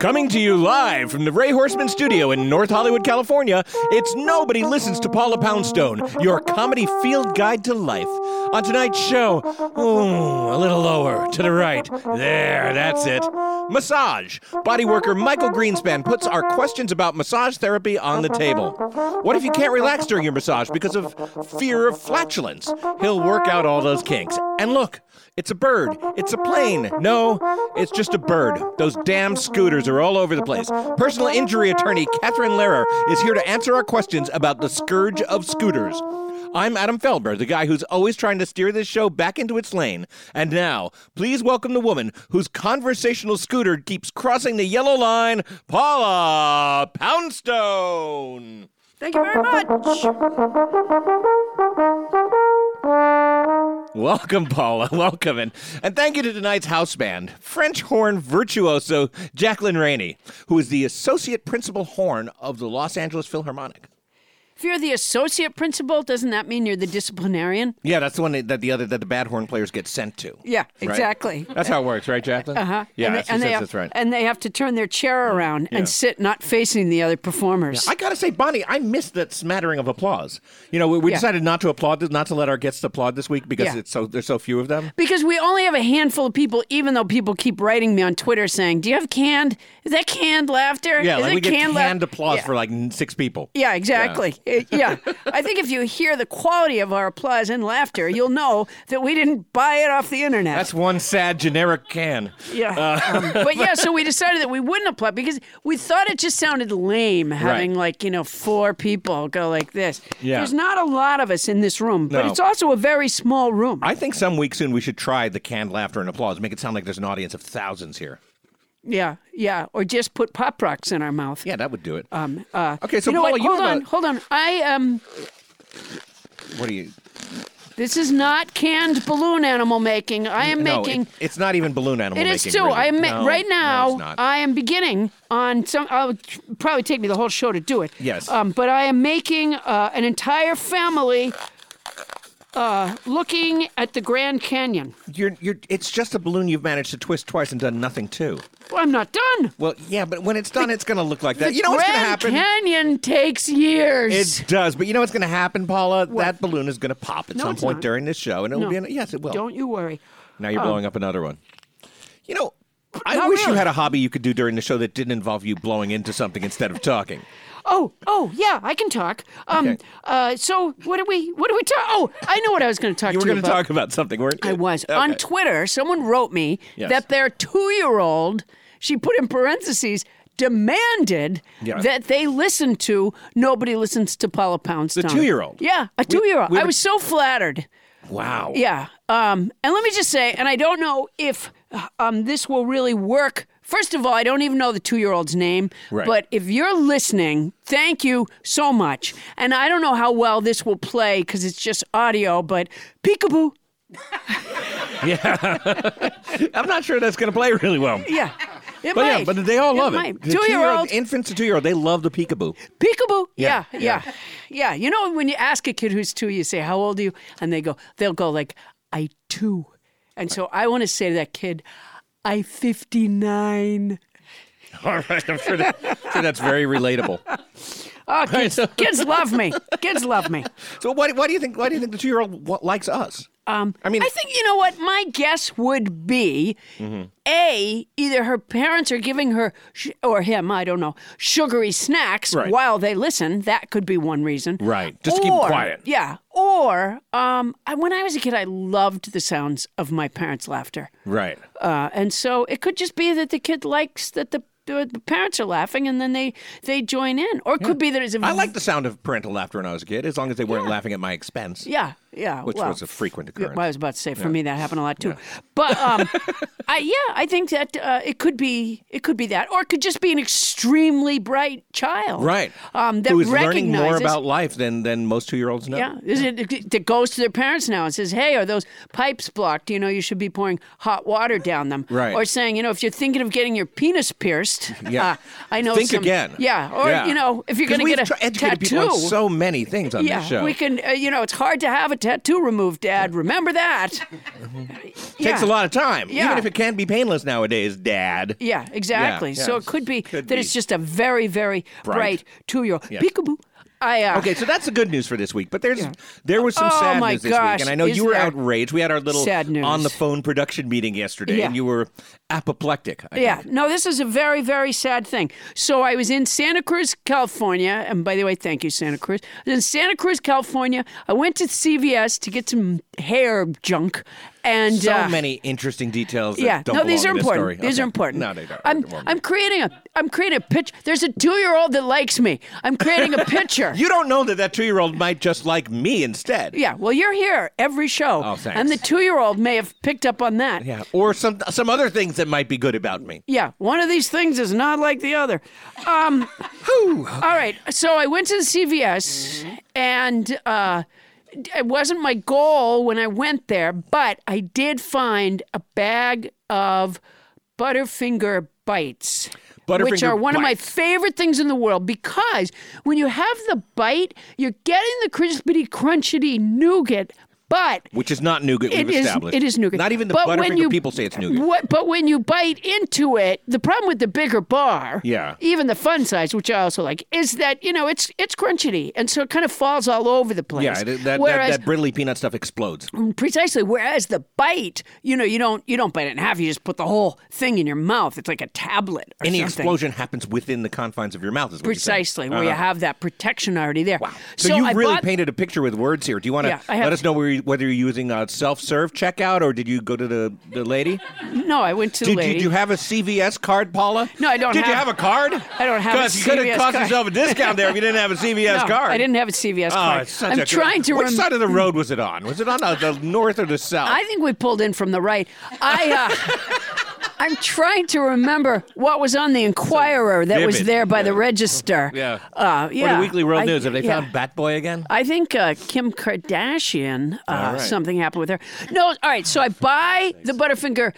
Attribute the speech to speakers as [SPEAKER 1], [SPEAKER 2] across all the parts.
[SPEAKER 1] Coming to you live from the Ray Horseman Studio in North Hollywood, California, it's Nobody Listens to Paula Poundstone, your comedy field guide to life. On tonight's show, ooh, a little lower, to the right. There, that's it. Massage. Bodyworker Michael Greenspan puts our questions about massage therapy on the table. What if you can't relax during your massage because of fear of flatulence? He'll work out all those kinks. And look, it's a bird. It's a plane. No, it's just a bird. Those damn scooters are all over the place. Personal injury attorney Catherine Lehrer is here to answer our questions about the scourge of scooters. I'm Adam Felber, the guy who's always trying to steer this show back into its lane. And now, please welcome the woman whose conversational scooter keeps crossing the yellow line, Paula Poundstone.
[SPEAKER 2] Thank you very much.
[SPEAKER 1] Welcome, Paula. Welcome. And, and thank you to tonight's house band, French horn virtuoso Jacqueline Rainey, who is the associate principal horn of the Los Angeles Philharmonic.
[SPEAKER 2] If you're the associate principal, doesn't that mean you're the disciplinarian?
[SPEAKER 1] Yeah, that's the one that the other that the bad horn players get sent to.
[SPEAKER 2] Yeah,
[SPEAKER 1] Right?
[SPEAKER 2] exactly.
[SPEAKER 1] That's how it works, right, Jacqueline? Uh-huh. Yeah,
[SPEAKER 2] and they,
[SPEAKER 1] that's,
[SPEAKER 2] and they
[SPEAKER 1] that's-
[SPEAKER 2] have,
[SPEAKER 1] that's right. Mm,
[SPEAKER 2] And they have to turn their chair around
[SPEAKER 1] Yeah.
[SPEAKER 2] and sit not facing the other performers.
[SPEAKER 1] I gotta say, Bonnie, I missed that smattering of applause. You know, we, we
[SPEAKER 2] Yeah.
[SPEAKER 1] decided not to applaud, this, not to let our guests applaud this week because
[SPEAKER 2] Yeah.
[SPEAKER 1] it's so there's so few of them.
[SPEAKER 2] because we only have a handful of people, even though people keep writing me on Twitter saying, "Do you have canned? Is that canned laughter?
[SPEAKER 1] Yeah,
[SPEAKER 2] Is
[SPEAKER 1] like
[SPEAKER 2] it
[SPEAKER 1] we get
[SPEAKER 2] laugh-"
[SPEAKER 1] canned applause
[SPEAKER 2] Yeah.
[SPEAKER 1] for like n- six people.
[SPEAKER 2] Yeah, exactly. It- Yeah. I think if you hear the quality of our applause and laughter, you'll know that we didn't buy it off the internet.
[SPEAKER 1] That's one sad generic can.
[SPEAKER 2] yeah.
[SPEAKER 1] Uh,
[SPEAKER 2] Um, but yeah, so we decided that we wouldn't applaud because we thought it just sounded lame having like, you know, four people go like this.
[SPEAKER 1] Yeah.
[SPEAKER 2] There's not a lot of us in this room, but
[SPEAKER 1] No.
[SPEAKER 2] it's also a very small room.
[SPEAKER 1] I think some week soon we should try the canned laughter and applause. Make it sound like there's an audience of thousands here.
[SPEAKER 2] yeah. Yeah. Or just put pop rocks in our mouth.
[SPEAKER 1] Yeah, that would do it.
[SPEAKER 2] Um, uh,
[SPEAKER 1] Okay, so
[SPEAKER 2] you know
[SPEAKER 1] Paula,
[SPEAKER 2] what?
[SPEAKER 1] you
[SPEAKER 2] hold
[SPEAKER 1] have
[SPEAKER 2] on,
[SPEAKER 1] a-
[SPEAKER 2] hold on. I um,
[SPEAKER 1] what do you?
[SPEAKER 2] this is not canned balloon animal making. I am
[SPEAKER 1] no, it-
[SPEAKER 2] making.
[SPEAKER 1] it's not even balloon animal
[SPEAKER 2] It
[SPEAKER 1] making.
[SPEAKER 2] is too.
[SPEAKER 1] really.
[SPEAKER 2] I am ma-
[SPEAKER 1] No,
[SPEAKER 2] right
[SPEAKER 1] no,
[SPEAKER 2] now.
[SPEAKER 1] it's not.
[SPEAKER 2] I am beginning on some. I would tr- probably take me the whole show to do it.
[SPEAKER 1] Yes.
[SPEAKER 2] Um, but I am making uh, an entire family uh, looking at the Grand Canyon.
[SPEAKER 1] You're, you're, it's just a balloon you've managed to twist twice and done nothing to.
[SPEAKER 2] Well, I'm not done.
[SPEAKER 1] Well, yeah, but when it's done, it's going to look like
[SPEAKER 2] The
[SPEAKER 1] that. You know what's going to
[SPEAKER 2] Grand
[SPEAKER 1] happen?
[SPEAKER 2] Canyon takes years.
[SPEAKER 1] It does, but you know what's going to happen, Paula? That balloon is going to pop at
[SPEAKER 2] No,
[SPEAKER 1] some
[SPEAKER 2] it's
[SPEAKER 1] point
[SPEAKER 2] not.
[SPEAKER 1] during this show, and it
[SPEAKER 2] No.
[SPEAKER 1] will be. An, yes, it will.
[SPEAKER 2] Don't you worry.
[SPEAKER 1] Now you're blowing up another one. Oh. You know, I
[SPEAKER 2] Not
[SPEAKER 1] wish you
[SPEAKER 2] really.
[SPEAKER 1] had a hobby you could do during the show that didn't involve you blowing into something instead of talking.
[SPEAKER 2] Oh, oh, yeah, I can talk. Um,
[SPEAKER 1] Okay.
[SPEAKER 2] uh, so what do we, what do we talk? Oh, I know what I was going to talk
[SPEAKER 1] You were
[SPEAKER 2] to you
[SPEAKER 1] going to
[SPEAKER 2] about.
[SPEAKER 1] talk about something, weren't you?
[SPEAKER 2] I was
[SPEAKER 1] Okay.
[SPEAKER 2] on Twitter. Someone wrote me
[SPEAKER 1] Yes.
[SPEAKER 2] that their two-year-old, she put in parentheses, demanded
[SPEAKER 1] Yeah.
[SPEAKER 2] that they listen to "Nobody Listens to Paula Poundstone."
[SPEAKER 1] two-year-old?
[SPEAKER 2] yeah, a two-year-old.
[SPEAKER 1] we
[SPEAKER 2] I
[SPEAKER 1] were-
[SPEAKER 2] was so flattered.
[SPEAKER 1] Wow.
[SPEAKER 2] Yeah. Um, and let me just say, and I don't know if um, this will really work. First of all, I don't even know the two year old's name.
[SPEAKER 1] Right.
[SPEAKER 2] But if you're listening, thank you so much. And I don't know how well this will play because it's just audio, but peekaboo.
[SPEAKER 1] I'm not sure that's going to play really well.
[SPEAKER 2] Yeah. It
[SPEAKER 1] But
[SPEAKER 2] might.
[SPEAKER 1] yeah, but they all love it.
[SPEAKER 2] might.
[SPEAKER 1] The
[SPEAKER 2] Two-year-old
[SPEAKER 1] infants to two-year-old, they love the peekaboo.
[SPEAKER 2] peekaboo. Yeah
[SPEAKER 1] Yeah,
[SPEAKER 2] yeah, yeah, You know when you ask a kid who's two, you say, "How old are you?" and they go, they'll go like, "I two," and so I want to say to that kid, "I 59.
[SPEAKER 1] All right, I'm sure, that, I'm sure that's very relatable.
[SPEAKER 2] Oh, kids, kids love me. Kids love me.
[SPEAKER 1] So, why, why do you think? Why do you think the two-year-old wa- likes us?
[SPEAKER 2] Um, I
[SPEAKER 1] mean- Mm-hmm.
[SPEAKER 2] I think you know what my guess would be: a either her parents are giving her sh- or him, I don't know, sugary snacks
[SPEAKER 1] Right.
[SPEAKER 2] while they listen. That could be one reason.
[SPEAKER 1] Right. Just to keep 'em
[SPEAKER 2] Or-
[SPEAKER 1] quiet.
[SPEAKER 2] Yeah. Or um, I, when I was a kid, I loved the sounds of my parents' laughter,
[SPEAKER 1] Right.
[SPEAKER 2] uh, and so it could just be that the kid likes that the. The parents are laughing, and then they they join in, or it could be that it's a
[SPEAKER 1] I like the sound of parental laughter when I was a kid, as long as they weren't laughing at my expense,
[SPEAKER 2] yeah, yeah,
[SPEAKER 1] which
[SPEAKER 2] well,
[SPEAKER 1] was a frequent
[SPEAKER 2] Yeah,
[SPEAKER 1] occurrence.
[SPEAKER 2] well, I was about to say, for me, that happened a lot too. But um, I, yeah, I think that uh, it could be it could be that, or it could just be an extremely bright child,
[SPEAKER 1] right.
[SPEAKER 2] Um, that
[SPEAKER 1] Who is learning
[SPEAKER 2] recognizes,
[SPEAKER 1] more about life than than most two year olds know?
[SPEAKER 2] yeah, is it, that goes to their parents now and says, "Hey, are those pipes blocked? You know, you should be pouring hot water down them."
[SPEAKER 1] Right.
[SPEAKER 2] Or saying, you know, if you're thinking of getting your penis pierced,
[SPEAKER 1] Yeah.
[SPEAKER 2] uh, I know.
[SPEAKER 1] Think
[SPEAKER 2] some-
[SPEAKER 1] again.
[SPEAKER 2] Yeah. Or
[SPEAKER 1] Yeah.
[SPEAKER 2] you know, if you're
[SPEAKER 1] 'Cause
[SPEAKER 2] going to
[SPEAKER 1] we've
[SPEAKER 2] get a
[SPEAKER 1] tr- educated
[SPEAKER 2] tattoo,
[SPEAKER 1] people on so many things on
[SPEAKER 2] yeah,
[SPEAKER 1] this show.
[SPEAKER 2] we can. Uh, you know, it's hard to have a tattoo removed, Dad. Remember that.
[SPEAKER 1] Takes a lot of time, even
[SPEAKER 2] Yeah.
[SPEAKER 1] if it can be painless nowadays, Dad.
[SPEAKER 2] Yeah, exactly.
[SPEAKER 1] yeah.
[SPEAKER 2] So it could be
[SPEAKER 1] Could
[SPEAKER 2] that
[SPEAKER 1] be.
[SPEAKER 2] it's just a very, very bright, two-year-old
[SPEAKER 1] Yeah.
[SPEAKER 2] peekaboo. I uh,
[SPEAKER 1] Okay, so that's the good news for this week. But there's there was some
[SPEAKER 2] Oh,
[SPEAKER 1] sad
[SPEAKER 2] my
[SPEAKER 1] news this week,
[SPEAKER 2] gosh,
[SPEAKER 1] and I know
[SPEAKER 2] is
[SPEAKER 1] you were
[SPEAKER 2] there?
[SPEAKER 1] outraged. We had our little
[SPEAKER 2] Sad news.
[SPEAKER 1] on the phone production meeting yesterday,
[SPEAKER 2] Yeah.
[SPEAKER 1] and you were apoplectic. I
[SPEAKER 2] Yeah,
[SPEAKER 1] think.
[SPEAKER 2] no, this is a very, very sad thing. So I was in Santa Cruz, California, and by the way, thank you, Santa Cruz. I was in Santa Cruz, California, I went to CVS to get some hair junk, and
[SPEAKER 1] So
[SPEAKER 2] uh,
[SPEAKER 1] many interesting details. That
[SPEAKER 2] yeah,
[SPEAKER 1] don't
[SPEAKER 2] no, these are
[SPEAKER 1] belong in this
[SPEAKER 2] important.
[SPEAKER 1] story.
[SPEAKER 2] These
[SPEAKER 1] Okay.
[SPEAKER 2] are important.
[SPEAKER 1] No, they don't.
[SPEAKER 2] I'm,
[SPEAKER 1] They won't be.
[SPEAKER 2] I'm creating a, I'm creating a picture. There's a two-year-old that likes me. I'm creating a picture.
[SPEAKER 1] You don't know that that two year old might just like me instead.
[SPEAKER 2] Yeah, well, you're here every show.
[SPEAKER 1] Oh, thanks.
[SPEAKER 2] And the two year old may have picked up on that.
[SPEAKER 1] Yeah, or some some other things that might be good about me.
[SPEAKER 2] Yeah, one of these things is not like the other. Um, All right, so I went to the CVS, and uh, it wasn't my goal when I went there, but I did find a bag of Butterfinger bites. which
[SPEAKER 1] Butterfinger
[SPEAKER 2] are one of my
[SPEAKER 1] Bites.
[SPEAKER 2] favorite things in the world because when you have the bite, you're getting the crispity, crunchity nougat, but
[SPEAKER 1] Which is not nougat
[SPEAKER 2] It
[SPEAKER 1] we've
[SPEAKER 2] is-
[SPEAKER 1] established.
[SPEAKER 2] it is nougat.
[SPEAKER 1] Not even the
[SPEAKER 2] But when
[SPEAKER 1] Butterfinger
[SPEAKER 2] you-
[SPEAKER 1] people say it's nougat.
[SPEAKER 2] What, but when you bite into it, the problem with the bigger bar,
[SPEAKER 1] Yeah.
[SPEAKER 2] even the fun size, which I also like, is that you know it's it's crunchity, and so it kind of falls all over the place.
[SPEAKER 1] Yeah, that, that, that,
[SPEAKER 2] whereas
[SPEAKER 1] that Brindley peanut stuff explodes.
[SPEAKER 2] precisely, whereas the bite, you know, you don't you don't bite it in half. You just put the whole thing in your mouth. It's like a tablet or
[SPEAKER 1] Any
[SPEAKER 2] something.
[SPEAKER 1] explosion happens within the confines of your mouth. Is what you're saying. Uh-huh.
[SPEAKER 2] Precisely, where you have that protection already there. Wow.
[SPEAKER 1] So, you
[SPEAKER 2] I
[SPEAKER 1] really
[SPEAKER 2] bought-
[SPEAKER 1] painted a picture with words here. Do you want to
[SPEAKER 2] Yeah, I have-
[SPEAKER 1] let us know where you, whether you're using a self-serve checkout or did you go to the, the lady?
[SPEAKER 2] No, I went to the
[SPEAKER 1] Did you,
[SPEAKER 2] lady.
[SPEAKER 1] did you have a CVS card, Paula?
[SPEAKER 2] No, I don't
[SPEAKER 1] Did you have
[SPEAKER 2] have-
[SPEAKER 1] a card?
[SPEAKER 2] I don't have a
[SPEAKER 1] you could
[SPEAKER 2] CVS
[SPEAKER 1] have cost
[SPEAKER 2] card.
[SPEAKER 1] yourself a discount there if you didn't have a CVS
[SPEAKER 2] no,
[SPEAKER 1] card.
[SPEAKER 2] I didn't have a CVS
[SPEAKER 1] Oh,
[SPEAKER 2] card.
[SPEAKER 1] it's such
[SPEAKER 2] I'm
[SPEAKER 1] a good-
[SPEAKER 2] trying to
[SPEAKER 1] Which
[SPEAKER 2] remember.
[SPEAKER 1] side of the road was it on? Was it on uh, the north or the south?
[SPEAKER 2] I think we pulled in from the right. I. Uh, I'm trying to remember what was on the Inquirer that was
[SPEAKER 1] vivid,
[SPEAKER 2] there by the
[SPEAKER 1] yeah.
[SPEAKER 2] Register.
[SPEAKER 1] Yeah.
[SPEAKER 2] Uh, yeah.
[SPEAKER 1] Or the Weekly World
[SPEAKER 2] I-
[SPEAKER 1] News? Have they
[SPEAKER 2] yeah.
[SPEAKER 1] found Batboy again?
[SPEAKER 2] I think uh, Kim Kardashian, uh,
[SPEAKER 1] All right.
[SPEAKER 2] something happened with her. No, all right, so I buy the Butterfinger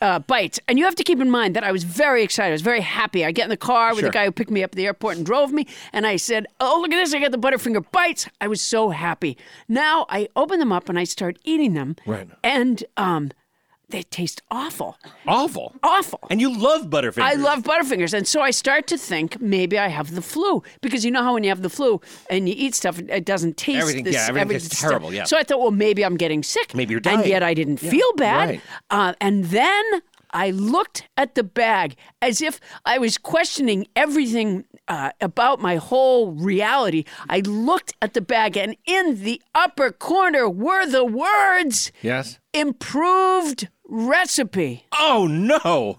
[SPEAKER 2] uh, bites. And you have to keep in mind that I was very excited. I was very happy. I get in the car with
[SPEAKER 1] Sure.
[SPEAKER 2] the guy who picked me up at the airport and drove me. And I said, Oh, look at this. I got the Butterfinger bites. I was so happy. Now I open them up and I start eating them.
[SPEAKER 1] Right.
[SPEAKER 2] And um, they taste awful.
[SPEAKER 1] Awful.
[SPEAKER 2] Awful.
[SPEAKER 1] And you love Butterfingers.
[SPEAKER 2] I love Butterfingers. And so I start to think maybe I have the flu because you know how when you have the flu and you eat stuff, it- it doesn't taste
[SPEAKER 1] Everything-
[SPEAKER 2] this,
[SPEAKER 1] yeah, everything
[SPEAKER 2] everything's
[SPEAKER 1] tastes terrible, yeah.
[SPEAKER 2] So I thought, well, maybe I'm getting sick.
[SPEAKER 1] Maybe you're
[SPEAKER 2] And
[SPEAKER 1] dying.
[SPEAKER 2] yet I didn't feel bad.
[SPEAKER 1] right.
[SPEAKER 2] Uh, and then I looked at the bag as if I was questioning everything uh, about my whole reality. I looked at the bag, and in the upper corner were the words
[SPEAKER 1] Yes.
[SPEAKER 2] improved recipe.
[SPEAKER 1] Oh, no.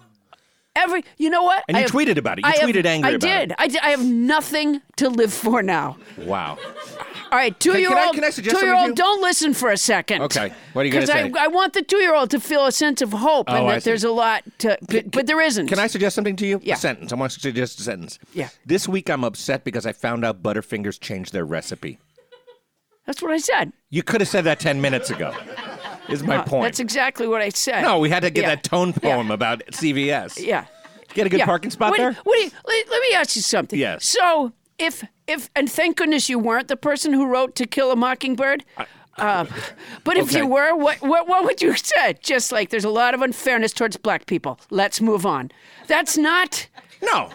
[SPEAKER 2] Every, you know what?
[SPEAKER 1] And you
[SPEAKER 2] I have-
[SPEAKER 1] tweeted about it. You
[SPEAKER 2] I have-
[SPEAKER 1] tweeted angry
[SPEAKER 2] I
[SPEAKER 1] about
[SPEAKER 2] did.
[SPEAKER 1] it.
[SPEAKER 2] I did. I have nothing to live for now.
[SPEAKER 1] Wow.
[SPEAKER 2] All right, two year
[SPEAKER 1] can I-
[SPEAKER 2] old,
[SPEAKER 1] can I
[SPEAKER 2] two
[SPEAKER 1] suggest
[SPEAKER 2] year
[SPEAKER 1] something
[SPEAKER 2] old,
[SPEAKER 1] to
[SPEAKER 2] don't listen for a second.
[SPEAKER 1] Okay. What are you gonna
[SPEAKER 2] 'Cause I-
[SPEAKER 1] say?
[SPEAKER 2] I, want the two year old to feel a sense of hope,
[SPEAKER 1] Oh,
[SPEAKER 2] and
[SPEAKER 1] I
[SPEAKER 2] that
[SPEAKER 1] see.
[SPEAKER 2] there's a lot to, but, but there isn't.
[SPEAKER 1] Can I suggest something to you?
[SPEAKER 2] Yeah.
[SPEAKER 1] A sentence. I want to suggest a sentence.
[SPEAKER 2] Yeah.
[SPEAKER 1] This week I'm upset because I found out Butterfingers changed their recipe.
[SPEAKER 2] That's what I said.
[SPEAKER 1] You could have said that 10 minutes ago, is my point.
[SPEAKER 2] That's exactly what I said.
[SPEAKER 1] no, we had to get
[SPEAKER 2] Yeah.
[SPEAKER 1] that tone poem
[SPEAKER 2] Yeah.
[SPEAKER 1] about CVS.
[SPEAKER 2] Yeah.
[SPEAKER 1] Get a good
[SPEAKER 2] Yeah.
[SPEAKER 1] parking spot
[SPEAKER 2] what,
[SPEAKER 1] there?
[SPEAKER 2] What do you, let, let me ask you something.
[SPEAKER 1] Yes.
[SPEAKER 2] So if if and thank goodness you weren't the person who wrote To Kill a Mockingbird. Uh, but if
[SPEAKER 1] Okay.
[SPEAKER 2] you were, what, what what would you say? Just like there's a lot of unfairness towards black people. Let's move on. That's not.
[SPEAKER 1] No,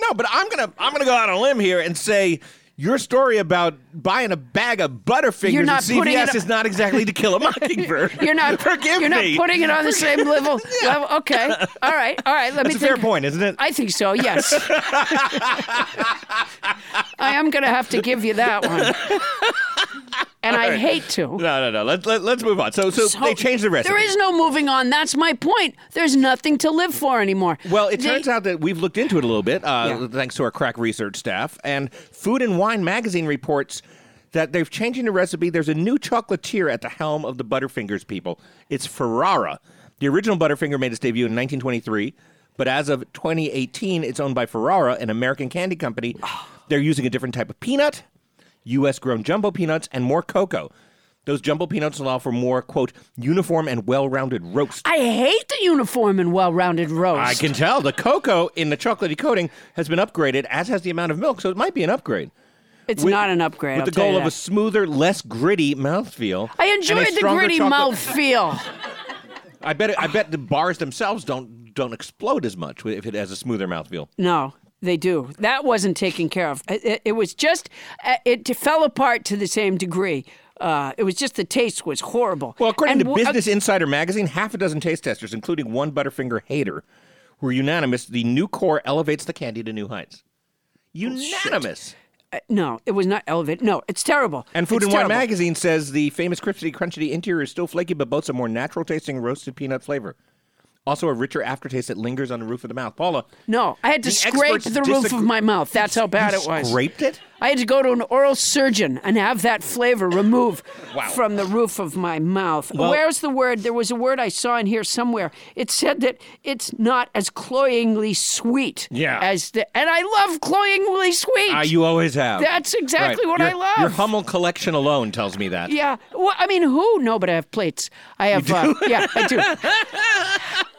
[SPEAKER 1] no, but I'm gonna I'm gonna go out on a limb here and say Your story about buying a bag of Butterfingers
[SPEAKER 2] You're not
[SPEAKER 1] at
[SPEAKER 2] putting
[SPEAKER 1] CVS
[SPEAKER 2] it-
[SPEAKER 1] is not exactly to kill a mockingbird.
[SPEAKER 2] You're not
[SPEAKER 1] Forgive
[SPEAKER 2] You're
[SPEAKER 1] me.
[SPEAKER 2] not putting it on the same level. level. Okay. All right. All right. Let me
[SPEAKER 1] That's a
[SPEAKER 2] think.
[SPEAKER 1] fair point, isn't it?
[SPEAKER 2] I think so. Yes. I am going to have to give you that one. And I hate to.
[SPEAKER 1] no, no, no. Let, let, let's move on. So, so,
[SPEAKER 2] So
[SPEAKER 1] they changed the recipe.
[SPEAKER 2] There is no moving on. That's my point. There's nothing to live for anymore.
[SPEAKER 1] Well, it
[SPEAKER 2] They-
[SPEAKER 1] turns out that we've looked into it a little bit, uh,
[SPEAKER 2] Yeah.
[SPEAKER 1] thanks to our crack research staff. And Food and Wine magazine reports that they're changing the recipe. There's a new chocolatier at the helm of the Butterfingers people. It's Ferrara. The original Butterfinger made its debut in 1923, but as of 2018, it's owned by Ferrara, an American candy company. They're using a different type of peanut, U.S. grown jumbo peanuts, and more cocoa. Those jumbo peanuts allow for more, quote, uniform and well rounded roast.
[SPEAKER 2] I hate the uniform and well-rounded roast.
[SPEAKER 1] I can tell the cocoa in the chocolatey coating has been upgraded, as has the amount of milk, so it might be an upgrade.
[SPEAKER 2] it's
[SPEAKER 1] With-
[SPEAKER 2] not an upgrade.
[SPEAKER 1] With
[SPEAKER 2] I'll
[SPEAKER 1] the
[SPEAKER 2] tell
[SPEAKER 1] goal
[SPEAKER 2] you
[SPEAKER 1] of a
[SPEAKER 2] that.
[SPEAKER 1] smoother, less gritty mouthfeel.
[SPEAKER 2] I
[SPEAKER 1] and a
[SPEAKER 2] enjoyed the
[SPEAKER 1] stronger
[SPEAKER 2] gritty
[SPEAKER 1] chocolate-
[SPEAKER 2] mouth feel.
[SPEAKER 1] I bet. It, I bet the bars themselves don't don't explode as much if it has a smoother mouthfeel.
[SPEAKER 2] No, they do. That wasn't taken care of. It, it- it was just uh, it fell apart to the same degree. Uh, it was just the taste was horrible.
[SPEAKER 1] Well, according
[SPEAKER 2] And
[SPEAKER 1] to
[SPEAKER 2] w- uh,
[SPEAKER 1] Business Insider magazine, half a dozen taste testers, including one Butterfinger hater, were unanimous. The new core elevates the candy to new heights.
[SPEAKER 2] Oh,
[SPEAKER 1] Unanimous.
[SPEAKER 2] uh, no, it was not elevated. No, it's terrible.
[SPEAKER 1] And Food
[SPEAKER 2] It's
[SPEAKER 1] and Wine
[SPEAKER 2] terrible.
[SPEAKER 1] magazine says the famous crispy, crunchy interior is still flaky, but boasts a more natural tasting roasted peanut flavor. Also, a richer aftertaste that lingers on the roof of the mouth. Paula,
[SPEAKER 2] No, I had to
[SPEAKER 1] The
[SPEAKER 2] scrape
[SPEAKER 1] experts
[SPEAKER 2] the roof of
[SPEAKER 1] disagree-
[SPEAKER 2] my mouth. That's how bad
[SPEAKER 1] you
[SPEAKER 2] it was.
[SPEAKER 1] Scraped it.
[SPEAKER 2] I had to go to an oral surgeon and have that flavor removed
[SPEAKER 1] Wow.
[SPEAKER 2] from the roof of my mouth.
[SPEAKER 1] Well-
[SPEAKER 2] Where's the word? There was a word I saw in here somewhere. It said that it's not as cloyingly sweet
[SPEAKER 1] Yeah.
[SPEAKER 2] as the. And I love cloyingly sweet.
[SPEAKER 1] Ah, you always have.
[SPEAKER 2] That's exactly what
[SPEAKER 1] Your-
[SPEAKER 2] I love.
[SPEAKER 1] Your Hummel collection alone tells me that.
[SPEAKER 2] yeah. Well, I mean, who? No, but I have plates. I have. Uh, yeah, I do.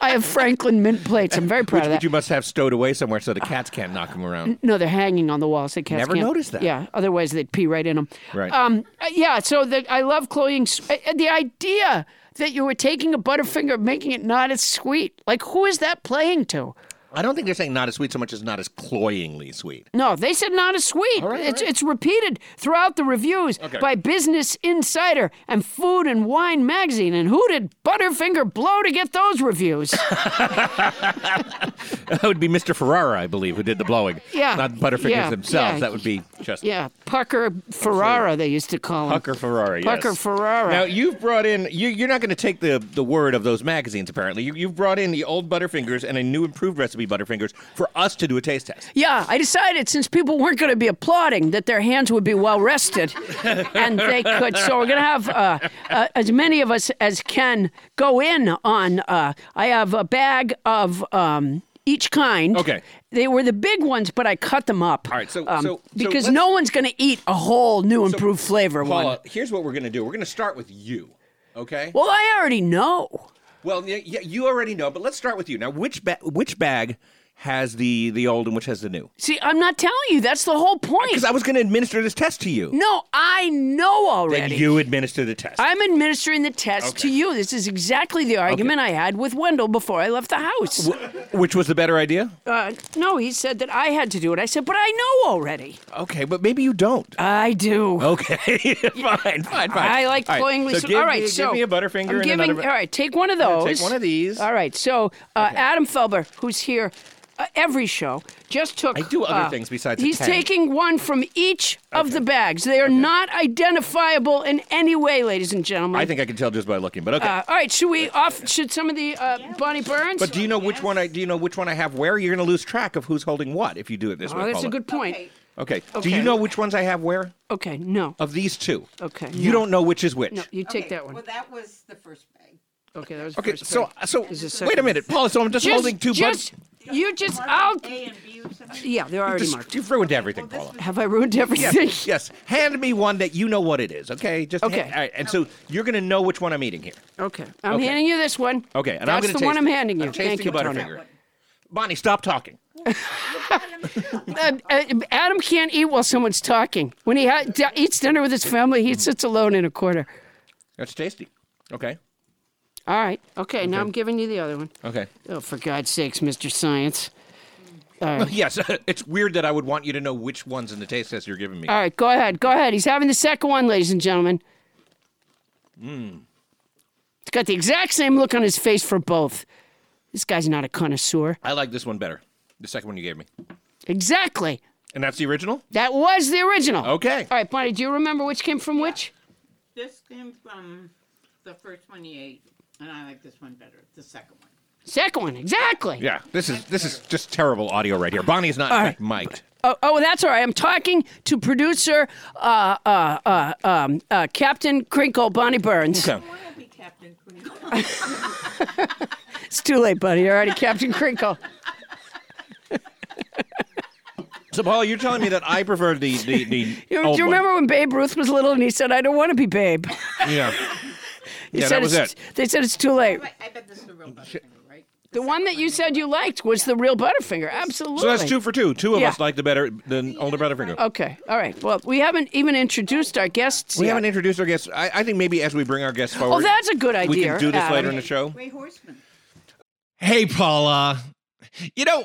[SPEAKER 2] I have Franklin mint plates. I'm very proud
[SPEAKER 1] Which,
[SPEAKER 2] of
[SPEAKER 1] which
[SPEAKER 2] that.
[SPEAKER 1] you must have stowed away somewhere so the cats can't knock them around.
[SPEAKER 2] No, they're hanging on the walls. They cats
[SPEAKER 1] Never
[SPEAKER 2] can't-
[SPEAKER 1] noticed that.
[SPEAKER 2] Yeah, otherwise they'd pee right in them.
[SPEAKER 1] Right.
[SPEAKER 2] Um, uh, yeah, so the, I love cloying. s- uh, uh, The idea that you were taking a Butterfinger and making it not as sweet. Like, who is that playing to?
[SPEAKER 1] I don't think they're saying not as sweet so much as not as cloyingly sweet.
[SPEAKER 2] No, they said not as sweet.
[SPEAKER 1] right, all
[SPEAKER 2] it's,
[SPEAKER 1] right.
[SPEAKER 2] it's repeated throughout the reviews
[SPEAKER 1] Okay.
[SPEAKER 2] by Business Insider and Food and Wine magazine. And who did Butterfinger blow to get those reviews?
[SPEAKER 1] that would be Mr. Ferrara, I believe, who did the blowing.
[SPEAKER 2] Yeah.
[SPEAKER 1] Not Butterfingers
[SPEAKER 2] Yeah.
[SPEAKER 1] themselves.
[SPEAKER 2] Yeah.
[SPEAKER 1] That would be just
[SPEAKER 2] yeah, Pucker Ferrara, they used to call him.
[SPEAKER 1] Pucker Ferrari.
[SPEAKER 2] Pucker
[SPEAKER 1] yes.
[SPEAKER 2] Ferrara.
[SPEAKER 1] Now you've brought in. You, you're not going to take the the word of those magazines. Apparently, you, you've brought in the old Butterfingers and a new improved recipe Butterfingers for us to do a taste test.
[SPEAKER 2] Yeah, I decided since people weren't going to be applauding that their hands would be well rested, and they could. So we're going to have uh, uh, as many of us as can go in on. Uh, I have a bag of um, each kind.
[SPEAKER 1] Okay.
[SPEAKER 2] They were the big ones, but I cut them up. um,
[SPEAKER 1] All right, so- so- so
[SPEAKER 2] because
[SPEAKER 1] let's-
[SPEAKER 2] no one's going to eat a whole new improved flavor one.
[SPEAKER 1] Paula, here's what we're going to do. We're going to start with you. Okay.
[SPEAKER 2] Well, I already know.
[SPEAKER 1] Well, y- y- you already know, but let's start with you. Now, which ba- which bag has the the old and which has the new?
[SPEAKER 2] See, I'm not telling you. That's the whole point.
[SPEAKER 1] Because I was going to administer this test to you.
[SPEAKER 2] no, I know already.
[SPEAKER 1] And you administer the test.
[SPEAKER 2] I'm administering the test to you. This is exactly the argument I had with Wendell before I left the house.
[SPEAKER 1] Wh- which was the better idea?
[SPEAKER 2] Uh, no, he said that I had to do it. I said, but I know already.
[SPEAKER 1] Okay, but maybe you don't.
[SPEAKER 2] I do.
[SPEAKER 1] Okay, fine, fine, fine.
[SPEAKER 2] I like
[SPEAKER 1] All right,
[SPEAKER 2] cloying
[SPEAKER 1] So
[SPEAKER 2] Lisa-
[SPEAKER 1] give
[SPEAKER 2] all right,
[SPEAKER 1] me,
[SPEAKER 2] so
[SPEAKER 1] give me a butterfinger.
[SPEAKER 2] I'm
[SPEAKER 1] and
[SPEAKER 2] giving.
[SPEAKER 1] another-
[SPEAKER 2] all right, take one of
[SPEAKER 1] gonna
[SPEAKER 2] those.
[SPEAKER 1] take one of these.
[SPEAKER 2] All right. So uh, Adam Felber, who's here uh, every show, just took.
[SPEAKER 1] I do other
[SPEAKER 2] uh,
[SPEAKER 1] things besides a
[SPEAKER 2] He's
[SPEAKER 1] 10.
[SPEAKER 2] taking one from each of the bags. They are not identifiable in any way, ladies and gentlemen.
[SPEAKER 1] I think I can tell just by looking, but okay.
[SPEAKER 2] Uh, all right. Should we off? Should some of the uh, Bonnie Burns?
[SPEAKER 1] but do you know which one I do you know which one I have where? You're going to lose track of who's holding what if you do it this way.
[SPEAKER 2] oh, that's a
[SPEAKER 1] Paula.
[SPEAKER 2] good point.
[SPEAKER 1] Okay. Do
[SPEAKER 2] Okay.
[SPEAKER 1] you know which ones I have where
[SPEAKER 2] Okay, no.
[SPEAKER 1] of these two?
[SPEAKER 2] Okay,
[SPEAKER 1] You
[SPEAKER 2] no.
[SPEAKER 1] don't know which is which.
[SPEAKER 2] No, you take
[SPEAKER 3] Okay,
[SPEAKER 2] that one.
[SPEAKER 3] Well, that was the first bag.
[SPEAKER 2] okay, that was
[SPEAKER 1] Okay,
[SPEAKER 2] first
[SPEAKER 1] so
[SPEAKER 2] pair.
[SPEAKER 1] so
[SPEAKER 2] Is the
[SPEAKER 1] wait a
[SPEAKER 2] second.
[SPEAKER 1] minute, Paula. So I'm just,
[SPEAKER 2] Just,
[SPEAKER 1] holding two
[SPEAKER 2] just,
[SPEAKER 1] buttons.
[SPEAKER 2] you just,
[SPEAKER 3] Mark
[SPEAKER 2] I'll,
[SPEAKER 3] A and B or something.
[SPEAKER 2] yeah, they're already
[SPEAKER 1] Just-
[SPEAKER 2] marked.
[SPEAKER 1] You've ruined everything, Paula.
[SPEAKER 2] Have I ruined everything?
[SPEAKER 1] Yes, yes. Hand me one that you know what it is. Okay, just
[SPEAKER 2] Okay.
[SPEAKER 1] hand- all right, and so you're going to know which one I'm eating here.
[SPEAKER 2] Okay, I'm
[SPEAKER 1] Okay.
[SPEAKER 2] handing you this one.
[SPEAKER 1] Okay, and I'm
[SPEAKER 2] That's
[SPEAKER 1] going to
[SPEAKER 2] the one I'm handing you. Thank you, Tony.
[SPEAKER 1] Butterfinger. Bonnie, stop talking.
[SPEAKER 2] Uh, uh, Adam can't eat while someone's talking. When he ha- d- eats dinner with his family, he sits alone in a corner.
[SPEAKER 1] That's tasty. Okay.
[SPEAKER 2] All right, okay, now I'm giving you the other one.
[SPEAKER 1] Okay.
[SPEAKER 2] Oh, for God's sakes, Mr. Science.
[SPEAKER 4] All right.
[SPEAKER 5] Yes, it's weird that I would want you to know which ones in the taste test you're giving me.
[SPEAKER 4] All right, go ahead. Go ahead. He's having the second one, ladies and gentlemen. Mm.
[SPEAKER 5] Hmm.
[SPEAKER 4] It's got the exact same look on his face for both. This guy's not a connoisseur.
[SPEAKER 5] I like this one better. The second one you gave me.
[SPEAKER 4] Exactly.
[SPEAKER 5] And that's the original?
[SPEAKER 4] That was the original.
[SPEAKER 5] Okay.
[SPEAKER 4] All right, Bonnie, do you remember which came from which?
[SPEAKER 6] This came from the first one he ate, and I like this one better, the second one.
[SPEAKER 4] Second one, exactly.
[SPEAKER 5] Yeah. This is this is just terrible audio right here. Bonnie's not in fact mic'd.
[SPEAKER 2] Oh, oh, that's all right. I'm talking to producer uh, uh, uh, um, uh, Captain Crinkle Bonnie Burns.
[SPEAKER 5] Okay.
[SPEAKER 6] I want to be Captain Queen.
[SPEAKER 2] It's too late, buddy. You're already Captain Crinkle.
[SPEAKER 5] So Paul, you're telling me that I prefer the the, the
[SPEAKER 2] You,
[SPEAKER 5] old
[SPEAKER 2] do you
[SPEAKER 5] one.
[SPEAKER 2] remember when Babe Ruth was little and he said, "I don't want to be Babe"?
[SPEAKER 5] Yeah.
[SPEAKER 2] He
[SPEAKER 5] yeah,
[SPEAKER 2] said
[SPEAKER 5] that was
[SPEAKER 2] it's-
[SPEAKER 5] it.
[SPEAKER 2] They said it's too late.
[SPEAKER 6] I I bet this is the real Butterfinger, right?
[SPEAKER 4] The one that you said you liked was the real Butterfinger. Absolutely.
[SPEAKER 5] So that's two for two. Two of
[SPEAKER 2] Yeah. Oh,
[SPEAKER 5] us like the better the older brother finger.
[SPEAKER 4] Okay. All right. Well, we haven't even introduced our guests.
[SPEAKER 5] We
[SPEAKER 4] yet.
[SPEAKER 5] haven't introduced our guests. I, I think maybe as we bring our guests forward.
[SPEAKER 4] Oh, that's a good idea.
[SPEAKER 5] we can do this
[SPEAKER 4] Adam.
[SPEAKER 5] later in the show.
[SPEAKER 6] Ray Horseman.
[SPEAKER 1] Hey, Paula. You know,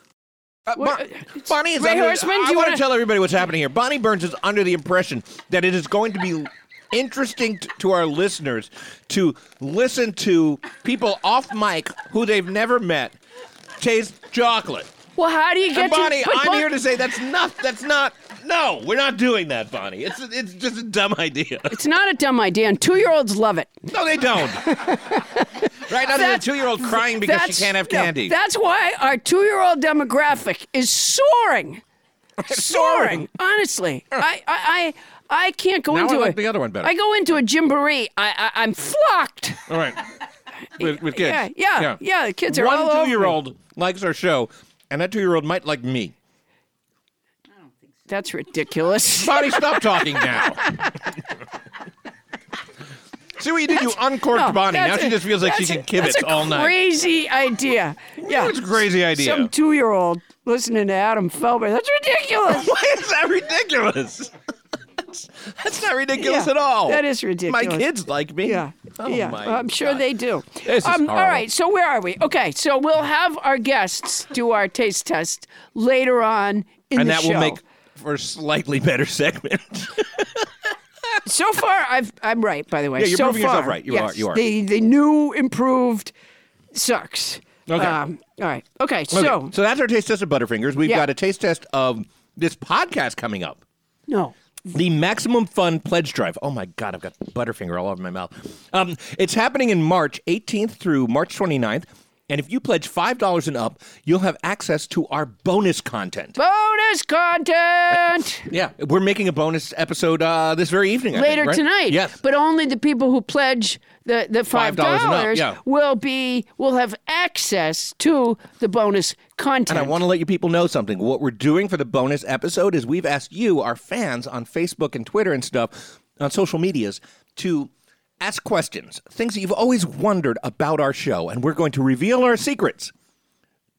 [SPEAKER 7] Uh, Bon- Bonnie is
[SPEAKER 6] Ray
[SPEAKER 7] under,
[SPEAKER 6] Horseman,
[SPEAKER 7] I
[SPEAKER 6] do you
[SPEAKER 7] want to
[SPEAKER 6] wanna-
[SPEAKER 7] tell everybody what's happening here. Bonnie Burns is under the impression that it is going to be interesting t- to our listeners to listen to people off mic who they've never met taste chocolate.
[SPEAKER 6] Well, how do you get
[SPEAKER 7] And Bonnie,
[SPEAKER 6] to? but
[SPEAKER 7] I'm
[SPEAKER 6] Bon-
[SPEAKER 7] here to say that's not. That's not. No, we're not doing that, Bonnie. It's it's just a dumb idea.
[SPEAKER 6] It's not a dumb idea, and two-year-olds love it.
[SPEAKER 7] No, they don't. right now, there's
[SPEAKER 6] That's-
[SPEAKER 7] a two-year-old crying because she
[SPEAKER 6] That's-
[SPEAKER 7] can't have
[SPEAKER 6] no,
[SPEAKER 7] candy.
[SPEAKER 6] that's why our two-year-old demographic is soaring, soaring. Honestly, I, I, I, I can't go
[SPEAKER 7] Now I
[SPEAKER 6] into
[SPEAKER 7] like
[SPEAKER 6] a-
[SPEAKER 7] the other one better.
[SPEAKER 6] I go into a gymboree. I, I I'm flocked.
[SPEAKER 7] All right. With, with kids.
[SPEAKER 6] Yeah, yeah, yeah, the kids are
[SPEAKER 7] One
[SPEAKER 6] all over me.
[SPEAKER 7] two-year-old likes our show, and that two-year-old might like me.
[SPEAKER 6] That's ridiculous.
[SPEAKER 7] Bonnie, stop talking now. See what you did? you uncorked
[SPEAKER 6] No,
[SPEAKER 7] Bonnie. Now
[SPEAKER 6] that's
[SPEAKER 7] she
[SPEAKER 6] a-
[SPEAKER 7] just feels like she
[SPEAKER 6] that's
[SPEAKER 7] can
[SPEAKER 6] a-
[SPEAKER 7] kibitz
[SPEAKER 6] that's a
[SPEAKER 7] all night.
[SPEAKER 6] Crazy idea. Yeah,
[SPEAKER 7] That's a crazy idea.
[SPEAKER 6] Some two-year-old listening to Adam Felber. That's ridiculous.
[SPEAKER 7] Why is that ridiculous? That's not ridiculous
[SPEAKER 6] Yeah,
[SPEAKER 7] at all.
[SPEAKER 6] that is ridiculous.
[SPEAKER 7] My kids like me.
[SPEAKER 6] Yeah.
[SPEAKER 7] Oh
[SPEAKER 6] yeah.
[SPEAKER 7] my
[SPEAKER 6] I'm sure
[SPEAKER 7] God.
[SPEAKER 6] they do. Um,
[SPEAKER 7] This is
[SPEAKER 6] all
[SPEAKER 7] horrible.
[SPEAKER 6] right. So where are we? Okay. So we'll have our guests do our taste test later on in
[SPEAKER 7] And
[SPEAKER 6] the
[SPEAKER 7] that
[SPEAKER 6] show.
[SPEAKER 7] will make for a slightly better segment.
[SPEAKER 6] So far, I've I'm right. By the way.
[SPEAKER 7] Yeah, you're
[SPEAKER 6] so
[SPEAKER 7] proving
[SPEAKER 6] far,
[SPEAKER 7] yourself right. You
[SPEAKER 6] yes,
[SPEAKER 7] are- you are.
[SPEAKER 6] The the new improved sucks. Um,
[SPEAKER 7] Okay.
[SPEAKER 6] all right. Okay.
[SPEAKER 7] Okay,
[SPEAKER 6] So
[SPEAKER 7] so that's our taste test of Butterfingers. We've
[SPEAKER 6] Yeah.
[SPEAKER 7] got a taste test of this podcast coming up.
[SPEAKER 6] no.
[SPEAKER 7] The Maximum Fun Pledge Drive. Oh my God, I've got Butterfinger all over my mouth. Um, it's happening in March 18th through March 29th
[SPEAKER 1] And if you pledge $5 and up, you'll have access to our bonus content.
[SPEAKER 2] Bonus content
[SPEAKER 1] yeah, we're making a bonus episode uh, this very evening. I think,
[SPEAKER 2] later
[SPEAKER 1] right?
[SPEAKER 2] tonight.
[SPEAKER 1] Yes.
[SPEAKER 2] But only the people who pledge the, the five
[SPEAKER 1] $5 and up,
[SPEAKER 2] dollars
[SPEAKER 1] yeah.
[SPEAKER 2] will be will have access to the bonus content.
[SPEAKER 1] And I want to let you people know something. What we're doing for the bonus episode is we've asked you, our fans, on Facebook and Twitter and stuff, on social medias, to ask questions, things that you've always wondered about our show, and we're going to reveal our secrets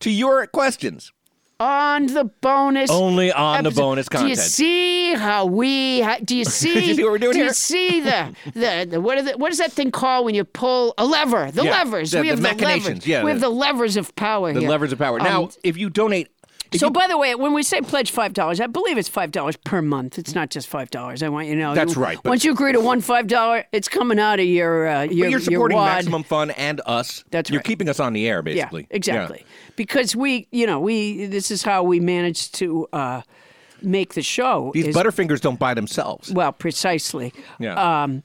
[SPEAKER 1] to your questions.
[SPEAKER 2] on the bonus.
[SPEAKER 1] Only on the
[SPEAKER 2] episode.
[SPEAKER 1] bonus
[SPEAKER 2] Do you
[SPEAKER 1] content.
[SPEAKER 2] see how we? ha- Do you see?
[SPEAKER 1] see what we're doing
[SPEAKER 2] do
[SPEAKER 1] here?
[SPEAKER 2] you see the, the the what are the, what is that thing called when you pull a lever? The
[SPEAKER 1] Yeah,
[SPEAKER 2] levers.
[SPEAKER 1] the-
[SPEAKER 2] we
[SPEAKER 1] the
[SPEAKER 2] have the,
[SPEAKER 1] machinations,
[SPEAKER 2] levers.
[SPEAKER 1] yeah,
[SPEAKER 2] we have
[SPEAKER 1] the-
[SPEAKER 2] the levers of power
[SPEAKER 1] The
[SPEAKER 2] here.
[SPEAKER 1] levers of power. now,
[SPEAKER 2] Um,
[SPEAKER 1] if you donate, if
[SPEAKER 2] so,
[SPEAKER 1] you-
[SPEAKER 2] by the way, when we say pledge five dollars, I believe it's five dollars per month. It's not just five dollars. I want you to know.
[SPEAKER 1] That's
[SPEAKER 2] You-
[SPEAKER 1] right, but-
[SPEAKER 2] Once you agree to one five dollar, it's coming out of your uh, your
[SPEAKER 1] you're
[SPEAKER 2] your
[SPEAKER 1] supporting
[SPEAKER 2] wad.
[SPEAKER 1] Maximum Fun and us.
[SPEAKER 2] That's
[SPEAKER 1] You're
[SPEAKER 2] right.
[SPEAKER 1] keeping us on the air, basically.
[SPEAKER 2] Yeah, exactly. Because we, you know, we this is how we managed to uh, make the show.
[SPEAKER 1] These
[SPEAKER 2] is-
[SPEAKER 1] butterfingers don't buy themselves.
[SPEAKER 2] well, precisely.
[SPEAKER 1] Yeah.
[SPEAKER 2] Um,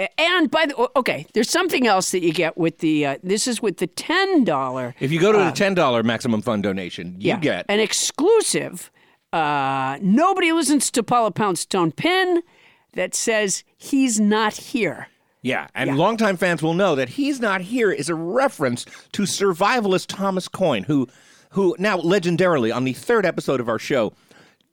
[SPEAKER 2] a- and by the okay, there's something else that you get with the uh, this is with the ten dollar.
[SPEAKER 1] If you go
[SPEAKER 2] uh,
[SPEAKER 1] to the $10 Maximum Fun donation, you get
[SPEAKER 2] an exclusive. Uh, nobody listens to Paula Poundstone pin that says he's not here.
[SPEAKER 1] Yeah, and longtime fans will know that he's not here is a reference to survivalist Thomas Coyne, who, who now legendarily on the third episode of our show,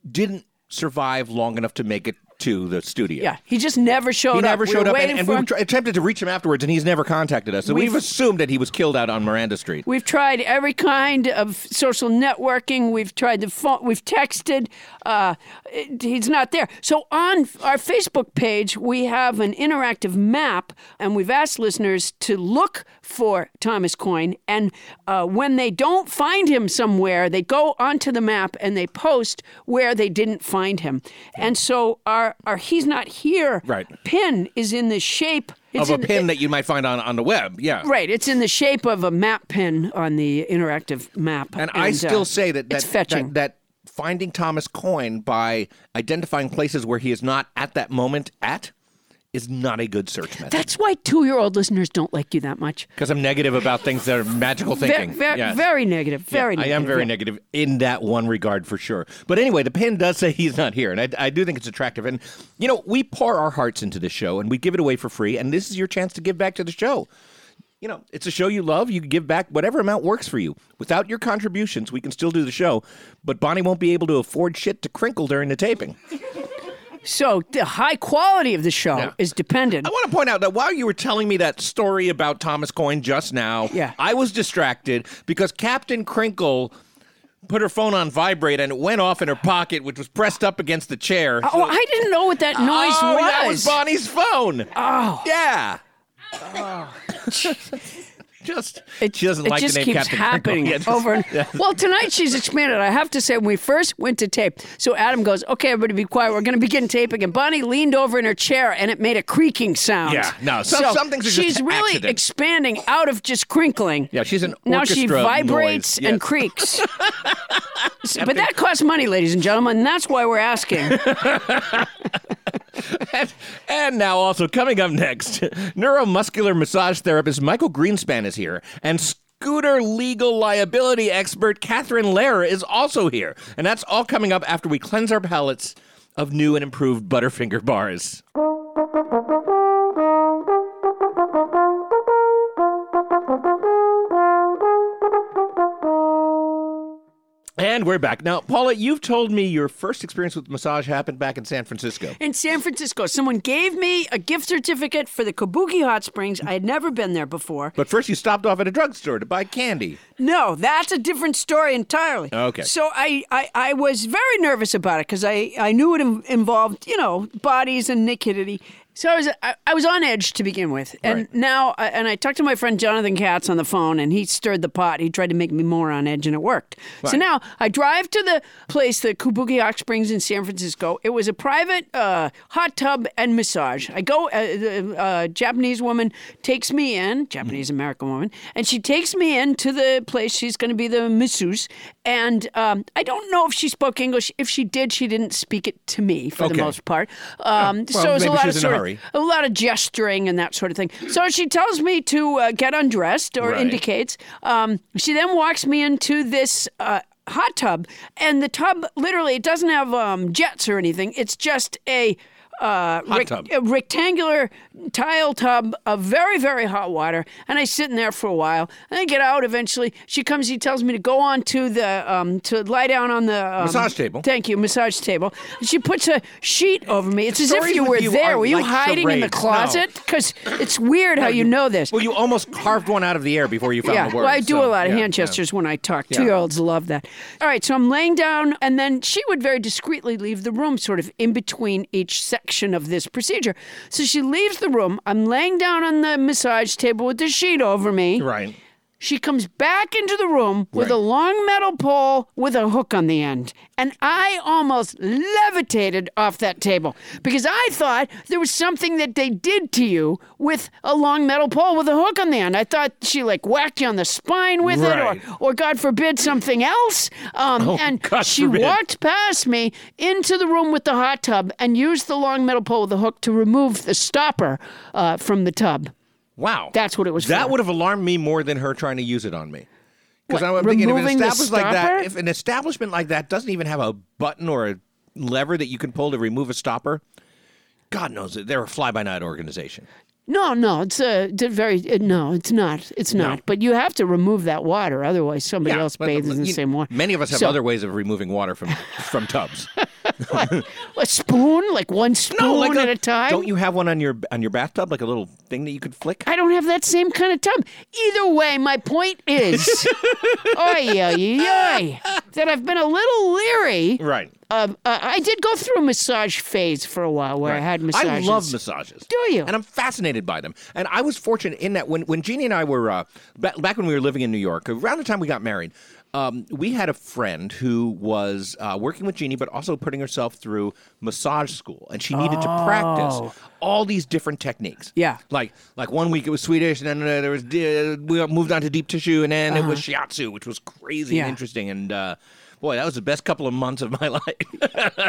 [SPEAKER 1] didn't survive long enough to make it to the studio.
[SPEAKER 2] Yeah, he just never showed
[SPEAKER 1] He
[SPEAKER 2] up.
[SPEAKER 1] never
[SPEAKER 2] We
[SPEAKER 1] showed
[SPEAKER 2] were
[SPEAKER 1] up, and,
[SPEAKER 2] waiting
[SPEAKER 1] and
[SPEAKER 2] for
[SPEAKER 1] we
[SPEAKER 2] him.
[SPEAKER 1] tr- attempted to reach him afterwards, and he's never contacted us. So we've,
[SPEAKER 2] We've-
[SPEAKER 1] assumed that he was killed out on Miranda Street.
[SPEAKER 2] We've tried every kind of social networking. We've tried the phone. We've texted. Uh, it- he's not there. So on our Facebook page, we have an interactive map, and we've asked listeners to look for Thomas Coyne. And uh, when they don't find him somewhere, they go onto the map and they post where they didn't find him. And so our our he's not here
[SPEAKER 1] Right.
[SPEAKER 2] pin is in the shape
[SPEAKER 1] of a
[SPEAKER 2] in-
[SPEAKER 1] pin that you might find on, on the web, yeah.
[SPEAKER 2] Right, it's in the shape of a map pin on the interactive map.
[SPEAKER 1] And, I
[SPEAKER 2] uh,
[SPEAKER 1] still say that, that
[SPEAKER 2] it's fetching.
[SPEAKER 1] that that finding Thomas Coyne by identifying places where he is not at that moment at is not a good search method.
[SPEAKER 2] That's why two-year-old listeners don't like you that much.
[SPEAKER 1] Because I'm negative about things that are magical
[SPEAKER 2] Ve-
[SPEAKER 1] thinking.
[SPEAKER 2] ve-
[SPEAKER 1] Yes.
[SPEAKER 2] Very negative. Very.
[SPEAKER 1] I
[SPEAKER 2] negative.
[SPEAKER 1] am very
[SPEAKER 2] yeah.
[SPEAKER 1] negative in that one regard for sure. But anyway, the pin does say he's not here, and I, I do think it's attractive. And you know, we pour our hearts into this show, and we give it away for free. And this is your chance to give back to the show. You know, it's a show you love. You can give back whatever amount works for you. Without your contributions, we can still do the show, but Bonnie won't be able to afford shit to crinkle during the taping.
[SPEAKER 2] So the high quality of the show
[SPEAKER 1] Yeah.
[SPEAKER 2] is dependent.
[SPEAKER 1] I want to point out that while you were telling me that story about Thomas Coyne just now,
[SPEAKER 2] Yeah.
[SPEAKER 1] I was distracted because Captain Crinkle put her phone on vibrate and it went off in her pocket, which was pressed up against the chair.
[SPEAKER 2] Oh, I didn't know what that noise
[SPEAKER 1] Oh,
[SPEAKER 2] was.
[SPEAKER 1] that was Bonnie's phone. Oh, yeah. just
[SPEAKER 2] Oh. It,
[SPEAKER 1] she doesn't
[SPEAKER 2] it
[SPEAKER 1] like
[SPEAKER 2] just
[SPEAKER 1] the name
[SPEAKER 2] keeps
[SPEAKER 1] Captain
[SPEAKER 2] happening
[SPEAKER 1] Crinkle. Yeah, just-
[SPEAKER 2] over and well tonight she's expanded i have to say when we first went to tape so adam goes okay everybody be quiet we're going to begin taping and bonnie leaned over in her chair and it made a creaking sound
[SPEAKER 1] Yeah, no, some- some things are just
[SPEAKER 2] she's really
[SPEAKER 1] accidents.
[SPEAKER 2] expanding out of just crinkling
[SPEAKER 1] Yeah, she's an
[SPEAKER 2] now she
[SPEAKER 1] orchestra
[SPEAKER 2] vibrates
[SPEAKER 1] noise,
[SPEAKER 2] and
[SPEAKER 1] yes.
[SPEAKER 2] creaks So- but that costs money ladies and gentlemen and that's why we're asking
[SPEAKER 1] And now, also coming up next, neuromuscular massage therapist Michael Greenspan is here, and scooter legal liability expert Catherine Lehrer is also here. And that's all coming up after we cleanse our palates of new and improved Butterfinger bars. And we're back. Now, Paula, you've told me your first experience with massage happened back in San Francisco.
[SPEAKER 2] in San Francisco, someone gave me a gift certificate for the Kabuki Hot Springs. I had never been there before.
[SPEAKER 1] But first, you stopped off at a drugstore to buy candy.
[SPEAKER 2] No, that's a different story entirely.
[SPEAKER 1] Okay.
[SPEAKER 2] So I, I, I was very nervous about it because I, I knew it in- involved, you know, bodies and nakedity. So I was I, I was on edge to begin with, and
[SPEAKER 1] Right.
[SPEAKER 2] now I- and I talked to my friend Jonathan Katz on the phone, and he stirred the pot. He tried to make me more on edge, and it worked. So
[SPEAKER 1] Right.
[SPEAKER 2] now I drive to the place, the Kabuki Hot Springs in San Francisco. It was a private uh, hot tub and massage. I go, uh, the uh, Japanese woman takes me in, Japanese American woman, and she takes me in to the place. She's going to be the masseuse, and um, I don't know if she spoke English. If she did, she didn't speak it to me for the
[SPEAKER 1] Okay.
[SPEAKER 2] most part. Um,
[SPEAKER 1] well,
[SPEAKER 2] so it was a
[SPEAKER 1] maybe she
[SPEAKER 2] lot of
[SPEAKER 1] was in a
[SPEAKER 2] sort of
[SPEAKER 1] Very.
[SPEAKER 2] a lot of gesturing and that sort of thing. So she tells me to uh, get undressed or
[SPEAKER 7] Right.
[SPEAKER 2] indicates. Um, she then walks me into this. Uh, Hot tub, and the tub literally it doesn't have um, jets or anything. It's just a uh, rec-
[SPEAKER 1] tub.
[SPEAKER 2] a rectangular tile tub of very very hot water. And I sit in there for a while, and I get out. Eventually, she comes. She tells me to go on to the um, to lie down on the um,
[SPEAKER 1] Massage table.
[SPEAKER 2] Thank you, massage table. She puts a sheet over me. It's as if
[SPEAKER 1] stories
[SPEAKER 2] you
[SPEAKER 1] with
[SPEAKER 2] were
[SPEAKER 1] you
[SPEAKER 2] there.
[SPEAKER 1] aren't
[SPEAKER 2] Were you
[SPEAKER 1] like
[SPEAKER 2] hiding in the
[SPEAKER 1] charades, no.
[SPEAKER 2] closet? Because it's weird how you know this.
[SPEAKER 1] Well, you almost carved one out of the air before you found
[SPEAKER 2] yeah,
[SPEAKER 1] the word.
[SPEAKER 2] well, I do
[SPEAKER 1] so,
[SPEAKER 2] a lot of
[SPEAKER 1] yeah,
[SPEAKER 2] hand
[SPEAKER 1] yeah.
[SPEAKER 2] gestures when I talk. Two year olds love that. All right, so I'm laying down, and then she would very discreetly leave the room, sort of in between each section of this procedure. So she leaves the room. I'm laying down on the massage table with the sheet over me.
[SPEAKER 7] Right.
[SPEAKER 2] She comes back into the room with a long metal pole with a hook on the end. And I almost levitated off that table because I thought there was something that they did to you with a long metal pole with a hook on the end. I thought she like whacked you on the spine with
[SPEAKER 1] Right. Oh,
[SPEAKER 2] it or, or God forbid something else. Um, and
[SPEAKER 1] God
[SPEAKER 2] she
[SPEAKER 1] forbid.
[SPEAKER 2] walked past me into the room with the hot tub and used the long metal pole with a hook to remove the stopper uh, from the tub.
[SPEAKER 1] Wow.
[SPEAKER 2] That's what it was
[SPEAKER 1] That
[SPEAKER 2] for.
[SPEAKER 1] would have alarmed me more than her trying to use it on me. Because
[SPEAKER 2] What,
[SPEAKER 1] I'm thinking if an
[SPEAKER 2] removing the
[SPEAKER 1] establishment like that,
[SPEAKER 2] stopper?
[SPEAKER 1] if an establishment like that doesn't even have a button or a lever that you can pull to remove a stopper, God knows that they're a fly-by-night organization.
[SPEAKER 2] No, no, it's a it's a very it- no, it's not, it's not. But you have to remove that water, otherwise somebody else
[SPEAKER 1] but-
[SPEAKER 2] bathes in the
[SPEAKER 1] you-
[SPEAKER 2] same water.
[SPEAKER 1] Many of us have
[SPEAKER 2] So-
[SPEAKER 1] other ways of removing water from from tubs.
[SPEAKER 2] A spoon, like one spoon at
[SPEAKER 1] a-
[SPEAKER 2] a time.
[SPEAKER 1] Don't you have one on your on your bathtub, like a little thing that you could flick?
[SPEAKER 2] I don't have that same kind of tub. Either way, my point is, oy, oy, oy, that I've been a little leery.
[SPEAKER 1] Right.
[SPEAKER 2] Of, uh, I did go through a massage phase for a while where I had
[SPEAKER 1] I
[SPEAKER 2] massages.
[SPEAKER 1] love massages.
[SPEAKER 2] Do you?
[SPEAKER 1] And I'm fascinated by them. And I was fortunate in that when when Jeannie and I were uh, back, back when we were living in New York, around the time we got married, um, we had a friend who was uh, working with Jeannie, but also putting herself through massage school, and she needed to practice all these different techniques.
[SPEAKER 2] Oh. Yeah.
[SPEAKER 1] Like like one week it was Swedish, and then uh, there was uh, we moved on to deep tissue, and then it was shiatsu, which was crazy
[SPEAKER 2] Uh-huh. Yeah.
[SPEAKER 1] and interesting. And uh, boy, that was the best couple of months of my life.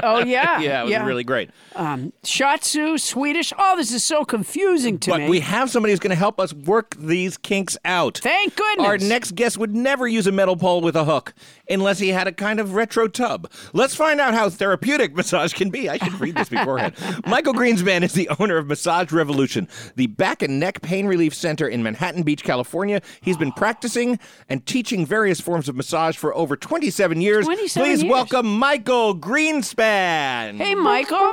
[SPEAKER 2] Oh yeah,
[SPEAKER 1] yeah, it was really great.
[SPEAKER 2] Shatsu, Swedish. Oh, this is so confusing to
[SPEAKER 1] But
[SPEAKER 2] me.
[SPEAKER 1] we have somebody who's going to help us work these kinks out.
[SPEAKER 2] Thank goodness.
[SPEAKER 1] Our next guest would never use a metal pole with a hook unless he had a kind of retro tub. Let's find out how therapeutic massage can be. I should read this beforehand. Michael Greenspan is the owner of Massage Revolution, the back and neck pain relief center in Manhattan Beach, California. He's been practicing and teaching various forms of massage for over 27 years.
[SPEAKER 2] 27
[SPEAKER 1] Please
[SPEAKER 2] years.
[SPEAKER 1] welcome Michael Greenspan.
[SPEAKER 2] hey, Michael.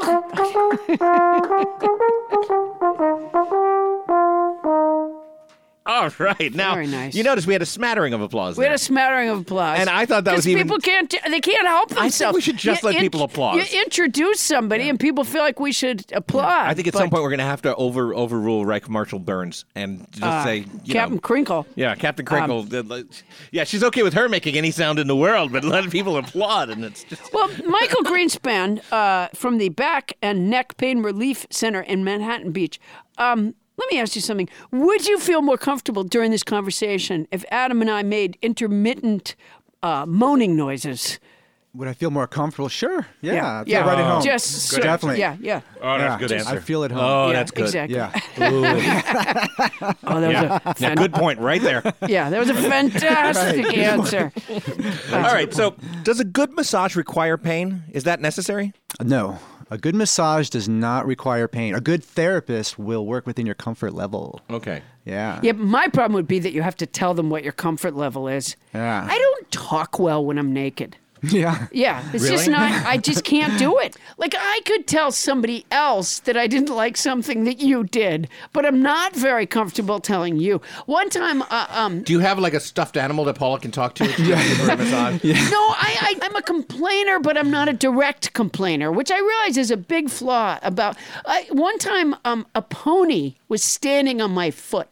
[SPEAKER 1] All right. Now,
[SPEAKER 2] Very nice.
[SPEAKER 1] you notice we had a smattering of applause
[SPEAKER 2] We
[SPEAKER 1] there.
[SPEAKER 2] had a smattering of applause,
[SPEAKER 1] And I thought that was
[SPEAKER 2] Because
[SPEAKER 1] even-
[SPEAKER 2] people can't they can't help
[SPEAKER 1] think we
[SPEAKER 2] themselves.
[SPEAKER 1] should just let people applaud.
[SPEAKER 2] You introduce somebody, and people feel like we should applaud.
[SPEAKER 1] I think at
[SPEAKER 2] but
[SPEAKER 1] some point we're going to have to over overrule Reich Marshall Burns and just say, you
[SPEAKER 2] Uh, Captain um,
[SPEAKER 1] know,
[SPEAKER 2] Crinkle.
[SPEAKER 1] yeah, Captain Crinkle. did like- yeah, she's okay with her making any sound in the world, but letting people applaud and it's just
[SPEAKER 2] Well, Michael Greenspan uh, from the Back and Neck Pain Relief Center in Manhattan Beach. Um, let me ask you something. Would you feel more comfortable during this conversation if Adam and I made intermittent uh, moaning noises?
[SPEAKER 8] Would I feel more comfortable? Sure. Yeah. I feel
[SPEAKER 2] yeah.
[SPEAKER 8] right at home.
[SPEAKER 2] Just
[SPEAKER 8] Good definitely.
[SPEAKER 2] Yeah, yeah.
[SPEAKER 1] Oh,
[SPEAKER 8] Yeah, I feel at home.
[SPEAKER 1] Oh,
[SPEAKER 2] Yeah,
[SPEAKER 1] that's good.
[SPEAKER 2] Exactly.
[SPEAKER 8] Yeah.
[SPEAKER 2] Oh, that was a
[SPEAKER 1] Yeah, good point right there.
[SPEAKER 2] Yeah, that was a fantastic answer.
[SPEAKER 1] All right, so does a good massage require pain? Is that necessary?
[SPEAKER 8] No, a good massage does not require pain. A good therapist will work within your comfort level.
[SPEAKER 1] Okay.
[SPEAKER 8] Yeah.
[SPEAKER 2] Yeah, but my problem would be that you have to tell them what your comfort level is.
[SPEAKER 8] Yeah.
[SPEAKER 2] I don't talk well when I'm naked.
[SPEAKER 8] Yeah.
[SPEAKER 2] Yeah, it's just not, I just can't do it. Like, I could tell somebody else that I didn't like something that you did, but I'm not very comfortable telling you. One time, uh, um,
[SPEAKER 1] Do you have like a stuffed animal that Paula can talk to? for a massage?
[SPEAKER 2] no, I, I, I'm a complainer, but I'm not a direct complainer, which I realize is a big flaw. About I, one time, um, a pony was standing on my foot,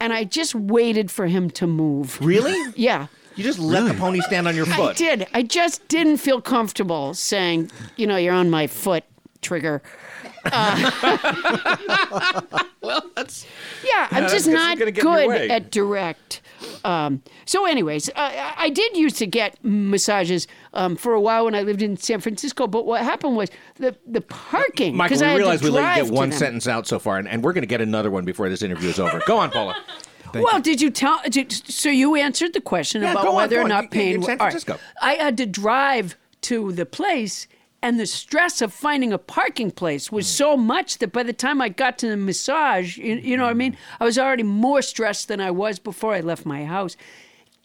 [SPEAKER 2] and I just waited for him to move.
[SPEAKER 1] Really?
[SPEAKER 2] Yeah.
[SPEAKER 1] You just let the pony stand on your
[SPEAKER 2] I
[SPEAKER 1] foot.
[SPEAKER 2] did. I just didn't feel comfortable saying, you know, you're on my foot, trigger.
[SPEAKER 7] Well, that's
[SPEAKER 2] Yeah, I'm just
[SPEAKER 1] Uh, it's
[SPEAKER 2] not
[SPEAKER 1] gonna get in your
[SPEAKER 2] good
[SPEAKER 1] way.
[SPEAKER 2] at direct. Um, so, anyways, uh, I- I did used to get massages um, for a while when I lived in San Francisco. But what happened was the the parking.
[SPEAKER 1] Michael,
[SPEAKER 2] 'cause I
[SPEAKER 1] we
[SPEAKER 2] had to
[SPEAKER 1] realize we let you
[SPEAKER 2] drive
[SPEAKER 1] get
[SPEAKER 2] to
[SPEAKER 1] one
[SPEAKER 2] them.
[SPEAKER 1] sentence out so far, and, and we're going to get another one before this interview is over. Go on, Paula.
[SPEAKER 2] well, did you tell? Did, so you answered the question
[SPEAKER 1] Yeah,
[SPEAKER 2] about
[SPEAKER 1] go on,
[SPEAKER 2] whether
[SPEAKER 1] go
[SPEAKER 2] or
[SPEAKER 1] on.
[SPEAKER 2] not
[SPEAKER 1] You- you-
[SPEAKER 2] pain.
[SPEAKER 1] in San
[SPEAKER 2] all right.
[SPEAKER 1] Francisco.
[SPEAKER 2] I had to drive to the place, and the stress of finding a parking place was so much that by the time I got to the massage, you, you know what I mean, I was already more stressed than I was before I left my house.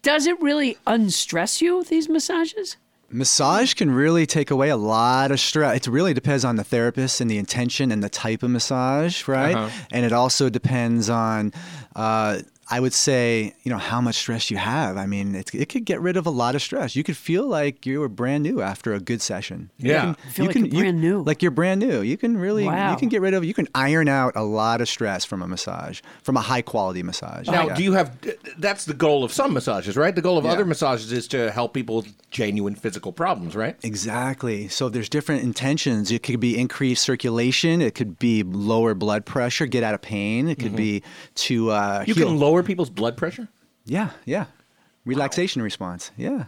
[SPEAKER 2] Does it really unstress you these massages?
[SPEAKER 8] Massage can really take away a lot of stress. It really depends on the therapist and the intention and the type of massage, right?
[SPEAKER 1] Uh-huh.
[SPEAKER 8] And it also depends on, uh, I would say, you know, how much stress you have. I mean, it, it could get rid of a lot of stress. You could feel like you were brand new after a good session.
[SPEAKER 1] Yeah.
[SPEAKER 8] you
[SPEAKER 2] Feel like you're brand new.
[SPEAKER 8] Like you're brand new. You can really,
[SPEAKER 2] Wow.
[SPEAKER 8] you can get rid of, you can iron out a lot of stress from a massage, from a high quality massage.
[SPEAKER 1] Now,
[SPEAKER 8] Yeah.
[SPEAKER 1] do you have? That's the goal of some massages, right? The goal of other massages is to help people with genuine physical problems, right?
[SPEAKER 8] Exactly. So there's different intentions. It could be increased circulation. It could be lower blood pressure, get out of pain. It could be to uh,
[SPEAKER 1] You
[SPEAKER 8] heal.
[SPEAKER 1] can lower people's blood pressure.
[SPEAKER 8] yeah, yeah. Relaxation response. Yeah.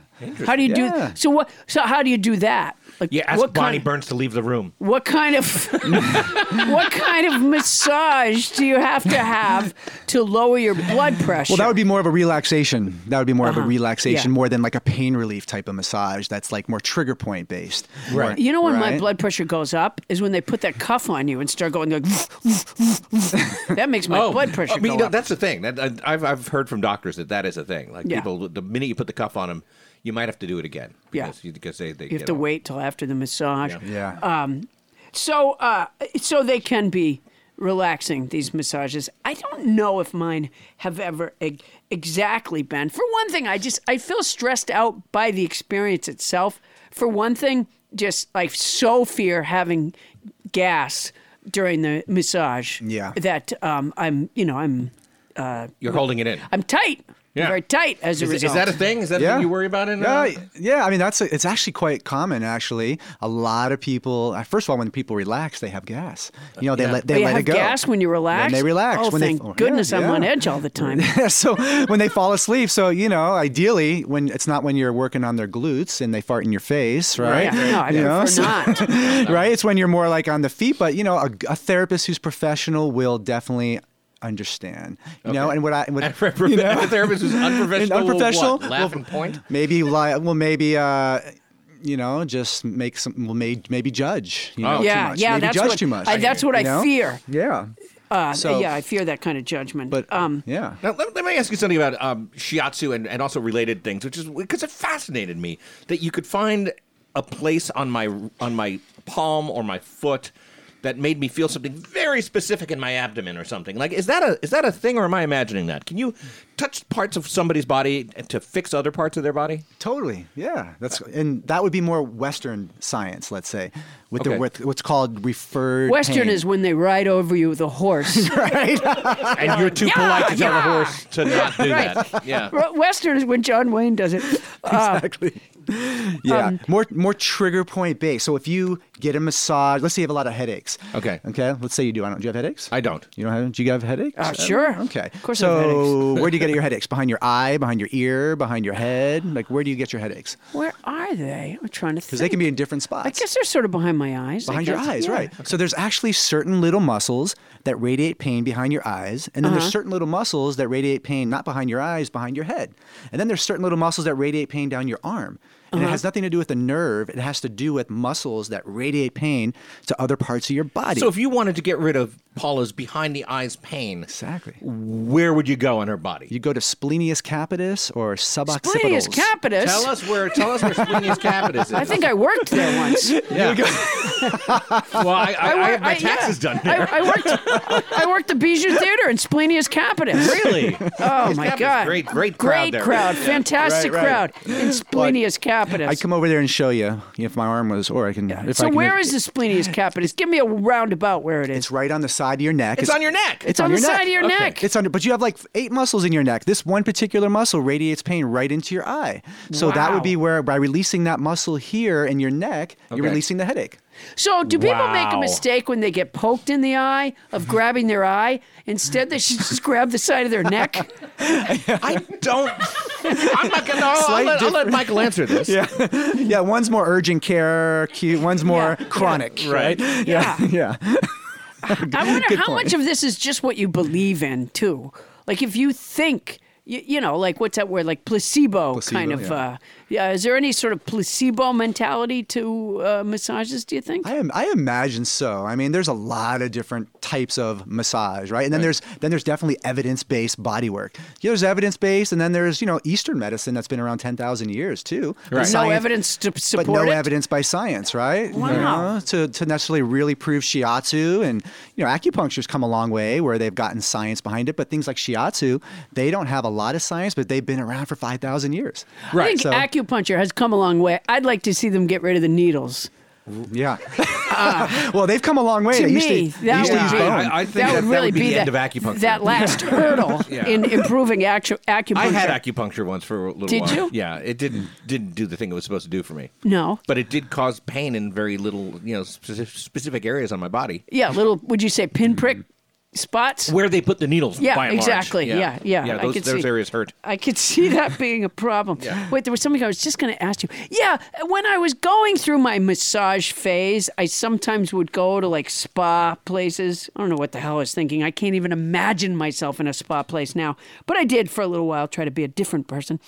[SPEAKER 2] How do you
[SPEAKER 8] Yeah.
[SPEAKER 2] do? So what? So how do you do that? Like
[SPEAKER 1] Yeah, ask
[SPEAKER 2] what
[SPEAKER 1] Bonnie
[SPEAKER 2] kind,
[SPEAKER 1] Burns to leave the room.
[SPEAKER 2] What kind of what kind of massage do you have to have to lower your blood pressure?
[SPEAKER 8] Well, that would be more of a relaxation. That would be more of a relaxation,
[SPEAKER 2] Yeah.
[SPEAKER 8] more than like a pain relief type of massage. That's like more trigger point based. Right.
[SPEAKER 2] You know when my blood pressure goes up is when they put that cuff on you and start going like that makes my blood pressure
[SPEAKER 1] Oh, I mean,
[SPEAKER 2] go
[SPEAKER 1] you know,
[SPEAKER 2] up.
[SPEAKER 1] that's the thing. That I- I've I've heard from doctors that that is a thing. Like
[SPEAKER 2] Yeah.
[SPEAKER 1] people, the minute you put the cuff on them, you might have to do it again.
[SPEAKER 2] Yeah.
[SPEAKER 1] because, you- because they, they
[SPEAKER 2] you
[SPEAKER 1] get
[SPEAKER 2] have to
[SPEAKER 1] all-
[SPEAKER 2] wait till after the massage.
[SPEAKER 8] Yeah.
[SPEAKER 2] So uh, so they can be relaxing these massages. I don't know if mine have ever e- exactly been. For one thing, I just I feel stressed out by the experience itself. For one thing, just like so fear having gas during the massage.
[SPEAKER 8] Yeah.
[SPEAKER 2] That um, I'm you know I'm
[SPEAKER 1] You're holding it in.
[SPEAKER 2] I'm tight. I'm
[SPEAKER 1] Yeah.
[SPEAKER 2] Very tight as a
[SPEAKER 1] Is, is
[SPEAKER 2] result.
[SPEAKER 1] that a thing? Is that a thing you worry about in? uh,
[SPEAKER 8] yeah, yeah. I mean, that's a, it's actually quite common. Actually, a lot of people. uh, First of all, when people relax, they have gas. You know, they let they
[SPEAKER 2] They
[SPEAKER 8] let
[SPEAKER 2] have
[SPEAKER 8] it go.
[SPEAKER 2] gas when you relax.
[SPEAKER 8] When they relax.
[SPEAKER 2] Oh,
[SPEAKER 8] when
[SPEAKER 2] thank
[SPEAKER 8] they, oh, yeah,
[SPEAKER 2] goodness, I'm
[SPEAKER 8] yeah.
[SPEAKER 2] on edge all the time.
[SPEAKER 8] so when they fall asleep, so you know, ideally, when it's not when you're working on their glutes and they fart in your face, right?
[SPEAKER 2] Yeah, no, I
[SPEAKER 8] You know,
[SPEAKER 2] prefer
[SPEAKER 8] so-
[SPEAKER 2] not.
[SPEAKER 8] right? It's when you're more like on the feet, but you know, a, a therapist who's professional will definitely understand. You know, and what I what
[SPEAKER 1] you know? therapist who's
[SPEAKER 8] and
[SPEAKER 1] unprofessional. will
[SPEAKER 8] unprofessional,
[SPEAKER 1] What, laugh and point.
[SPEAKER 8] Maybe li- well, maybe uh, you know, just make some. Well, may, maybe judge. You know,
[SPEAKER 2] yeah,
[SPEAKER 8] too much.
[SPEAKER 2] yeah,
[SPEAKER 8] Maybe
[SPEAKER 2] that's
[SPEAKER 8] judge
[SPEAKER 2] what,
[SPEAKER 8] too much.
[SPEAKER 2] I, that's what
[SPEAKER 8] you
[SPEAKER 2] I
[SPEAKER 8] know?
[SPEAKER 2] fear.
[SPEAKER 8] Yeah.
[SPEAKER 2] Uh,
[SPEAKER 8] So-
[SPEAKER 2] yeah, I fear that kind of judgment.
[SPEAKER 8] But
[SPEAKER 2] um,
[SPEAKER 8] yeah.
[SPEAKER 1] Now, let, let me ask you something about um, shiatsu and, and also related things, which is because it fascinated me that you could find a place on my on my palm or my foot that made me feel something very specific in my abdomen or something. Like, is that a is that a thing, or am I imagining that? Can you touch parts of somebody's body to fix other parts of their body?
[SPEAKER 8] Totally. Yeah. That's and that would be more Western science, let's say, with
[SPEAKER 1] Okay.
[SPEAKER 8] the with what's called referred.
[SPEAKER 2] Western
[SPEAKER 8] pain.
[SPEAKER 2] is when they ride over you with a horse.
[SPEAKER 1] And you're too
[SPEAKER 2] Yeah,
[SPEAKER 1] polite to tell
[SPEAKER 2] yeah.
[SPEAKER 1] the horse to not do
[SPEAKER 2] Right.
[SPEAKER 1] that. Yeah.
[SPEAKER 2] Western is when John Wayne does it. Uh,
[SPEAKER 8] exactly. Yeah,
[SPEAKER 2] Um,
[SPEAKER 8] more more trigger point based. So if you get a massage, let's say you have a lot of headaches.
[SPEAKER 1] Okay.
[SPEAKER 8] Okay. Let's say you do. I don't. Do you have headaches?
[SPEAKER 1] I don't.
[SPEAKER 8] You don't have. Do you have headaches? Oh,
[SPEAKER 2] Uh, sure.
[SPEAKER 8] Okay.
[SPEAKER 2] Of course I have
[SPEAKER 8] So where do you get your headaches? Behind your eye, behind your ear, behind your head? Like where do you get your headaches?
[SPEAKER 2] where are they? I'm trying to think.
[SPEAKER 8] Because they can be in different spots.
[SPEAKER 2] I guess they're sort of behind my eyes. I
[SPEAKER 8] behind your
[SPEAKER 2] guess.
[SPEAKER 8] eyes,
[SPEAKER 2] Yeah.
[SPEAKER 8] right? So there's actually certain little muscles that radiate pain behind your eyes, and then
[SPEAKER 2] Uh-huh.
[SPEAKER 8] there's certain little muscles that radiate pain not behind your eyes, behind your head, and then there's certain little muscles that radiate pain down your arm. And
[SPEAKER 2] Uh-huh.
[SPEAKER 8] it has nothing to do with the nerve; it has to do with muscles that radiate pain to other parts of your body.
[SPEAKER 1] So if you wanted to get rid of Paula's behind the eyes pain,
[SPEAKER 8] exactly.
[SPEAKER 1] where would you go on her body?
[SPEAKER 8] You go to splenius capitis or suboccipitals.
[SPEAKER 2] Plinius Capitus.
[SPEAKER 1] Tell us where. Tell us where Splenius Capitus is.
[SPEAKER 2] I think I worked there once.
[SPEAKER 1] Well, I, I, I
[SPEAKER 2] wor-
[SPEAKER 1] have my
[SPEAKER 2] yeah.
[SPEAKER 1] taxes done
[SPEAKER 2] I,
[SPEAKER 1] there.
[SPEAKER 2] I worked. I worked the Bijou Theater in Splenius Capitus.
[SPEAKER 1] really?
[SPEAKER 2] Oh my
[SPEAKER 1] Capitus,
[SPEAKER 2] God!
[SPEAKER 1] great- great crowd
[SPEAKER 2] Great
[SPEAKER 1] there.
[SPEAKER 2] crowd,
[SPEAKER 1] Yeah.
[SPEAKER 2] fantastic
[SPEAKER 8] Right, right.
[SPEAKER 2] crowd in Splenius Capitus.
[SPEAKER 8] I come over there and show you if my arm was, or I can. If I
[SPEAKER 2] so
[SPEAKER 8] can
[SPEAKER 2] where is the Splenius Capitus? Give me a roundabout where it is.
[SPEAKER 8] It's right on the side of your neck.
[SPEAKER 1] It's on your neck.
[SPEAKER 2] It's on the side of your
[SPEAKER 8] Okay.
[SPEAKER 2] neck.
[SPEAKER 8] It's under, but you have like eight muscles in your neck. This one particular muscle radiates pain right into your eye. So that would be where, by releasing that muscle here in your neck, you're
[SPEAKER 1] Okay.
[SPEAKER 8] releasing the headache.
[SPEAKER 2] So, do people make a
[SPEAKER 1] Wow.
[SPEAKER 2] mistake when they get poked in the eye of grabbing their eye? Instead, they should just grab the side of their neck.
[SPEAKER 7] I don't. I'm not gonna. I'll, I'll
[SPEAKER 8] Slight
[SPEAKER 7] let, I'll let Michael answer this. Yeah.
[SPEAKER 8] yeah, one's more urgent care acute, one's more
[SPEAKER 2] Yeah.
[SPEAKER 8] chronic.
[SPEAKER 1] Right.
[SPEAKER 8] Yeah. Yeah.
[SPEAKER 2] I wonder
[SPEAKER 8] Good
[SPEAKER 2] how
[SPEAKER 8] point.
[SPEAKER 2] much of this is just what you believe in, too. Like, if you think, you, you know, like what's that word, like placebo, kind
[SPEAKER 8] Placebo,
[SPEAKER 2] of.
[SPEAKER 8] yeah.
[SPEAKER 2] Uh, yeah, is there any sort of placebo mentality to uh, massages? Do you think?
[SPEAKER 8] I am, I imagine so. I mean, there's a lot of different types of massage, right? And then there's then there's definitely evidence-based body work. Yeah, there's evidence-based, and then there's you know Eastern medicine that's been around ten thousand years too. The
[SPEAKER 2] There's no
[SPEAKER 8] science-
[SPEAKER 2] evidence to support
[SPEAKER 8] but no
[SPEAKER 2] it.
[SPEAKER 8] evidence by science, right? You
[SPEAKER 2] Wow.
[SPEAKER 8] know, to, to necessarily really prove shiatsu and you know acupuncture's come a long way where they've gotten science behind it, but things like shiatsu, they don't have a lot of science, but they've been around for five thousand years.
[SPEAKER 2] I think
[SPEAKER 8] So
[SPEAKER 2] acupuncture has come a long way. I'd like to see them get rid of the needles.
[SPEAKER 8] yeah. well, they've come a long way.
[SPEAKER 2] to
[SPEAKER 8] they used
[SPEAKER 2] me,
[SPEAKER 8] to, they
[SPEAKER 2] that
[SPEAKER 8] used to
[SPEAKER 2] would
[SPEAKER 8] use
[SPEAKER 2] be,
[SPEAKER 1] Yeah,
[SPEAKER 8] bone.
[SPEAKER 1] I- I think
[SPEAKER 2] that
[SPEAKER 1] that-
[SPEAKER 2] would
[SPEAKER 1] that
[SPEAKER 2] really
[SPEAKER 1] would be the
[SPEAKER 2] that,
[SPEAKER 1] end of acupuncture.
[SPEAKER 2] That last hurtle in improving actu- acupuncture.
[SPEAKER 1] I had acupuncture once for a little
[SPEAKER 2] Did
[SPEAKER 1] while.
[SPEAKER 2] you?
[SPEAKER 1] Yeah, it didn't didn't do the thing it was supposed to do for me.
[SPEAKER 2] No.
[SPEAKER 1] But it did cause pain in very little, you know, specific, specific areas on my body
[SPEAKER 2] yeah, little. Would you say pinprick spots?
[SPEAKER 1] Mm-hmm. where they put the needles.
[SPEAKER 2] Yeah,
[SPEAKER 1] by and large.
[SPEAKER 2] exactly. Yeah, yeah,
[SPEAKER 1] yeah.
[SPEAKER 2] I
[SPEAKER 1] Those,
[SPEAKER 2] could
[SPEAKER 1] those
[SPEAKER 2] see.
[SPEAKER 1] areas hurt.
[SPEAKER 2] I could see that being a problem. Wait, there was something I was just going to ask you. Yeah, when I was going through my massage phase, I sometimes would go to like spa places. I don't know what the hell I was thinking. I can't even imagine myself in a spa place now. But I did for a little while try to be a different person.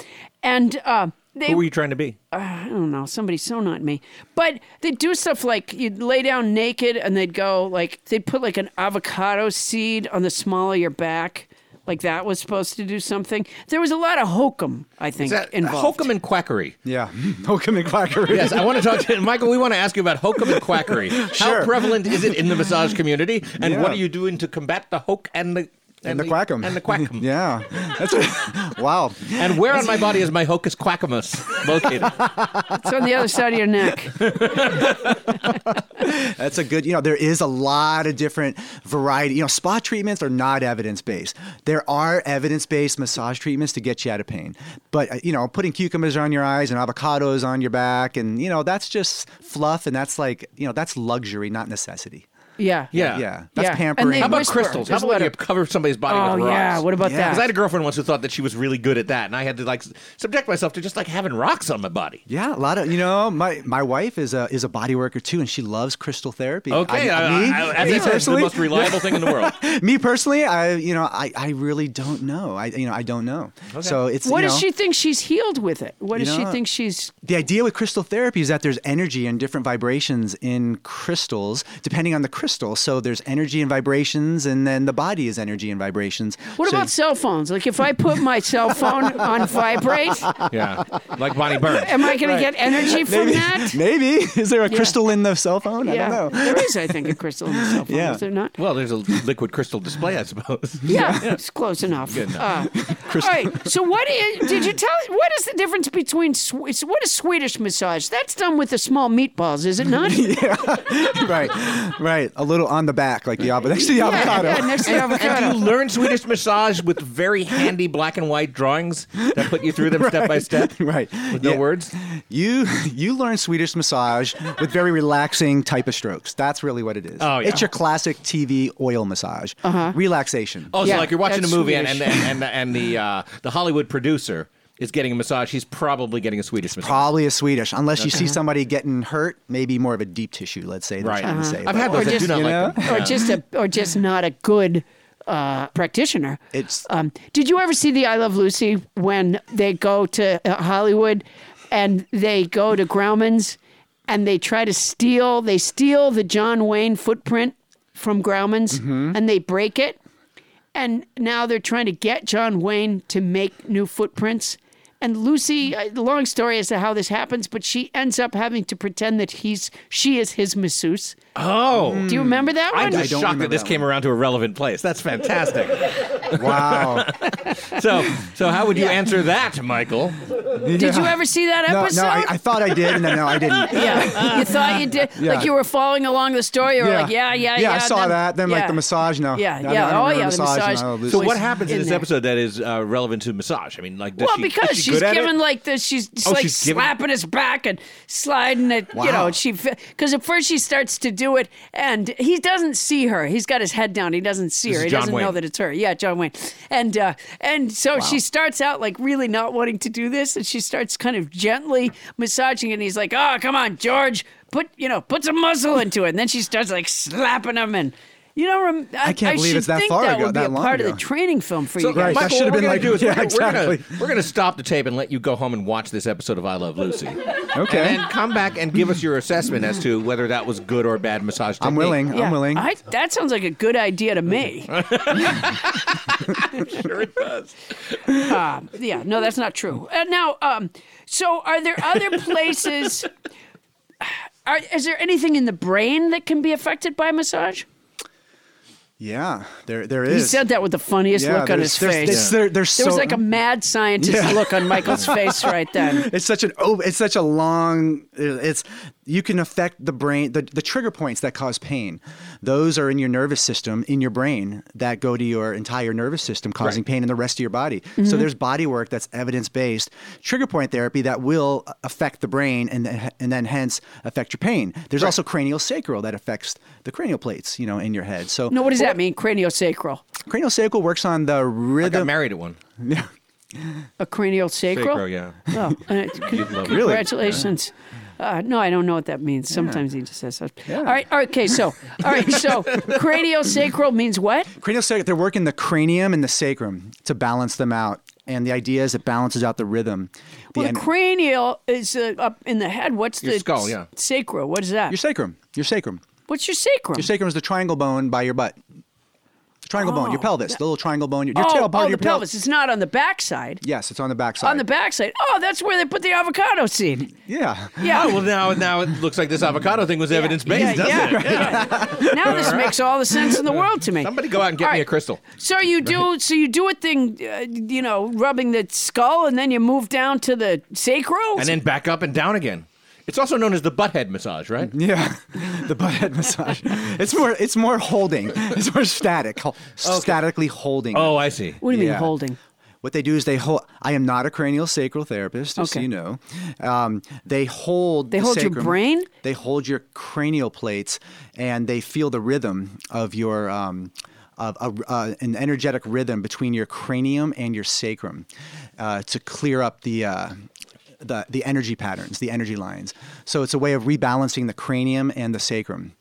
[SPEAKER 2] And uh, they
[SPEAKER 1] Who were you trying to be?
[SPEAKER 2] I don't know, somebody's so not me. But they do stuff like you'd lay down naked and they'd go like they'd put like an avocado seed on the small of your back. Like that was supposed to do something. There was a lot of hokum, I think,
[SPEAKER 1] Is that
[SPEAKER 2] involved.
[SPEAKER 1] hokum and quackery?
[SPEAKER 8] yeah, Hokum and quackery.
[SPEAKER 1] Yes, I want to talk to Michael. We want to ask you about hokum and quackery. How
[SPEAKER 8] Sure.
[SPEAKER 1] prevalent is it in the massage community, and what
[SPEAKER 8] Yeah.
[SPEAKER 1] are you doing to combat the hoke and the
[SPEAKER 8] And the quackum.
[SPEAKER 1] and the quackum?
[SPEAKER 8] yeah. That's wow.
[SPEAKER 1] And where on my body is my hocus quackamus located?
[SPEAKER 2] it's on the other side of your neck.
[SPEAKER 8] That's a good, you know, there is a lot of different variety. You know, spa treatments are not evidence based. There are evidence based massage treatments to get you out of pain. But, uh, you know, putting cucumbers on your eyes and avocados on your back, and, you know, that's just fluff and that's like, you know, that's luxury, not necessity.
[SPEAKER 2] Yeah.
[SPEAKER 1] Yeah.
[SPEAKER 8] Yeah. That's
[SPEAKER 2] Yeah. And
[SPEAKER 8] pampering.
[SPEAKER 2] they
[SPEAKER 1] How about
[SPEAKER 2] Whisper.
[SPEAKER 1] crystals? How
[SPEAKER 2] Just
[SPEAKER 1] about
[SPEAKER 2] let
[SPEAKER 1] you
[SPEAKER 2] it-
[SPEAKER 1] cover somebody's body
[SPEAKER 2] Oh
[SPEAKER 1] with rocks?
[SPEAKER 2] yeah. What about
[SPEAKER 8] Yeah.
[SPEAKER 2] that?
[SPEAKER 1] Because I had a girlfriend once who thought that she was really good at that, and I had to like s- subject myself to just like having rocks on my body.
[SPEAKER 8] yeah, a lot of you know. My my wife is a is a body worker too, and she loves crystal therapy.
[SPEAKER 1] Okay, I, I,
[SPEAKER 8] me,
[SPEAKER 1] I,
[SPEAKER 8] me
[SPEAKER 1] that's the
[SPEAKER 8] personally,
[SPEAKER 1] most reliable thing in the world.
[SPEAKER 8] me personally, I you know, I, I really don't know. I you know, I don't know. So it's
[SPEAKER 2] what
[SPEAKER 8] you
[SPEAKER 2] does
[SPEAKER 8] know-
[SPEAKER 2] she think she's healed with it? What
[SPEAKER 8] You
[SPEAKER 2] does she
[SPEAKER 8] know-
[SPEAKER 2] think she's
[SPEAKER 8] the idea with crystal therapy is that there's energy and different vibrations in crystals depending on the crystal so there's energy and vibrations and then the body is energy and vibrations
[SPEAKER 2] what
[SPEAKER 8] So-
[SPEAKER 2] about cell phones? Like, if I put my cell phone on vibrate,
[SPEAKER 1] Yeah, like Bonnie Burns.
[SPEAKER 2] am I going to get energy from
[SPEAKER 8] maybe,
[SPEAKER 2] that?
[SPEAKER 8] maybe is there a crystal in the cell phone i
[SPEAKER 2] yeah.
[SPEAKER 8] don't know
[SPEAKER 2] There is, I think, a crystal in the cell phone.
[SPEAKER 8] Yeah.
[SPEAKER 2] Is there not?
[SPEAKER 1] Well, there's a liquid crystal display, I suppose.
[SPEAKER 2] Yeah, it's close enough. Uh, all right. So, what is, did you tell? What is the difference between Swe- what is Swedish massage? That's done with the small meatballs, is it not? yeah,
[SPEAKER 8] right right a little on the back like the, avo- next to the avocado
[SPEAKER 2] yeah, next to the
[SPEAKER 1] Do you
[SPEAKER 2] avocado.
[SPEAKER 1] learn Swedish massage with very handy black and white drawings that put you through them step by step?
[SPEAKER 8] Right.
[SPEAKER 1] With no
[SPEAKER 8] Yeah.
[SPEAKER 1] words?
[SPEAKER 8] You you learn Swedish massage with very relaxing type of strokes. That's really what it is.
[SPEAKER 1] Oh, yeah.
[SPEAKER 8] It's your classic TV oil massage.
[SPEAKER 2] Uh-huh.
[SPEAKER 8] Relaxation.
[SPEAKER 1] Oh,
[SPEAKER 2] Yeah,
[SPEAKER 1] so like you're watching a
[SPEAKER 2] that's
[SPEAKER 1] movie and, and,
[SPEAKER 2] Swedish.
[SPEAKER 1] and, and, and the, uh, the Hollywood producer is getting a massage. He's probably getting a Swedish massage.
[SPEAKER 8] Probably a Swedish, unless you see somebody getting hurt. Maybe more of a deep tissue. Let's say. they're
[SPEAKER 1] Right.
[SPEAKER 8] trying to say,
[SPEAKER 1] I've
[SPEAKER 8] but
[SPEAKER 1] had
[SPEAKER 2] Or
[SPEAKER 1] those. I do
[SPEAKER 2] just-
[SPEAKER 1] not
[SPEAKER 2] you
[SPEAKER 1] like them.
[SPEAKER 2] or just a, or just not a good uh, practitioner.
[SPEAKER 8] It's-
[SPEAKER 2] Um, did you ever see the I Love Lucy when they go to uh, Hollywood and they go to Grauman's and they try to steal they steal the John Wayne footprint from Grauman's and they break it and now they're trying to get John Wayne to make new footprints. And Lucy, uh, the long story as to how this happens, but she ends up having to pretend that he's she is his masseuse.
[SPEAKER 1] Oh.
[SPEAKER 2] Do you remember that one?
[SPEAKER 1] I'm just
[SPEAKER 8] don't
[SPEAKER 1] shocked that
[SPEAKER 8] remember
[SPEAKER 1] this
[SPEAKER 8] that
[SPEAKER 1] came around to a relevant place. That's fantastic.
[SPEAKER 8] Wow.
[SPEAKER 1] So, so how would you answer that, Michael?
[SPEAKER 2] Did you ever see that
[SPEAKER 8] No,
[SPEAKER 2] episode?
[SPEAKER 8] no, I, I thought I did, and then no, I didn't.
[SPEAKER 2] yeah, you thought you did,
[SPEAKER 8] Yeah.
[SPEAKER 2] like you were following along the story. You were like, yeah, yeah, yeah.
[SPEAKER 8] I saw
[SPEAKER 2] then-
[SPEAKER 8] that. Then like
[SPEAKER 2] yeah.
[SPEAKER 8] the massage. No.
[SPEAKER 2] Yeah,
[SPEAKER 8] No, no,
[SPEAKER 2] yeah.
[SPEAKER 8] I don't
[SPEAKER 2] Oh,
[SPEAKER 8] remember
[SPEAKER 2] yeah, the massage.
[SPEAKER 8] no, Lucy.
[SPEAKER 1] So,
[SPEAKER 2] Voice
[SPEAKER 1] what happens in
[SPEAKER 2] in
[SPEAKER 1] this
[SPEAKER 2] there.
[SPEAKER 1] episode that is uh, relevant to massage? I mean, like, does
[SPEAKER 2] Well,
[SPEAKER 1] she, is
[SPEAKER 2] because
[SPEAKER 1] she
[SPEAKER 2] she's
[SPEAKER 1] good at it?
[SPEAKER 2] giving like the she's,
[SPEAKER 1] Oh,
[SPEAKER 2] like
[SPEAKER 1] she's giving-
[SPEAKER 2] slapping his back and sliding it. You
[SPEAKER 8] Wow.
[SPEAKER 2] know, she because at first she starts to do it and he doesn't see her. He's got his head down. He doesn't see her.
[SPEAKER 1] is
[SPEAKER 2] He
[SPEAKER 1] John
[SPEAKER 2] doesn't know
[SPEAKER 1] Wayne.
[SPEAKER 2] that it's her. Yeah, John Wayne. And uh, and so she starts out like really not wanting to do this, and she starts kind of gently massaging, it, and he's like, "Oh, come on, George, put you know put some muscle into it." And then she starts like slapping him and. You know, rem- I,
[SPEAKER 8] I can't believe
[SPEAKER 2] should
[SPEAKER 8] it's that
[SPEAKER 2] think
[SPEAKER 8] far
[SPEAKER 2] that
[SPEAKER 8] ago,
[SPEAKER 2] Would be
[SPEAKER 8] that
[SPEAKER 2] a
[SPEAKER 8] long
[SPEAKER 2] part of
[SPEAKER 8] ago.
[SPEAKER 2] the training film for you
[SPEAKER 1] So,
[SPEAKER 8] Right,
[SPEAKER 2] guys.
[SPEAKER 8] that
[SPEAKER 1] Michael,
[SPEAKER 8] should have
[SPEAKER 1] what
[SPEAKER 8] been
[SPEAKER 1] we're
[SPEAKER 8] like-
[SPEAKER 1] gonna do is
[SPEAKER 8] yeah,
[SPEAKER 1] we're, we're
[SPEAKER 8] exactly.
[SPEAKER 1] gonna, we're gonna stop the tape and let you go home and watch this episode of I Love Lucy.
[SPEAKER 8] Okay.
[SPEAKER 1] And then come back and give us your assessment as to whether that was good or bad massage. Technique.
[SPEAKER 8] I'm willing.
[SPEAKER 2] Yeah.
[SPEAKER 8] I'm willing.
[SPEAKER 2] I, that sounds like a good idea to me.
[SPEAKER 1] Sure, it does.
[SPEAKER 2] Uh, yeah, no, that's not true. And now, um, so are there other places? Are, is there anything in the brain that can be affected by massage?
[SPEAKER 8] yeah. There, there
[SPEAKER 2] He
[SPEAKER 8] is.
[SPEAKER 2] said that with the funniest
[SPEAKER 8] Yeah,
[SPEAKER 2] look on
[SPEAKER 8] there's-
[SPEAKER 2] his
[SPEAKER 8] there's-
[SPEAKER 2] face.
[SPEAKER 8] there's- there- there's
[SPEAKER 2] was
[SPEAKER 8] so-
[SPEAKER 2] like a mad scientist
[SPEAKER 8] Yeah.
[SPEAKER 2] look on Michael's face right then.
[SPEAKER 8] It's such an oh, it's such a long. It's you can affect the brain. The, the trigger points that cause pain, those are in your nervous system, in your brain that go to your entire nervous system, causing pain in the rest of your body. So there's body work that's evidence based, trigger point therapy that will affect the brain and then, and then hence affect your pain. There's also cranial sacral that affects the cranial plates, you know, in your head. So
[SPEAKER 2] No, what does that mean? Craniosacral.
[SPEAKER 8] cranial sacral works on the
[SPEAKER 1] I got
[SPEAKER 8] rhythm.
[SPEAKER 1] married at one.
[SPEAKER 2] A craniosacral?
[SPEAKER 1] Sacro, yeah.
[SPEAKER 2] Oh, uh, c- congratulations. Uh, no, I don't know what that means. Sometimes he just says that. All right. all right, Okay. So, all right. So, craniosacral means what?
[SPEAKER 8] cranial sacrum they're working the cranium and the sacrum to balance them out and the idea is it balances out the rhythm the
[SPEAKER 2] Well,
[SPEAKER 8] en-
[SPEAKER 2] the cranial is uh, up in the head. What's
[SPEAKER 1] Your
[SPEAKER 2] the
[SPEAKER 1] skull,
[SPEAKER 2] s-
[SPEAKER 1] yeah.
[SPEAKER 2] Sacral. What is that?
[SPEAKER 8] your sacrum your sacrum
[SPEAKER 2] What's your sacrum?
[SPEAKER 8] your sacrum is the triangle bone by your butt triangle bone your
[SPEAKER 2] Oh,
[SPEAKER 8] pelvis the little triangle bone your, your
[SPEAKER 2] oh,
[SPEAKER 8] tail part
[SPEAKER 2] oh,
[SPEAKER 8] of your
[SPEAKER 2] the
[SPEAKER 8] pel-
[SPEAKER 2] pelvis. It's not on the backside.
[SPEAKER 8] yes it's on the backside
[SPEAKER 2] On the backside. Oh, that's where they put the avocado seed.
[SPEAKER 8] yeah
[SPEAKER 2] Yeah.
[SPEAKER 1] Oh well, now now it looks like this avocado thing was evidence based,
[SPEAKER 2] yeah,
[SPEAKER 1] doesn't
[SPEAKER 2] yeah,
[SPEAKER 1] it?
[SPEAKER 2] yeah. Now this makes all the sense in the world to me.
[SPEAKER 1] Somebody go out and get
[SPEAKER 2] All
[SPEAKER 1] me a
[SPEAKER 2] right.
[SPEAKER 1] crystal.
[SPEAKER 2] So you do, so you do a thing, uh, you know, rubbing the skull, and then you move down to the sacral.
[SPEAKER 1] and then back up and down again. It's also known as the butt head massage, right?
[SPEAKER 8] yeah the butt head massage it's more it's more holding it's more static hol- statically holding
[SPEAKER 1] Oh, I see.
[SPEAKER 2] what do you mean
[SPEAKER 8] Yeah.
[SPEAKER 2] holding?
[SPEAKER 8] What they do is they hold. I am not a cranial sacral therapist, just so
[SPEAKER 2] Okay.
[SPEAKER 8] you know. Um, they hold.
[SPEAKER 2] They
[SPEAKER 8] the
[SPEAKER 2] hold your
[SPEAKER 8] sacrum-
[SPEAKER 2] brain?
[SPEAKER 8] They hold your cranial plates, and they feel the rhythm of your. Um, of a, uh, an energetic rhythm between your cranium and your sacrum uh, to clear up the, uh, the the energy patterns, the energy lines. So it's a way of rebalancing the cranium and the sacrum.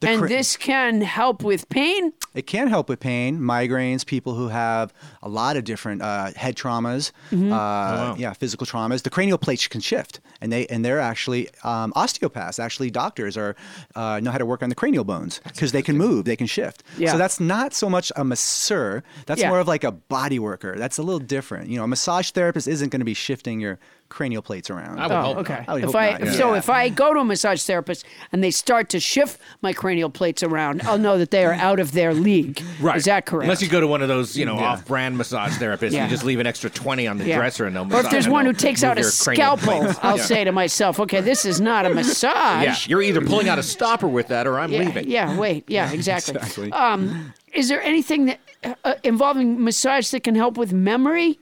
[SPEAKER 8] The
[SPEAKER 2] and
[SPEAKER 8] cra-
[SPEAKER 2] this can help with pain.
[SPEAKER 8] it can help with pain, migraines, people who have a lot of different uh, head traumas,
[SPEAKER 2] Mm-hmm.
[SPEAKER 8] uh,
[SPEAKER 1] Oh,
[SPEAKER 8] yeah, physical traumas. The cranial plates can shift, and they and they're actually um, osteopaths, actually doctors, are uh, know how to work on the cranial bones because they can move, they can shift.
[SPEAKER 2] Yeah.
[SPEAKER 8] So that's not so much a masseur. That's
[SPEAKER 2] Yeah.
[SPEAKER 8] more of like a body worker. That's a little different. You know, a massage therapist isn't going to be shifting your cranial plates around.
[SPEAKER 1] Oh, I would hope
[SPEAKER 2] Oh, okay.
[SPEAKER 1] not.
[SPEAKER 8] I would
[SPEAKER 2] if
[SPEAKER 8] hope
[SPEAKER 2] I
[SPEAKER 8] not, yeah.
[SPEAKER 2] so
[SPEAKER 8] Yeah.
[SPEAKER 2] if I go to a massage therapist and they start to shift my cranial plates around, I'll know that they are out of their league.
[SPEAKER 1] Right.
[SPEAKER 2] Is that correct?
[SPEAKER 1] Unless you go to one of those, you know, off-brand massage therapists,
[SPEAKER 2] Yeah.
[SPEAKER 1] you just leave an extra twenty on the
[SPEAKER 2] Yeah.
[SPEAKER 1] dresser and they'll.
[SPEAKER 2] or
[SPEAKER 1] massage
[SPEAKER 2] if there's
[SPEAKER 1] and
[SPEAKER 2] one who
[SPEAKER 1] they'll
[SPEAKER 2] takes
[SPEAKER 1] move
[SPEAKER 2] out a
[SPEAKER 1] your cranial
[SPEAKER 2] scalpel,
[SPEAKER 1] plates.
[SPEAKER 2] I'll
[SPEAKER 1] Yeah.
[SPEAKER 2] say to myself, okay, this is not a
[SPEAKER 1] Yeah,
[SPEAKER 2] massage.
[SPEAKER 1] you're either pulling out a stopper with that, or I'm
[SPEAKER 2] yeah,
[SPEAKER 1] leaving.
[SPEAKER 2] yeah, wait. Yeah, exactly. Um, is there anything that uh, involving massage that can help with memory?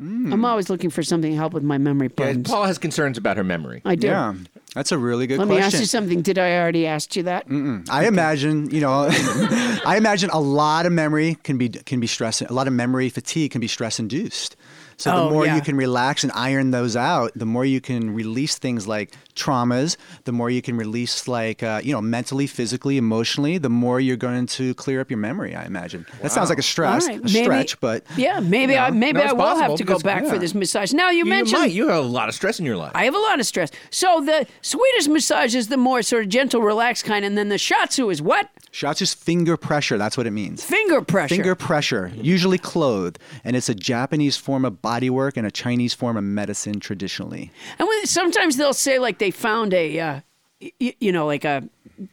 [SPEAKER 2] I'm always looking for something to help with my memory
[SPEAKER 1] Hmm. Yeah,
[SPEAKER 2] problems.
[SPEAKER 1] Paul has concerns about her memory.
[SPEAKER 2] I do.
[SPEAKER 8] yeah, that's a really good
[SPEAKER 2] Let
[SPEAKER 8] question.
[SPEAKER 2] me ask you something. Did I already ask you that?
[SPEAKER 8] I imagine, you know, I imagine a lot of memory can be can be stress. A lot of memory fatigue can be stress induced. So
[SPEAKER 2] Oh,
[SPEAKER 8] the more
[SPEAKER 2] yeah.
[SPEAKER 8] you can relax and iron those out, the more you can release things like traumas. The more you can release, like uh, you know, mentally, physically, emotionally. The more you're going to clear up your memory. I imagine that sounds like a stress,
[SPEAKER 2] All right,
[SPEAKER 8] a
[SPEAKER 2] maybe-
[SPEAKER 8] stretch, but
[SPEAKER 2] yeah, maybe I maybe
[SPEAKER 1] no, it's
[SPEAKER 2] I will have
[SPEAKER 1] possible
[SPEAKER 2] to go
[SPEAKER 1] because-
[SPEAKER 2] back for
[SPEAKER 8] yeah.
[SPEAKER 2] this massage. Now you,
[SPEAKER 1] You, you
[SPEAKER 2] mentioned
[SPEAKER 1] might. You have a lot of stress in your life.
[SPEAKER 2] I have a lot of stress. So the Swedish massage is the more sort of gentle, relaxed kind, and then the shatsu is what
[SPEAKER 8] shots is finger pressure. That's what it means.
[SPEAKER 2] finger pressure.
[SPEAKER 8] Finger pressure, usually clothed, and it's a Japanese form of body work and a Chinese form of medicine traditionally.
[SPEAKER 2] and when, sometimes they'll say like they found a, uh, y- y- you know, like a,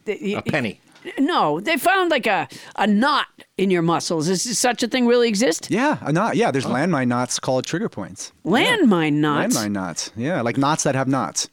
[SPEAKER 1] a penny.
[SPEAKER 2] No, they found like a, a knot in your muscles. Is does such a thing really exist?
[SPEAKER 8] Yeah, a knot. Yeah, there's landmine knots called trigger points.
[SPEAKER 2] Landmine knots.
[SPEAKER 8] Landmine knots. Yeah, like knots that have knots.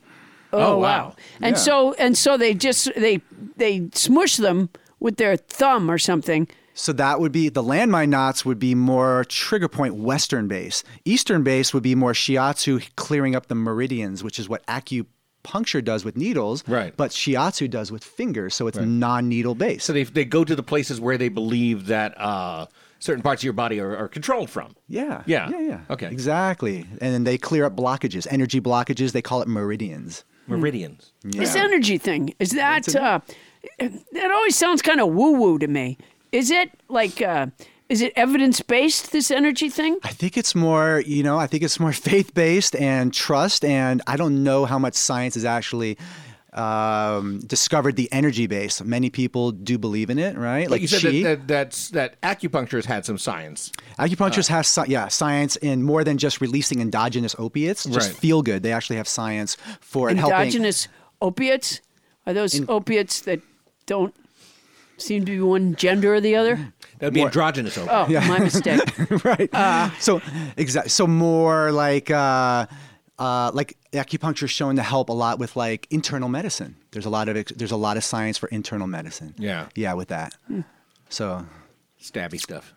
[SPEAKER 2] Oh,
[SPEAKER 7] wow.
[SPEAKER 2] wow. And
[SPEAKER 8] Yeah.
[SPEAKER 2] so and so they just they they smush them with their thumb or something.
[SPEAKER 8] So that would be the landmine knots would be more trigger point western base. Eastern base would be more shiatsu clearing up the meridians, which is what acupuncture does with needles.
[SPEAKER 7] Right.
[SPEAKER 8] But shiatsu does with fingers, so it's non-needle based.
[SPEAKER 1] So they, they go to the places where they believe that uh, certain parts of your body are, are controlled from.
[SPEAKER 8] yeah.
[SPEAKER 1] Yeah.
[SPEAKER 8] Yeah. Yeah.
[SPEAKER 1] Okay.
[SPEAKER 8] Exactly. And then they clear up blockages, energy blockages. They call it meridians.
[SPEAKER 2] Hmm.
[SPEAKER 1] Meridians.
[SPEAKER 2] This energy thing is that uh, that always sounds kind of woo woo to me. Is it like uh, is it evidence based? This energy thing?
[SPEAKER 8] I think it's more, you know, I think it's more faith based and trust. And I don't know how much science has actually um, discovered the energy base. Many people do believe in it, right?
[SPEAKER 1] Like you said
[SPEAKER 8] qi.
[SPEAKER 1] that, that that's that acupuncture has had some science.
[SPEAKER 8] Acupuncturists
[SPEAKER 1] uh,
[SPEAKER 8] have sci- yeah science in more than just releasing endogenous opiates. Just
[SPEAKER 1] Right.
[SPEAKER 8] feel good. They actually have science for it helping.
[SPEAKER 2] Endogenous opiates? Are those opiates that don't seem to be one gender or the other?
[SPEAKER 1] That'd be androgynous. Over.
[SPEAKER 2] Oh, my mistake.
[SPEAKER 8] right. so exactly. So more like uh, uh, like acupuncture is shown to help a lot with like internal medicine. There's a lot of ex- there's a lot of science for internal medicine.
[SPEAKER 1] Yeah.
[SPEAKER 8] Yeah, with that. So
[SPEAKER 1] Stabby stuff.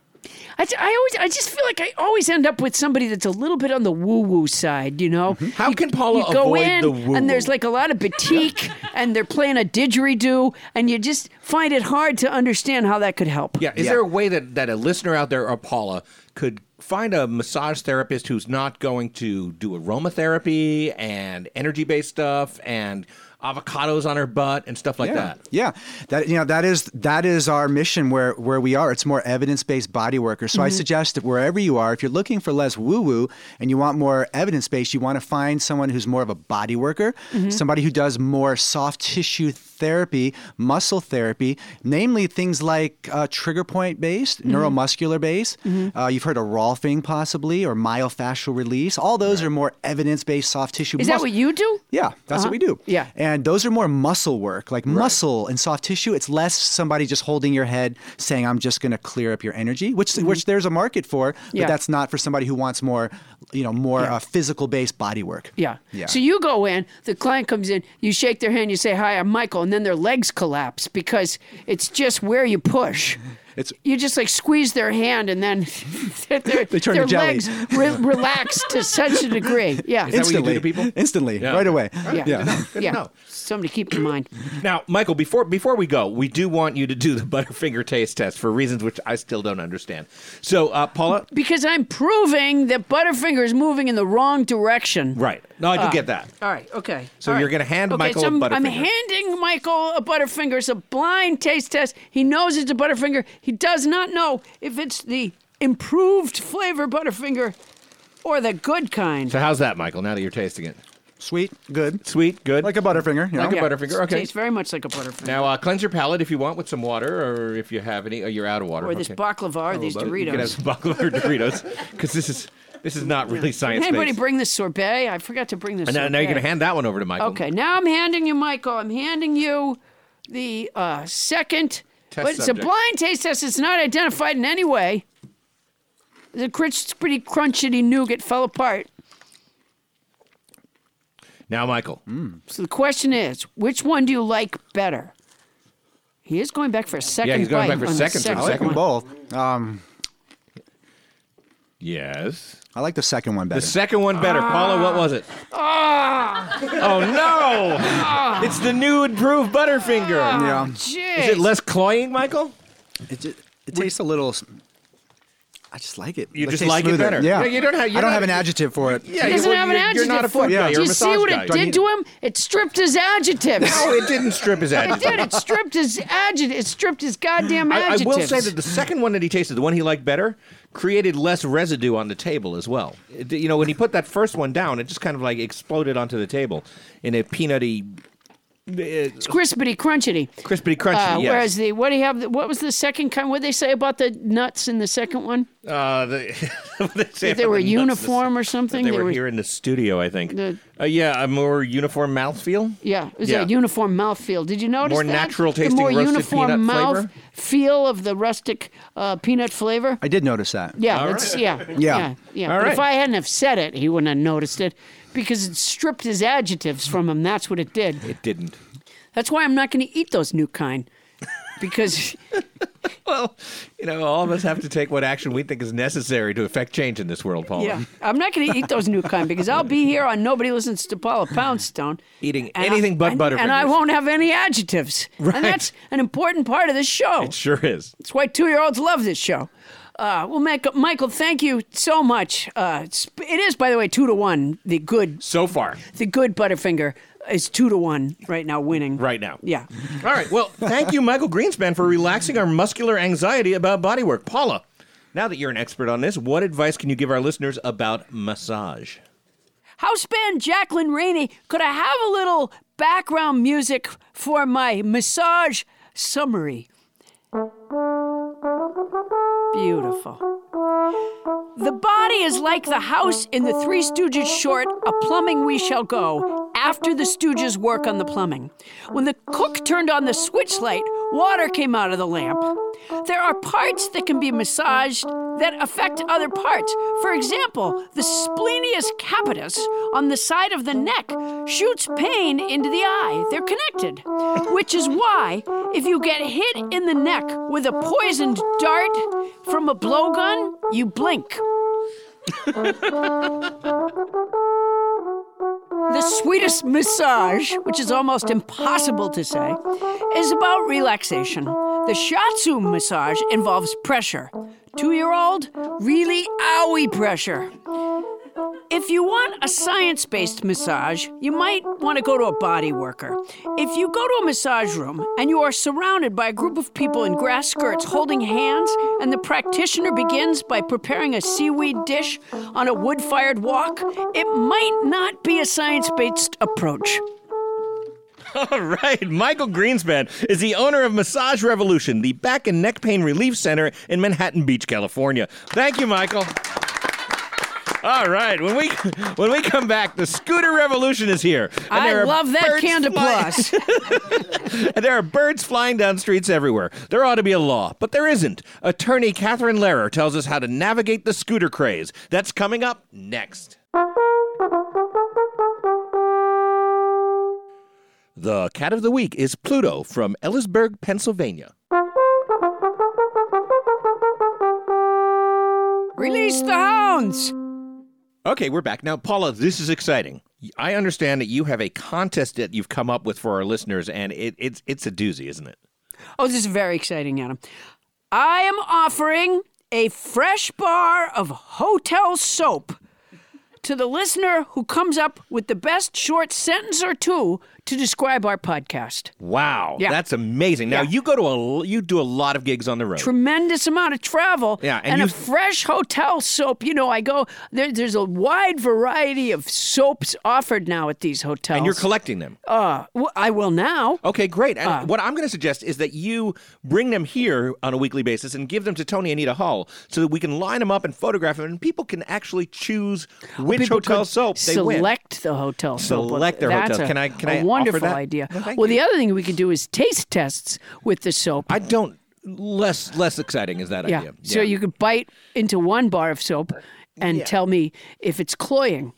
[SPEAKER 2] I, ju- I always, I just feel like I always end up with somebody that's a little bit on the woo-woo side, you know.
[SPEAKER 8] Mm-hmm.
[SPEAKER 1] How can Paula
[SPEAKER 2] You go
[SPEAKER 1] avoid
[SPEAKER 2] in,
[SPEAKER 1] the woo?
[SPEAKER 2] and there's like a lot of batik, and they're playing a didgeridoo, and you just find it hard to understand how that could help.
[SPEAKER 1] Yeah, is
[SPEAKER 8] Yeah.
[SPEAKER 1] there a way that, that a listener out there or Paula could find a massage therapist who's not going to do aromatherapy and energy based stuff and avocados on her butt and stuff like
[SPEAKER 8] yeah.
[SPEAKER 1] that?
[SPEAKER 8] Yeah. That you know that is that is our mission where where we are. It's more evidence-based body workers. So I suggest that wherever you are, if you're looking for less woo-woo and you want more evidence-based, you want to find someone who's more of a body worker, somebody who does more soft tissue therapy, muscle therapy, namely things like uh, trigger point based, neuromuscular based. Uh, you've heard of Rolfing possibly or myofascial release. All those are more evidence-based soft tissue
[SPEAKER 2] Is that what you do?
[SPEAKER 8] yeah, that's
[SPEAKER 1] Uh-huh.
[SPEAKER 8] what we do.
[SPEAKER 2] Yeah.
[SPEAKER 8] And those are more muscle work, like muscle and soft tissue. It's less somebody just holding your head saying, I'm just going to clear up your energy, which
[SPEAKER 1] Mm-hmm.
[SPEAKER 8] which there's a market for, but
[SPEAKER 2] Yeah.
[SPEAKER 8] that's not for somebody who wants more, you know, more uh, physical based body work.
[SPEAKER 2] Yeah.
[SPEAKER 8] Yeah.
[SPEAKER 2] So you go in, the client comes in, you shake their hand, you say, Hi, I'm Michael, and then their legs collapse because it's just where you push.
[SPEAKER 8] It's-
[SPEAKER 2] you just like squeeze their hand and then their,
[SPEAKER 8] They turn
[SPEAKER 2] their
[SPEAKER 8] to jelly.
[SPEAKER 2] legs re- relax to such a degree. Yeah.
[SPEAKER 1] that what you do to people?
[SPEAKER 8] Instantly,
[SPEAKER 1] Yeah.
[SPEAKER 8] right away.
[SPEAKER 2] yeah. Yeah.
[SPEAKER 1] Good to know.
[SPEAKER 2] Something to keep in mind.
[SPEAKER 1] Now, Michael, before before we go, we do want you to do the Butterfinger taste test for reasons which I still don't understand. So, uh, Paula,
[SPEAKER 2] Because I'm proving that Butterfinger is moving in the wrong direction.
[SPEAKER 1] right? No, I do get that.
[SPEAKER 2] All right. Okay.
[SPEAKER 1] So
[SPEAKER 2] All
[SPEAKER 1] you're
[SPEAKER 2] right.
[SPEAKER 1] gonna hand
[SPEAKER 2] Okay,
[SPEAKER 1] Michael
[SPEAKER 2] so
[SPEAKER 1] a
[SPEAKER 2] I'm- I'm
[SPEAKER 1] Butterfinger.
[SPEAKER 2] handing Michael a Butterfinger. It's a blind taste test. He knows it's a Butterfinger. He does not know if it's the improved flavor Butterfinger or the good kind.
[SPEAKER 1] So, how's that, Michael? Now that you're tasting it,
[SPEAKER 8] Sweet, good.
[SPEAKER 1] sweet, good,
[SPEAKER 8] Like a butterfinger. You know?
[SPEAKER 1] Like a
[SPEAKER 2] Yeah,
[SPEAKER 1] Butterfinger, okay.
[SPEAKER 2] Tastes very much like a Butterfinger.
[SPEAKER 1] Now, uh, cleanse your palate if you want with some water, or if you have any, or you're out of water.
[SPEAKER 2] or this
[SPEAKER 1] okay.
[SPEAKER 2] baklava or these
[SPEAKER 1] Well, You can have
[SPEAKER 2] Doritos.
[SPEAKER 1] some baklava or Doritos because this is this is not really
[SPEAKER 2] Can
[SPEAKER 1] science.
[SPEAKER 2] anybody bring this sorbet? I forgot to bring this.
[SPEAKER 1] now, now you're
[SPEAKER 2] sorbet.
[SPEAKER 1] gonna hand that one over to Michael.
[SPEAKER 2] Okay, now I'm handing you, Michael. I'm handing you the uh, second.
[SPEAKER 1] Test
[SPEAKER 2] but it's a
[SPEAKER 1] subject.
[SPEAKER 2] blind taste test. It's not identified in any way. The crunch, it's pretty crunchy nougat fell apart.
[SPEAKER 1] Now, Michael,
[SPEAKER 2] So the question is, which one do you like better? He is going back for a second.
[SPEAKER 1] he's going
[SPEAKER 2] bite
[SPEAKER 1] back for
[SPEAKER 2] on the
[SPEAKER 1] seconds for the
[SPEAKER 2] second
[SPEAKER 8] I like them
[SPEAKER 2] one.
[SPEAKER 8] both. Um,
[SPEAKER 1] yes, Ah.
[SPEAKER 8] I like the second one better.
[SPEAKER 1] the second one better. Paula, what was it? Oh no! it's the new improved Butterfinger.
[SPEAKER 8] yeah.
[SPEAKER 1] Is it less cloying, Michael?
[SPEAKER 8] It, just, it tastes a little. s- I just like it.
[SPEAKER 1] You
[SPEAKER 8] It
[SPEAKER 1] just
[SPEAKER 8] tastes
[SPEAKER 1] like it
[SPEAKER 8] smoother.
[SPEAKER 1] better.
[SPEAKER 8] Yeah.
[SPEAKER 1] Yeah, you don't have-
[SPEAKER 8] I
[SPEAKER 1] you're
[SPEAKER 8] don't
[SPEAKER 1] not-
[SPEAKER 8] have an adjective for it.
[SPEAKER 1] Yeah,
[SPEAKER 2] He doesn't have an adjective
[SPEAKER 1] You're not a
[SPEAKER 2] for
[SPEAKER 1] foot
[SPEAKER 2] it.
[SPEAKER 1] guy.
[SPEAKER 2] Do
[SPEAKER 1] You're a
[SPEAKER 2] you see
[SPEAKER 1] massage
[SPEAKER 2] what
[SPEAKER 1] guy.
[SPEAKER 2] it did to him? It stripped his adjectives.
[SPEAKER 1] No, it didn't strip his
[SPEAKER 2] it
[SPEAKER 1] adjective.
[SPEAKER 2] did. It stripped his adjective. It stripped his goddamn
[SPEAKER 1] I, I
[SPEAKER 2] adjectives.
[SPEAKER 1] will say that the second one that he tasted, the one he liked better, created less residue on the table as well. It- you know, when he put that first one down, it just kind of like exploded onto the table in a peanutty
[SPEAKER 2] It's crispity crunchity.
[SPEAKER 1] crispity crunchy.
[SPEAKER 2] Uh,
[SPEAKER 1] yes.
[SPEAKER 2] Whereas the what do you have? What was the second kind? What did they say about the nuts in the second one?
[SPEAKER 1] Uh, the,
[SPEAKER 2] That they were uniform or something.
[SPEAKER 1] They, were, here in the studio, I think.
[SPEAKER 2] The-
[SPEAKER 1] uh, yeah, a more uniform mouthfeel.
[SPEAKER 2] Yeah, it was
[SPEAKER 1] Yeah.
[SPEAKER 2] a uniform mouthfeel. Did you notice
[SPEAKER 1] More
[SPEAKER 2] that?
[SPEAKER 1] natural tasting
[SPEAKER 2] the more
[SPEAKER 1] roasted
[SPEAKER 2] uniform
[SPEAKER 1] peanut
[SPEAKER 2] mouth
[SPEAKER 1] flavor?
[SPEAKER 2] feel of the rustic uh, peanut flavor.
[SPEAKER 8] I did notice that.
[SPEAKER 2] Yeah, that's yeah, yeah, yeah.
[SPEAKER 1] All
[SPEAKER 2] But
[SPEAKER 1] right.
[SPEAKER 2] If I hadn't have said it, he wouldn't have noticed it because it stripped his adjectives from him. That's what it did.
[SPEAKER 1] It didn't.
[SPEAKER 2] That's why I'm not going to eat those new kind because
[SPEAKER 1] Well, you know, all of us have to take what action we think is necessary to affect change in this world, Paul.
[SPEAKER 2] yeah, I'm not going to eat those new kind because I'll be here on nobody listens to Paula Poundstone
[SPEAKER 1] Eating
[SPEAKER 2] and
[SPEAKER 1] anything
[SPEAKER 2] I-
[SPEAKER 1] but
[SPEAKER 2] and-
[SPEAKER 1] Butterfingers.
[SPEAKER 2] and I won't have any adjectives.
[SPEAKER 1] Right.
[SPEAKER 2] And that's an important part of this show.
[SPEAKER 1] It sure is.
[SPEAKER 2] That's why two-year-olds love this show. Uh, well, Mac- Michael, thank you so much. Uh, it's- it is, by the way, two to one. The good,
[SPEAKER 1] So far,
[SPEAKER 2] the good Butterfinger is two to one right now, winning.
[SPEAKER 1] right now.
[SPEAKER 2] Yeah.
[SPEAKER 1] All right. Well, thank you, Michael Greenspan, for relaxing our muscular anxiety about body work. Paula, now that you're an expert on this, what advice can you give our listeners about massage?
[SPEAKER 2] Houseman Jacqueline Rainey, could I have a little background music for my massage summary? Beautiful. The body is like the house in the Three Stooges short, A Plumbing We Shall Go, after the Stooges work on the plumbing. When the cook turned on the switch light, water came out of the lamp. There are parts that can be massaged that affect other parts. For example, the splenius capitis on the side of the neck shoots pain into the eye. They're connected, which is why if you get hit in the neck with a poisoned dart from a blowgun, you blink. The sweetest massage, which is almost impossible to say, is about relaxation. The shiatsu massage involves pressure. Two year old, really owie pressure. If you want a science based massage, you might want to go to a body worker. If you go to a massage room and you are surrounded by a group of people in grass skirts holding hands, and the practitioner begins by preparing a seaweed dish on a wood fired walk, it might not be a science based approach.
[SPEAKER 1] All right, Michael Greenspan is the owner of Massage Revolution, the back and neck pain relief center in Manhattan Beach, California. Thank you, Michael. All right, when we when we come back, the scooter revolution is here. and there
[SPEAKER 2] I
[SPEAKER 1] are
[SPEAKER 2] love that
[SPEAKER 1] birds
[SPEAKER 2] canned
[SPEAKER 1] fly-
[SPEAKER 2] applause.
[SPEAKER 1] And there are birds flying down streets everywhere. There ought to be a law, but there isn't. Attorney Catherine Lehrer tells us how to navigate the scooter craze. That's coming up next. The cat of the week is Pluto from Ellisburg, Pennsylvania.
[SPEAKER 2] Release the hounds!
[SPEAKER 1] Okay, we're back. Now, Paula, this is exciting. I understand that you have a contest that you've come up with for our listeners, and it, it's it's a doozy, isn't it?
[SPEAKER 2] Oh, this is very exciting, Adam. I am offering a fresh bar of hotel soap to the listener who comes up with the best short sentence or two to describe our podcast.
[SPEAKER 1] Wow,
[SPEAKER 2] Yeah.
[SPEAKER 1] that's amazing. Now
[SPEAKER 2] Yeah.
[SPEAKER 1] you go to a l- you do a lot of gigs on the road.
[SPEAKER 2] Tremendous amount of travel
[SPEAKER 1] Yeah, and
[SPEAKER 2] and, a
[SPEAKER 1] you-
[SPEAKER 2] fresh hotel soap. You know, I go there, there's a wide variety of soaps offered now at these hotels.
[SPEAKER 1] and you're collecting them.
[SPEAKER 2] uh, well, I will now.
[SPEAKER 1] Okay, great.
[SPEAKER 2] Ah.
[SPEAKER 1] And what I'm going to suggest is that you bring them here on a weekly basis and give them to Tony and Anita Hall so that we can line them up and photograph them, and people can actually choose which
[SPEAKER 2] people
[SPEAKER 1] hotel
[SPEAKER 2] could
[SPEAKER 1] soap they win.
[SPEAKER 2] select the hotel soap.
[SPEAKER 1] Select their
[SPEAKER 2] That's
[SPEAKER 1] hotels.
[SPEAKER 2] A,
[SPEAKER 1] Can I- can
[SPEAKER 2] a
[SPEAKER 1] I offer
[SPEAKER 2] wonderful
[SPEAKER 1] that?
[SPEAKER 2] idea.
[SPEAKER 1] Well, thank
[SPEAKER 2] Well, the
[SPEAKER 1] you.
[SPEAKER 2] other thing we could do is taste tests with the soap.
[SPEAKER 1] I don't. Less less exciting is that
[SPEAKER 2] yeah.
[SPEAKER 1] idea.
[SPEAKER 2] So you could bite into one bar of soap and tell me if it's cloying.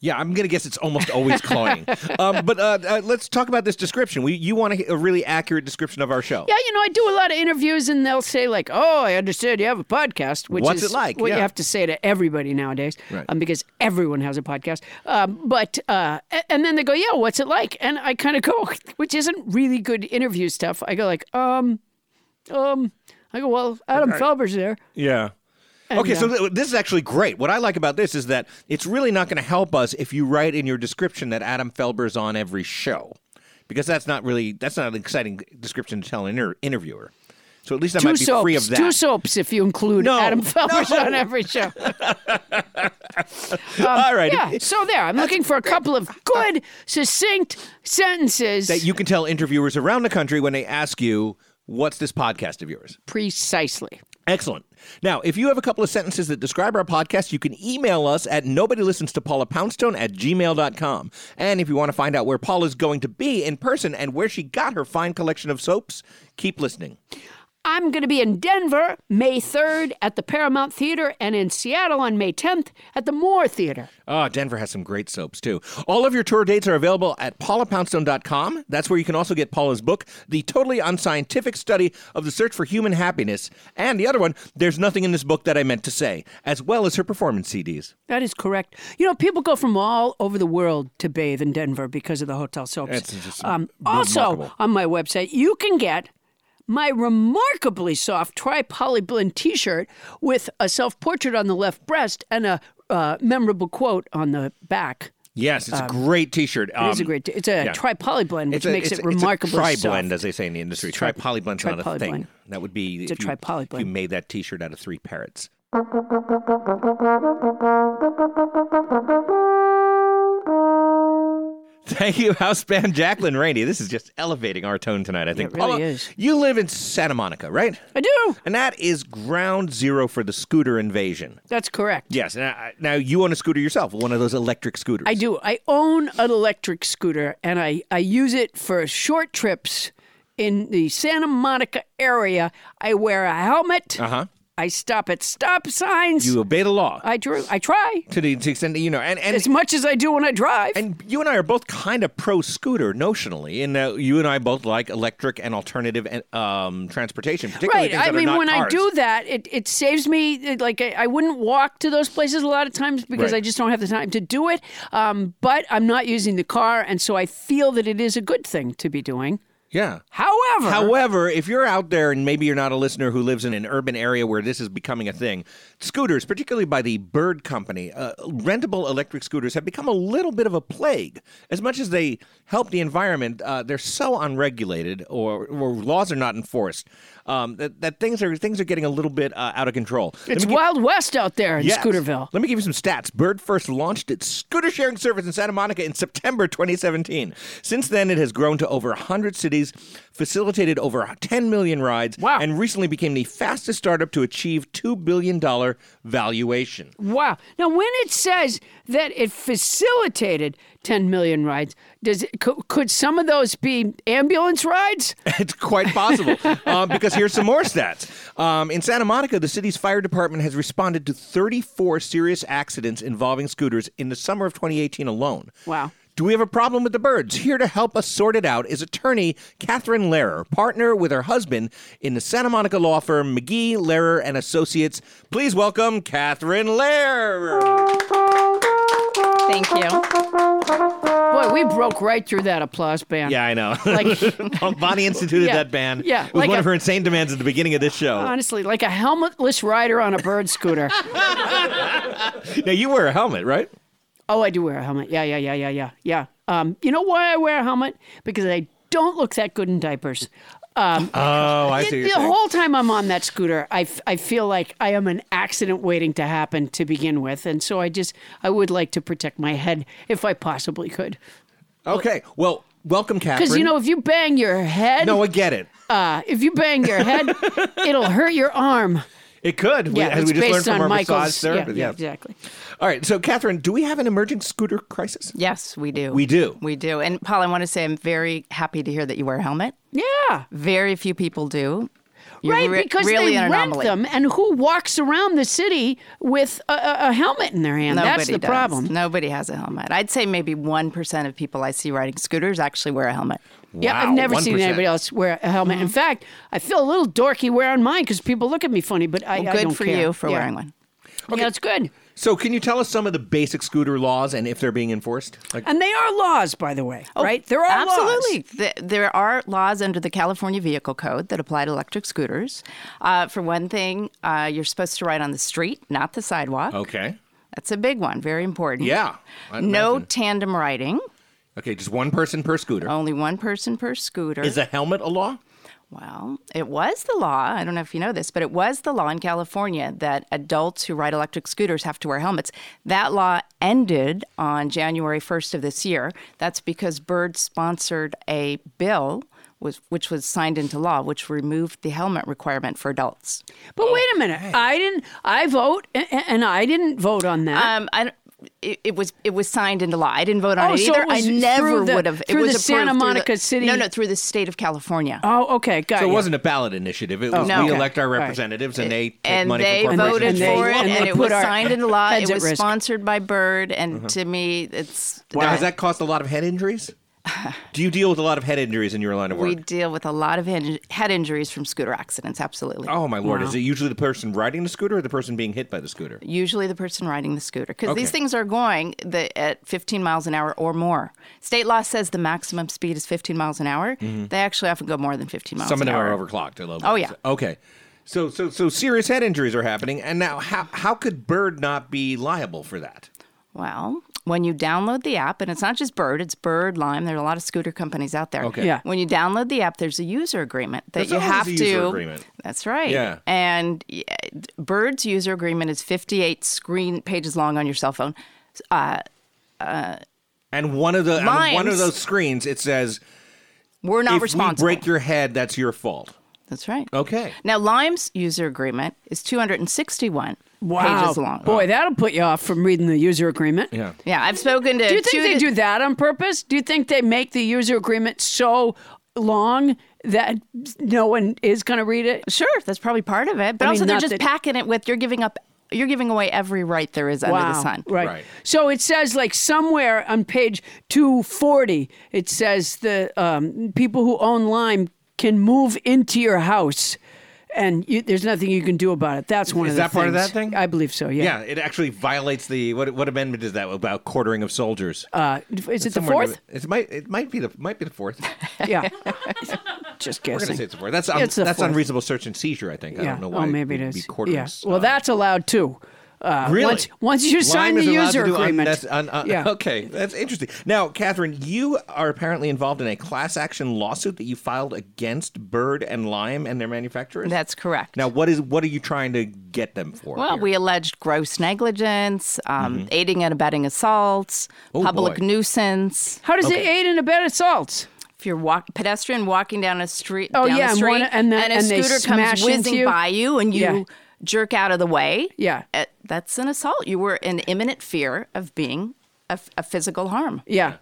[SPEAKER 1] Yeah, I'm gonna guess it's almost always cloying. um, but uh, uh, let's talk about this description. We you want a, a really accurate description of our show?
[SPEAKER 2] Yeah, you know, I do a lot of interviews and they'll say like, "Oh, I understand you have a podcast," which
[SPEAKER 1] What's
[SPEAKER 2] is
[SPEAKER 1] it like?
[SPEAKER 2] what
[SPEAKER 1] Yeah.
[SPEAKER 2] you have to say to everybody nowadays,
[SPEAKER 1] Right.
[SPEAKER 2] um, because everyone has a podcast. Um, but uh, a- and then they go, "Yeah, what's it like?" And I kind of go, which isn't really good interview stuff. I go like, um, um, I go, "Well, Adam Felber's there."
[SPEAKER 1] Yeah. okay, so th- this is actually great. What I like about this is that it's really not going to help us if you write in your description that Adam Felber's on every show, because that's not really that's not an exciting description to tell an inter- interviewer. So at least I
[SPEAKER 2] Two
[SPEAKER 1] might be
[SPEAKER 2] soaps,
[SPEAKER 1] free of that.
[SPEAKER 2] two soaps if you include
[SPEAKER 1] No,
[SPEAKER 2] Adam Felber's
[SPEAKER 1] no.
[SPEAKER 2] on every show.
[SPEAKER 1] All right.
[SPEAKER 2] Yeah, so there. I'm looking for a couple of good, succinct sentences.
[SPEAKER 1] That you can tell interviewers around the country when they ask you, What's this podcast of yours?
[SPEAKER 2] precisely.
[SPEAKER 1] Excellent. Now, if you have a couple of sentences that describe our podcast, you can email us at nobody listens to Paula Poundstone at gmail.com. And if you want to find out where Paula's going to be in person and where she got her fine collection of soaps, keep listening.
[SPEAKER 2] I'm going to be in Denver May 3rd at the Paramount Theater and in Seattle on May 10th at the Moore Theater.
[SPEAKER 1] Ah, Denver has some great soaps too. All of your tour dates are available at paulapoundstone.com. That's where you can also get Paula's book, The Totally Unscientific Study of the Search for Human Happiness, and the other one, There's Nothing in This Book That I Meant to Say, as well as her performance CDs.
[SPEAKER 2] That is correct. You know, people go from all over the world to bathe in Denver because of the hotel soaps.
[SPEAKER 1] That's just
[SPEAKER 2] um, also,
[SPEAKER 1] remarkable.
[SPEAKER 2] on my website, you can get my remarkably soft tri polyblend t shirt with a self portrait on the left breast and a uh, memorable quote on the back.
[SPEAKER 1] Yes, it's a great Um, t shirt.
[SPEAKER 2] Um, It is a great. It's a
[SPEAKER 1] yeah.
[SPEAKER 2] tri polyblend, which
[SPEAKER 1] a-
[SPEAKER 2] makes
[SPEAKER 1] it's
[SPEAKER 2] it
[SPEAKER 1] a- it's a
[SPEAKER 2] remarkably
[SPEAKER 1] tri
[SPEAKER 2] soft.
[SPEAKER 1] blend, as they say in the industry. Tri
[SPEAKER 2] tri-
[SPEAKER 1] polyblend's not a thing.
[SPEAKER 2] tri-polyblend.
[SPEAKER 1] That would be
[SPEAKER 2] It's a
[SPEAKER 1] if you-
[SPEAKER 2] tri-polyblend.
[SPEAKER 1] if You made that T-shirt out of three parrots. Thank you, house band Jacqueline Rainey. This is just elevating our tone tonight. I think.
[SPEAKER 2] It really
[SPEAKER 1] Paula,
[SPEAKER 2] is.
[SPEAKER 1] You live in Santa Monica, right?
[SPEAKER 2] I do.
[SPEAKER 1] And that is ground zero for the scooter invasion.
[SPEAKER 2] That's correct.
[SPEAKER 1] Yes. Now, now you own a scooter yourself, one of those electric scooters.
[SPEAKER 2] I do. I own an electric scooter and I, I use it for short trips in the Santa Monica area. I wear a helmet.
[SPEAKER 1] Uh huh.
[SPEAKER 2] I stop at stop signs.
[SPEAKER 1] You obey the law.
[SPEAKER 2] I drew I try
[SPEAKER 1] to the to the extent that you know, and and
[SPEAKER 2] as much as I do when I drive.
[SPEAKER 1] and you and I are both kind of pro scooter notionally, and uh, you and I both like electric and alternative uh, um, transportation, particularly
[SPEAKER 2] Right.
[SPEAKER 1] things
[SPEAKER 2] I
[SPEAKER 1] that are
[SPEAKER 2] mean,
[SPEAKER 1] not
[SPEAKER 2] when I
[SPEAKER 1] cars.
[SPEAKER 2] do that, it, it saves me. it- Like, I, I wouldn't walk to those places a lot of times because
[SPEAKER 1] Right.
[SPEAKER 2] I just don't have the time to do it. Um, but I'm not using the car. And so I feel that it is a good thing to be doing.
[SPEAKER 1] yeah.
[SPEAKER 2] However,
[SPEAKER 1] However, if you're out there and maybe you're not a listener who lives in an urban area where this is becoming a thing, scooters, particularly by the Bird Company, uh, rentable electric scooters have become a little bit of a plague. As much as they help the environment, uh, they're so unregulated or, or laws are not enforced um, that, that things are things are getting a little bit uh, out of control. Let
[SPEAKER 2] it's
[SPEAKER 1] me give-
[SPEAKER 2] Wild West out there in
[SPEAKER 1] Yes.
[SPEAKER 2] Scooterville.
[SPEAKER 1] Let me give you some stats. Bird first launched its scooter sharing service in Santa Monica in September 2017. Since then, it has grown to over 100 cities, facilitated over 10 million rides,
[SPEAKER 2] Wow.
[SPEAKER 1] and recently became the fastest startup to achieve $2 billion valuation.
[SPEAKER 2] Wow. Now, when it says that it facilitated 10 million rides, does it, could, could some of those be ambulance rides?
[SPEAKER 1] It's quite possible. um, because here's some more stats. Um, in Santa Monica, the city's fire department has responded to 34 serious accidents involving scooters in the summer of 2018 alone.
[SPEAKER 2] Wow.
[SPEAKER 1] Do we have a problem with the birds? Here to help us sort it out is attorney Catherine Lehrer, partner with her husband in the Santa Monica law firm McGee, Lehrer, and Associates. Please welcome Catherine Lehrer.
[SPEAKER 6] Thank you.
[SPEAKER 2] Boy, we broke right through that applause band.
[SPEAKER 1] Yeah, I know.
[SPEAKER 2] Like,
[SPEAKER 1] Bonnie instituted
[SPEAKER 2] Yeah,
[SPEAKER 1] that band.
[SPEAKER 2] yeah,
[SPEAKER 1] It was
[SPEAKER 2] like
[SPEAKER 1] one
[SPEAKER 2] a-
[SPEAKER 1] of her insane demands at the beginning of this show.
[SPEAKER 2] honestly, like a helmetless rider on a bird scooter.
[SPEAKER 1] now, you wear a helmet, right?
[SPEAKER 2] Oh, I do wear a helmet. Yeah, yeah, yeah, yeah, yeah, yeah. Um, you know why I wear a helmet? Because I don't look that good in diapers. Um,
[SPEAKER 1] Oh, I see.
[SPEAKER 2] the whole time I'm on that scooter, I, f- I feel like I am an accident waiting to happen to begin with, and so I just I would like to protect my head if I possibly could.
[SPEAKER 1] Okay. Well, welcome, Catherine.
[SPEAKER 2] Because you know, if you bang your head,
[SPEAKER 1] no, I get it.
[SPEAKER 2] uh, if you bang your head, it'll hurt your arm.
[SPEAKER 1] It could. we,
[SPEAKER 2] Yeah,
[SPEAKER 1] as we
[SPEAKER 2] it's
[SPEAKER 1] just learned
[SPEAKER 2] based
[SPEAKER 1] from
[SPEAKER 2] on
[SPEAKER 1] our massage
[SPEAKER 2] Michael's. Yeah,
[SPEAKER 1] therapist.
[SPEAKER 2] yeah,
[SPEAKER 1] Yeah.
[SPEAKER 2] exactly.
[SPEAKER 1] All right. So, Catherine, do we have an emerging scooter crisis?
[SPEAKER 6] Yes, we do.
[SPEAKER 1] We do.
[SPEAKER 6] We do. And Paul, I want to say I'm very happy to hear that you wear a helmet.
[SPEAKER 2] Yeah.
[SPEAKER 6] Very few people do. You're
[SPEAKER 2] right,
[SPEAKER 6] re-
[SPEAKER 2] because
[SPEAKER 6] really
[SPEAKER 2] they
[SPEAKER 6] an
[SPEAKER 2] rent
[SPEAKER 6] anomaly.
[SPEAKER 2] them, and who walks around the city with a, a, a helmet in their hand?
[SPEAKER 6] Nobody
[SPEAKER 2] That's the
[SPEAKER 6] does.
[SPEAKER 2] problem.
[SPEAKER 6] Nobody has a helmet. I'd say maybe 1% of people I see riding scooters actually wear a helmet.
[SPEAKER 2] Yeah, I've
[SPEAKER 1] Wow,
[SPEAKER 2] never seen
[SPEAKER 1] 1%.
[SPEAKER 2] anybody else wear a helmet.
[SPEAKER 6] Mm-hmm.
[SPEAKER 2] In fact, I feel a little dorky wearing mine because people look at me funny, but I,
[SPEAKER 6] Well,
[SPEAKER 2] I
[SPEAKER 6] good
[SPEAKER 2] don't
[SPEAKER 6] for
[SPEAKER 2] care.
[SPEAKER 6] you for
[SPEAKER 2] Yeah.
[SPEAKER 6] wearing one.
[SPEAKER 2] Yeah, it's good.
[SPEAKER 1] So, can you tell us some of the basic scooter laws and if they're being enforced? Like,
[SPEAKER 2] And they are laws, by the way, right? There are
[SPEAKER 6] Oh, Absolutely. Th- there are laws under the California Vehicle Code that apply to electric scooters. Uh, for one thing, uh, you're supposed to ride on the street, not the sidewalk.
[SPEAKER 1] okay.
[SPEAKER 6] That's a big one, very important.
[SPEAKER 1] Oh. Yeah, I'd
[SPEAKER 6] no
[SPEAKER 1] imagine.
[SPEAKER 6] tandem riding,
[SPEAKER 2] Oh,
[SPEAKER 1] Okay, just one person per scooter.
[SPEAKER 6] only one person per scooter.
[SPEAKER 1] Is a helmet a law?
[SPEAKER 6] Well, it was the law. I don't know if you know this, but it was the law in California that adults who ride electric scooters have to wear helmets. That law ended on January 1st of this year. That's because Byrd sponsored a bill. Was, which was signed into law, which removed the helmet requirement for adults.
[SPEAKER 2] But wait a minute, I didn't. I vote, a- a- and I didn't vote on that.
[SPEAKER 6] Um, I, don't- it, it was it was signed into law. I didn't vote on
[SPEAKER 2] Oh,
[SPEAKER 6] it
[SPEAKER 2] so
[SPEAKER 6] either.
[SPEAKER 2] it was
[SPEAKER 6] I never
[SPEAKER 2] through the-
[SPEAKER 6] would have. It
[SPEAKER 2] through
[SPEAKER 6] was
[SPEAKER 2] the
[SPEAKER 6] approved
[SPEAKER 2] Santa
[SPEAKER 6] through the-
[SPEAKER 2] Monica City-
[SPEAKER 6] No, no, through the state of California.
[SPEAKER 2] oh, okay, got
[SPEAKER 1] So it
[SPEAKER 2] you.
[SPEAKER 1] wasn't a ballot initiative. It was
[SPEAKER 2] Oh,
[SPEAKER 1] we
[SPEAKER 2] okay.
[SPEAKER 1] elect our
[SPEAKER 2] All right.
[SPEAKER 1] representatives and they take
[SPEAKER 6] and
[SPEAKER 1] money
[SPEAKER 6] they
[SPEAKER 1] from corporations.
[SPEAKER 6] voted
[SPEAKER 2] And they-
[SPEAKER 6] for it,
[SPEAKER 2] and
[SPEAKER 6] and,
[SPEAKER 2] they
[SPEAKER 6] it was
[SPEAKER 2] put our
[SPEAKER 6] signed into law. It
[SPEAKER 2] heads at
[SPEAKER 6] was
[SPEAKER 2] risk.
[SPEAKER 6] sponsored by Bird, and to me, it's
[SPEAKER 1] Mm-hmm. Now, has that caused a lot of head injuries? Do you deal with a lot of head injuries in your line of work?
[SPEAKER 6] we deal with a lot of hin- head injuries from scooter accidents. Absolutely.
[SPEAKER 1] Oh my lord! Is it usually the person riding the scooter or the person being hit by the scooter?
[SPEAKER 6] Usually, the person riding the scooter, because
[SPEAKER 1] Okay.
[SPEAKER 6] these things are going the, at 15 miles an hour or more. State law says the maximum speed is 15 miles an hour. They actually often go more than 15 miles
[SPEAKER 1] Mm-hmm. Some of
[SPEAKER 6] an
[SPEAKER 1] them
[SPEAKER 6] hour.
[SPEAKER 1] are overclocked. I love.
[SPEAKER 6] Oh, yeah.
[SPEAKER 1] Okay. So so so serious head injuries are happening, and now how how could Bird not be liable for that?
[SPEAKER 6] Well, when you download the app, and it's not just Bird, it's Bird, Lime. There are a lot of scooter companies out there.
[SPEAKER 1] Okay.
[SPEAKER 2] Yeah.
[SPEAKER 6] When you download the app, there's a user agreement that
[SPEAKER 1] There's
[SPEAKER 6] you
[SPEAKER 1] always
[SPEAKER 6] have
[SPEAKER 1] a user
[SPEAKER 6] to.
[SPEAKER 1] agreement.
[SPEAKER 6] That's right.
[SPEAKER 1] Yeah.
[SPEAKER 6] And yeah, Bird's user agreement is 58 screen pages long on your cell phone. Uh,
[SPEAKER 1] And one of the on one of
[SPEAKER 6] Limes.
[SPEAKER 1] those screens, it says,
[SPEAKER 6] we're not
[SPEAKER 1] "If
[SPEAKER 6] responsible.
[SPEAKER 1] we break your Oh. head, that's your fault."
[SPEAKER 6] That's right.
[SPEAKER 1] Okay.
[SPEAKER 6] Now, Lime's user agreement is 261
[SPEAKER 2] wow,
[SPEAKER 6] pages long.
[SPEAKER 2] boy, that'll put you off from reading the user agreement.
[SPEAKER 1] Yeah.
[SPEAKER 6] Yeah, I've spoken to
[SPEAKER 2] Do you think
[SPEAKER 6] two
[SPEAKER 2] they
[SPEAKER 6] to-
[SPEAKER 2] do that on purpose? Do you think they make the user agreement so long that no one is going to read it?
[SPEAKER 6] Sure, that's probably part of it. But
[SPEAKER 2] I mean,
[SPEAKER 6] also, they're
[SPEAKER 2] not
[SPEAKER 6] just
[SPEAKER 2] that-
[SPEAKER 6] packing it with you're giving up, you're giving away every right there is under the sun.
[SPEAKER 2] Right.
[SPEAKER 1] Right.
[SPEAKER 2] So it says like somewhere on page 240, it says the um, people who own Lime can move into your house. And you, there's nothing you can do about it. That's one
[SPEAKER 1] Is
[SPEAKER 2] of the
[SPEAKER 1] that part of that
[SPEAKER 2] things.
[SPEAKER 1] thing?
[SPEAKER 2] I believe so.
[SPEAKER 1] Yeah,
[SPEAKER 2] Yeah.
[SPEAKER 1] it actually violates the what? What amendment is that about quartering of soldiers?
[SPEAKER 2] Uh, is it the
[SPEAKER 1] Somewhere in
[SPEAKER 2] fourth?
[SPEAKER 1] the- It might. It might be the might be the fourth.
[SPEAKER 2] yeah. Just
[SPEAKER 1] We're gonna say
[SPEAKER 2] guessing.
[SPEAKER 1] it's the fourth. That's un,
[SPEAKER 2] It's the
[SPEAKER 1] that's
[SPEAKER 2] fourth.
[SPEAKER 1] unreasonable search and seizure. I think. I
[SPEAKER 2] Yeah.
[SPEAKER 1] don't know why.
[SPEAKER 2] Oh, maybe it
[SPEAKER 1] we'd be
[SPEAKER 2] is.
[SPEAKER 1] quartering
[SPEAKER 2] Yeah.
[SPEAKER 1] s-
[SPEAKER 2] Well, that's allowed too. Uh,
[SPEAKER 1] Really?
[SPEAKER 2] Once, once you
[SPEAKER 1] Lime
[SPEAKER 2] sign the
[SPEAKER 1] is allowed
[SPEAKER 2] user
[SPEAKER 1] to do
[SPEAKER 2] agreement.
[SPEAKER 1] unnes- un- un-
[SPEAKER 2] yeah.
[SPEAKER 1] Okay, that's interesting. Now, Catherine, you are apparently involved in a class action lawsuit that you filed against Bird and Lime and their manufacturers.
[SPEAKER 6] That's correct.
[SPEAKER 1] now, what is what are you trying to get them for?
[SPEAKER 6] Well,
[SPEAKER 1] here?
[SPEAKER 6] we alleged gross negligence, um, aiding and abetting assaults,
[SPEAKER 1] Mm-hmm.
[SPEAKER 6] public
[SPEAKER 1] Oh, boy.
[SPEAKER 6] nuisance.
[SPEAKER 2] How does it aid and abet assaults?
[SPEAKER 6] If you're walk- pedestrian walking down a street,
[SPEAKER 2] Oh,
[SPEAKER 6] down
[SPEAKER 2] yeah,
[SPEAKER 6] the
[SPEAKER 2] and
[SPEAKER 6] street,
[SPEAKER 2] one- and the-
[SPEAKER 6] a
[SPEAKER 2] and they
[SPEAKER 6] scooter
[SPEAKER 2] smash
[SPEAKER 6] comes whizzing
[SPEAKER 2] into you?
[SPEAKER 6] by you, and you
[SPEAKER 2] Yeah.
[SPEAKER 6] jerk out of the way.
[SPEAKER 2] Yeah.
[SPEAKER 6] uh, that's an assault. You were in imminent fear of being a, f- a physical harm.
[SPEAKER 2] Yeah.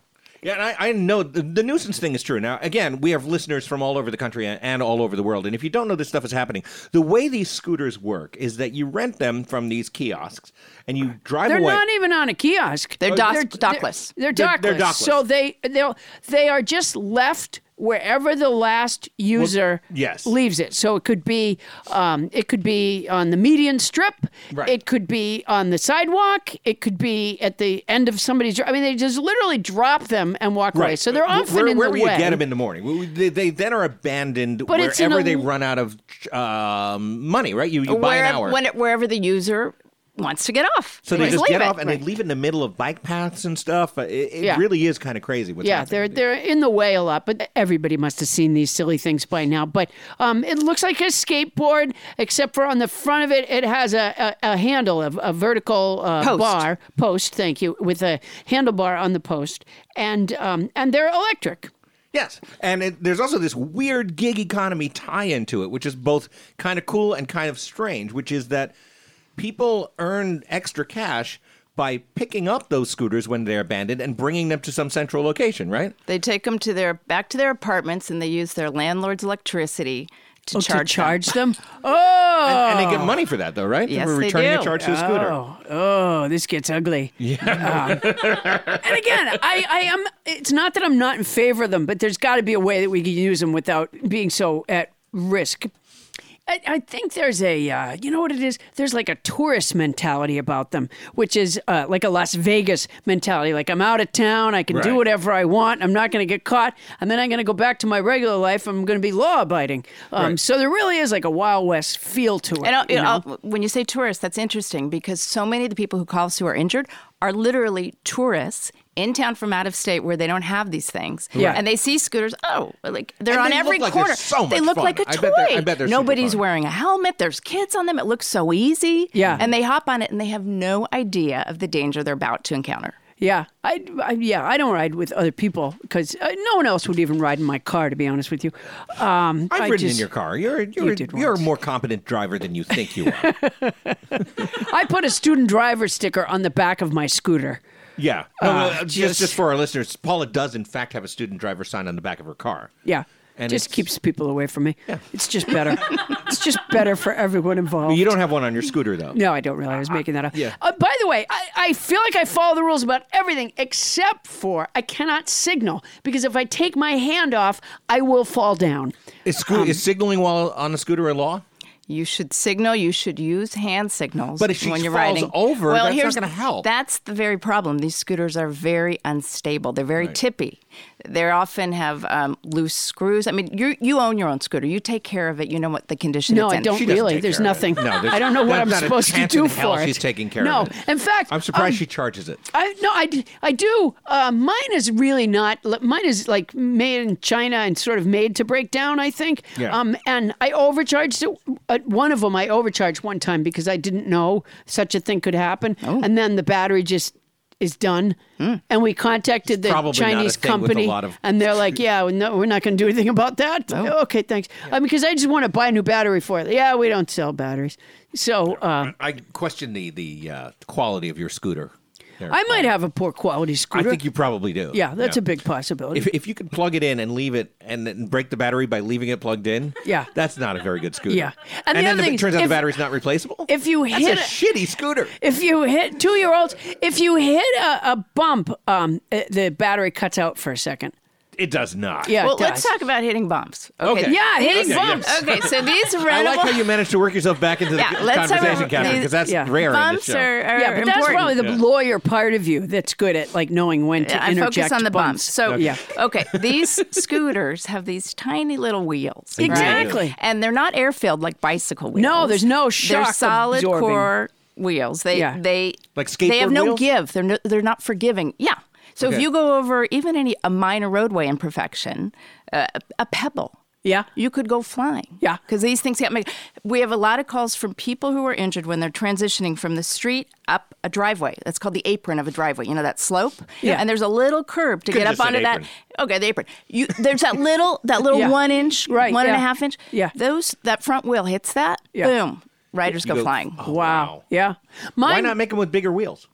[SPEAKER 1] Yeah, and I, I know the, the nuisance thing is true. Now, again, we have listeners from all over the country and, and all over the world. And if you don't know this stuff is happening, the way these scooters work is that you rent them from these kiosks and you drive
[SPEAKER 2] They're
[SPEAKER 1] away.
[SPEAKER 2] not even on a kiosk. Oh,
[SPEAKER 6] They're dock- dockless.
[SPEAKER 2] They're,
[SPEAKER 1] They're-
[SPEAKER 2] dockless.
[SPEAKER 1] they're dockless.
[SPEAKER 2] So they they they are just left wherever the last user
[SPEAKER 1] yes.
[SPEAKER 2] leaves it. So it could be um, it could be on the median strip.
[SPEAKER 1] Right.
[SPEAKER 2] It could be on the sidewalk. It could be at the end of somebody's. I mean, they just literally drop them and walk away. So they're
[SPEAKER 1] Uh,
[SPEAKER 2] often
[SPEAKER 1] where,
[SPEAKER 2] in
[SPEAKER 1] where
[SPEAKER 2] the
[SPEAKER 1] we
[SPEAKER 2] way.
[SPEAKER 1] get them in the morning. We- we- They, they then are abandoned
[SPEAKER 2] But it's in
[SPEAKER 1] wherever
[SPEAKER 2] a-
[SPEAKER 1] they run out of um, money. Right? You, you buy an
[SPEAKER 6] Wherever,
[SPEAKER 1] hour.
[SPEAKER 6] when it- wherever the user wants to get off.
[SPEAKER 1] so they
[SPEAKER 6] wants to
[SPEAKER 1] just
[SPEAKER 6] leave
[SPEAKER 1] get
[SPEAKER 6] it.
[SPEAKER 1] off and they leave it in the middle of bike paths and stuff. Uh, It, it
[SPEAKER 2] Yeah.
[SPEAKER 1] really is kind of crazy. What's
[SPEAKER 2] Yeah,
[SPEAKER 1] happening.
[SPEAKER 2] they're they're in the way a lot, but everybody must have seen these silly things by now. But um, it looks like a skateboard, except for on the front of it, it has a, a, a handle, a, a vertical uh,
[SPEAKER 6] Post.
[SPEAKER 2] bar post. Thank you, with a handlebar on the post, and um, and they're electric.
[SPEAKER 1] Yes, and it, there's also this weird gig economy tie into it, which is both kind of cool and kind of strange. Which is that people earn extra cash by picking up those scooters when they're abandoned and bringing them to some central location, right?
[SPEAKER 6] They take them to their back to their apartments and they use their landlord's electricity to
[SPEAKER 2] to
[SPEAKER 6] charge. them.
[SPEAKER 2] charge them. Oh,
[SPEAKER 1] And they get money for that, though, right?
[SPEAKER 6] Yes,
[SPEAKER 1] We're
[SPEAKER 6] they
[SPEAKER 1] returning a
[SPEAKER 6] do.
[SPEAKER 1] charge to the scooter.
[SPEAKER 2] oh, this gets ugly. Yeah. and again, I, I am. It's not that I'm not in favor of them, but there's got to be a way that we can use them without being so at risk. I, I think there's a, uh, you know what it is? There's like a tourist mentality about them, which is uh, like a Las Vegas mentality. Like I'm out of town, I can do
[SPEAKER 1] Right.
[SPEAKER 2] whatever I want, I'm not going to get caught, and then I'm going to go back to my regular life. I'm going to be law abiding. Um,
[SPEAKER 1] Right.
[SPEAKER 2] So there really is like a Wild West feel to it.
[SPEAKER 6] And I'll,
[SPEAKER 2] you know?
[SPEAKER 6] I'll, when you say tourists, that's interesting because so many of the people who call us who are injured are literally tourists in town from out of state where they don't have these things.
[SPEAKER 9] Yeah.
[SPEAKER 6] And they see scooters. Oh, like they're
[SPEAKER 7] And
[SPEAKER 6] on
[SPEAKER 7] they
[SPEAKER 6] every
[SPEAKER 7] look like they're
[SPEAKER 6] corner.
[SPEAKER 7] so
[SPEAKER 6] they
[SPEAKER 7] much
[SPEAKER 6] look
[SPEAKER 7] fun.
[SPEAKER 6] like a
[SPEAKER 7] I
[SPEAKER 6] toy.
[SPEAKER 7] bet they're- I bet they're super
[SPEAKER 6] Nobody's
[SPEAKER 7] fun.
[SPEAKER 6] wearing a helmet. There's kids on them. It looks so easy.
[SPEAKER 2] Yeah.
[SPEAKER 6] And they hop on it and they have no idea of the danger they're about to encounter.
[SPEAKER 2] Yeah, I, I yeah, I don't ride with other people because uh, no one else would even ride in my car. To be honest with you, um,
[SPEAKER 1] I've
[SPEAKER 2] I
[SPEAKER 1] ridden in
[SPEAKER 2] just-
[SPEAKER 1] your car. You're you're,
[SPEAKER 2] did
[SPEAKER 1] you are a
[SPEAKER 2] once.
[SPEAKER 1] more competent driver than you think you are.
[SPEAKER 2] I put a student driver sticker on the back of my scooter.
[SPEAKER 1] yeah. No,
[SPEAKER 2] Ah,
[SPEAKER 1] no, just
[SPEAKER 2] just-
[SPEAKER 1] just for our listeners, Paula does in fact have a student driver sign on the back of her car.
[SPEAKER 2] Yeah,
[SPEAKER 1] And
[SPEAKER 2] just
[SPEAKER 1] it's-
[SPEAKER 2] keeps people away from me. It's just better. it's just better for everyone involved.
[SPEAKER 1] You don't have one on your scooter though.
[SPEAKER 2] No, I don't really. I was making that up. Yeah. Uh, by the way, I, I feel like I follow the rules about everything except for I cannot signal because if I take my hand off, I will fall down.
[SPEAKER 1] Is, scoo- is signaling while on a scooter a law?
[SPEAKER 6] You should signal. You should use hand signals.
[SPEAKER 1] But if she
[SPEAKER 6] when you're
[SPEAKER 1] falls
[SPEAKER 6] riding.
[SPEAKER 1] over,
[SPEAKER 6] well,
[SPEAKER 1] that's not
[SPEAKER 6] here's-
[SPEAKER 1] gonna help.
[SPEAKER 6] That's the very problem. These scooters are very unstable. They're very tippy. They often have um, loose screws. I mean, you you own your own scooter. You take care of it. You know what the condition
[SPEAKER 2] No,
[SPEAKER 6] it's
[SPEAKER 2] I
[SPEAKER 6] in.
[SPEAKER 2] don't
[SPEAKER 1] doesn't
[SPEAKER 2] really.
[SPEAKER 1] take
[SPEAKER 2] There's
[SPEAKER 1] care of
[SPEAKER 2] nothing.
[SPEAKER 1] it. No, there's-
[SPEAKER 2] I don't know what
[SPEAKER 1] that's
[SPEAKER 2] I'm
[SPEAKER 1] not a
[SPEAKER 2] supposed to
[SPEAKER 1] chance
[SPEAKER 2] do
[SPEAKER 1] in hell
[SPEAKER 2] for
[SPEAKER 1] she's
[SPEAKER 2] it.
[SPEAKER 1] taking care
[SPEAKER 2] no.
[SPEAKER 1] of it.
[SPEAKER 2] in fact,
[SPEAKER 1] I'm surprised
[SPEAKER 2] um,
[SPEAKER 1] she charges it.
[SPEAKER 2] I no, I, d- I do. Uh, mine is really not. Mine is like made in China and sort of made to break down. I think.
[SPEAKER 1] Yeah.
[SPEAKER 2] Um, and I overcharged it. At one of them, I overcharged one time because I didn't know such a thing could happen.
[SPEAKER 1] Oh.
[SPEAKER 2] And then the battery just is done. And we contacted the
[SPEAKER 1] Hmm. probably not a
[SPEAKER 2] Chinese
[SPEAKER 1] thing with a
[SPEAKER 2] company,
[SPEAKER 1] lot of- Oh.
[SPEAKER 2] and they're like, "Yeah, well, no, we're not going to do anything about that." Okay, thanks. I mean, because I just want to buy a new battery for it. Yeah, we don't sell batteries, so. Uh,
[SPEAKER 1] I question the the uh, quality of your scooter. there,
[SPEAKER 2] I might
[SPEAKER 1] Paula.
[SPEAKER 2] have a poor quality
[SPEAKER 1] I
[SPEAKER 2] scooter.
[SPEAKER 1] think you probably do.
[SPEAKER 2] yeah, that's a big possibility.
[SPEAKER 1] If, if you could plug it in and leave it and then break the battery by leaving it plugged in,
[SPEAKER 2] Yeah.
[SPEAKER 1] that's not a very good scooter.
[SPEAKER 2] Yeah.
[SPEAKER 1] and,
[SPEAKER 2] And the
[SPEAKER 1] then
[SPEAKER 2] other
[SPEAKER 1] if
[SPEAKER 2] thing
[SPEAKER 1] it
[SPEAKER 2] is,
[SPEAKER 1] turns out the
[SPEAKER 2] if-
[SPEAKER 1] battery's not replaceable.
[SPEAKER 2] if you
[SPEAKER 1] that's
[SPEAKER 2] hit
[SPEAKER 1] a
[SPEAKER 2] a-
[SPEAKER 1] shitty scooter,
[SPEAKER 2] if you hit two year olds, if you hit a, a bump, um, uh, the battery cuts out for a second.
[SPEAKER 1] it does not.
[SPEAKER 2] Yeah, it
[SPEAKER 6] Well, let's
[SPEAKER 2] does.
[SPEAKER 6] talk about hitting bumps.
[SPEAKER 1] Okay.
[SPEAKER 2] Yeah, hitting
[SPEAKER 1] Okay,
[SPEAKER 2] bumps.
[SPEAKER 1] yes.
[SPEAKER 6] Okay, so these rentable.
[SPEAKER 1] I like how you managed to work yourself back into the
[SPEAKER 6] Yeah, let's talk
[SPEAKER 1] conversation,
[SPEAKER 6] about
[SPEAKER 1] Catherine,
[SPEAKER 6] these-
[SPEAKER 1] because that's
[SPEAKER 2] Yeah.
[SPEAKER 1] rare in this
[SPEAKER 6] bumps
[SPEAKER 1] show.
[SPEAKER 6] are, are
[SPEAKER 2] yeah, but that's
[SPEAKER 6] important.
[SPEAKER 2] probably the lawyer part of you that's good at like knowing when to
[SPEAKER 6] I
[SPEAKER 2] interject
[SPEAKER 6] focus on the bumps. So
[SPEAKER 2] Yeah.
[SPEAKER 6] okay, these scooters have these tiny little wheels. right?
[SPEAKER 2] Exactly.
[SPEAKER 6] And they're not air filled like bicycle wheels.
[SPEAKER 2] No, there's no
[SPEAKER 6] They're
[SPEAKER 2] shock
[SPEAKER 6] solid
[SPEAKER 2] absorbing.
[SPEAKER 6] core wheels. They
[SPEAKER 2] Yeah.
[SPEAKER 6] they
[SPEAKER 1] Like
[SPEAKER 6] They have
[SPEAKER 1] skateboard
[SPEAKER 6] no
[SPEAKER 1] wheels?
[SPEAKER 6] give. They're no, they're not forgiving. Yeah. So
[SPEAKER 1] Okay.
[SPEAKER 6] if you go over even any a minor roadway imperfection, uh, a- a pebble.
[SPEAKER 2] Yeah.
[SPEAKER 6] You could go flying.
[SPEAKER 2] Yeah.
[SPEAKER 6] Because these things get made. We have a lot of calls from people who are injured when they're transitioning from the street up a driveway. That's called the apron of a driveway. You know that slope?
[SPEAKER 2] Yeah.
[SPEAKER 6] And there's a little curb to
[SPEAKER 1] Could've
[SPEAKER 6] get up
[SPEAKER 1] just said
[SPEAKER 6] onto that.
[SPEAKER 1] apron.
[SPEAKER 6] Okay, the apron. You there's that little that little
[SPEAKER 2] Yeah.
[SPEAKER 6] one inch,
[SPEAKER 2] Right,
[SPEAKER 6] one and a
[SPEAKER 2] yeah.
[SPEAKER 6] half inch.
[SPEAKER 2] Yeah.
[SPEAKER 6] Those that front wheel hits that,
[SPEAKER 2] Yeah.
[SPEAKER 6] boom. Riders go,
[SPEAKER 1] go-
[SPEAKER 6] flying.
[SPEAKER 1] oh.
[SPEAKER 2] wow.
[SPEAKER 1] Wow.
[SPEAKER 2] Yeah. Mine,
[SPEAKER 1] Why not make them with bigger wheels?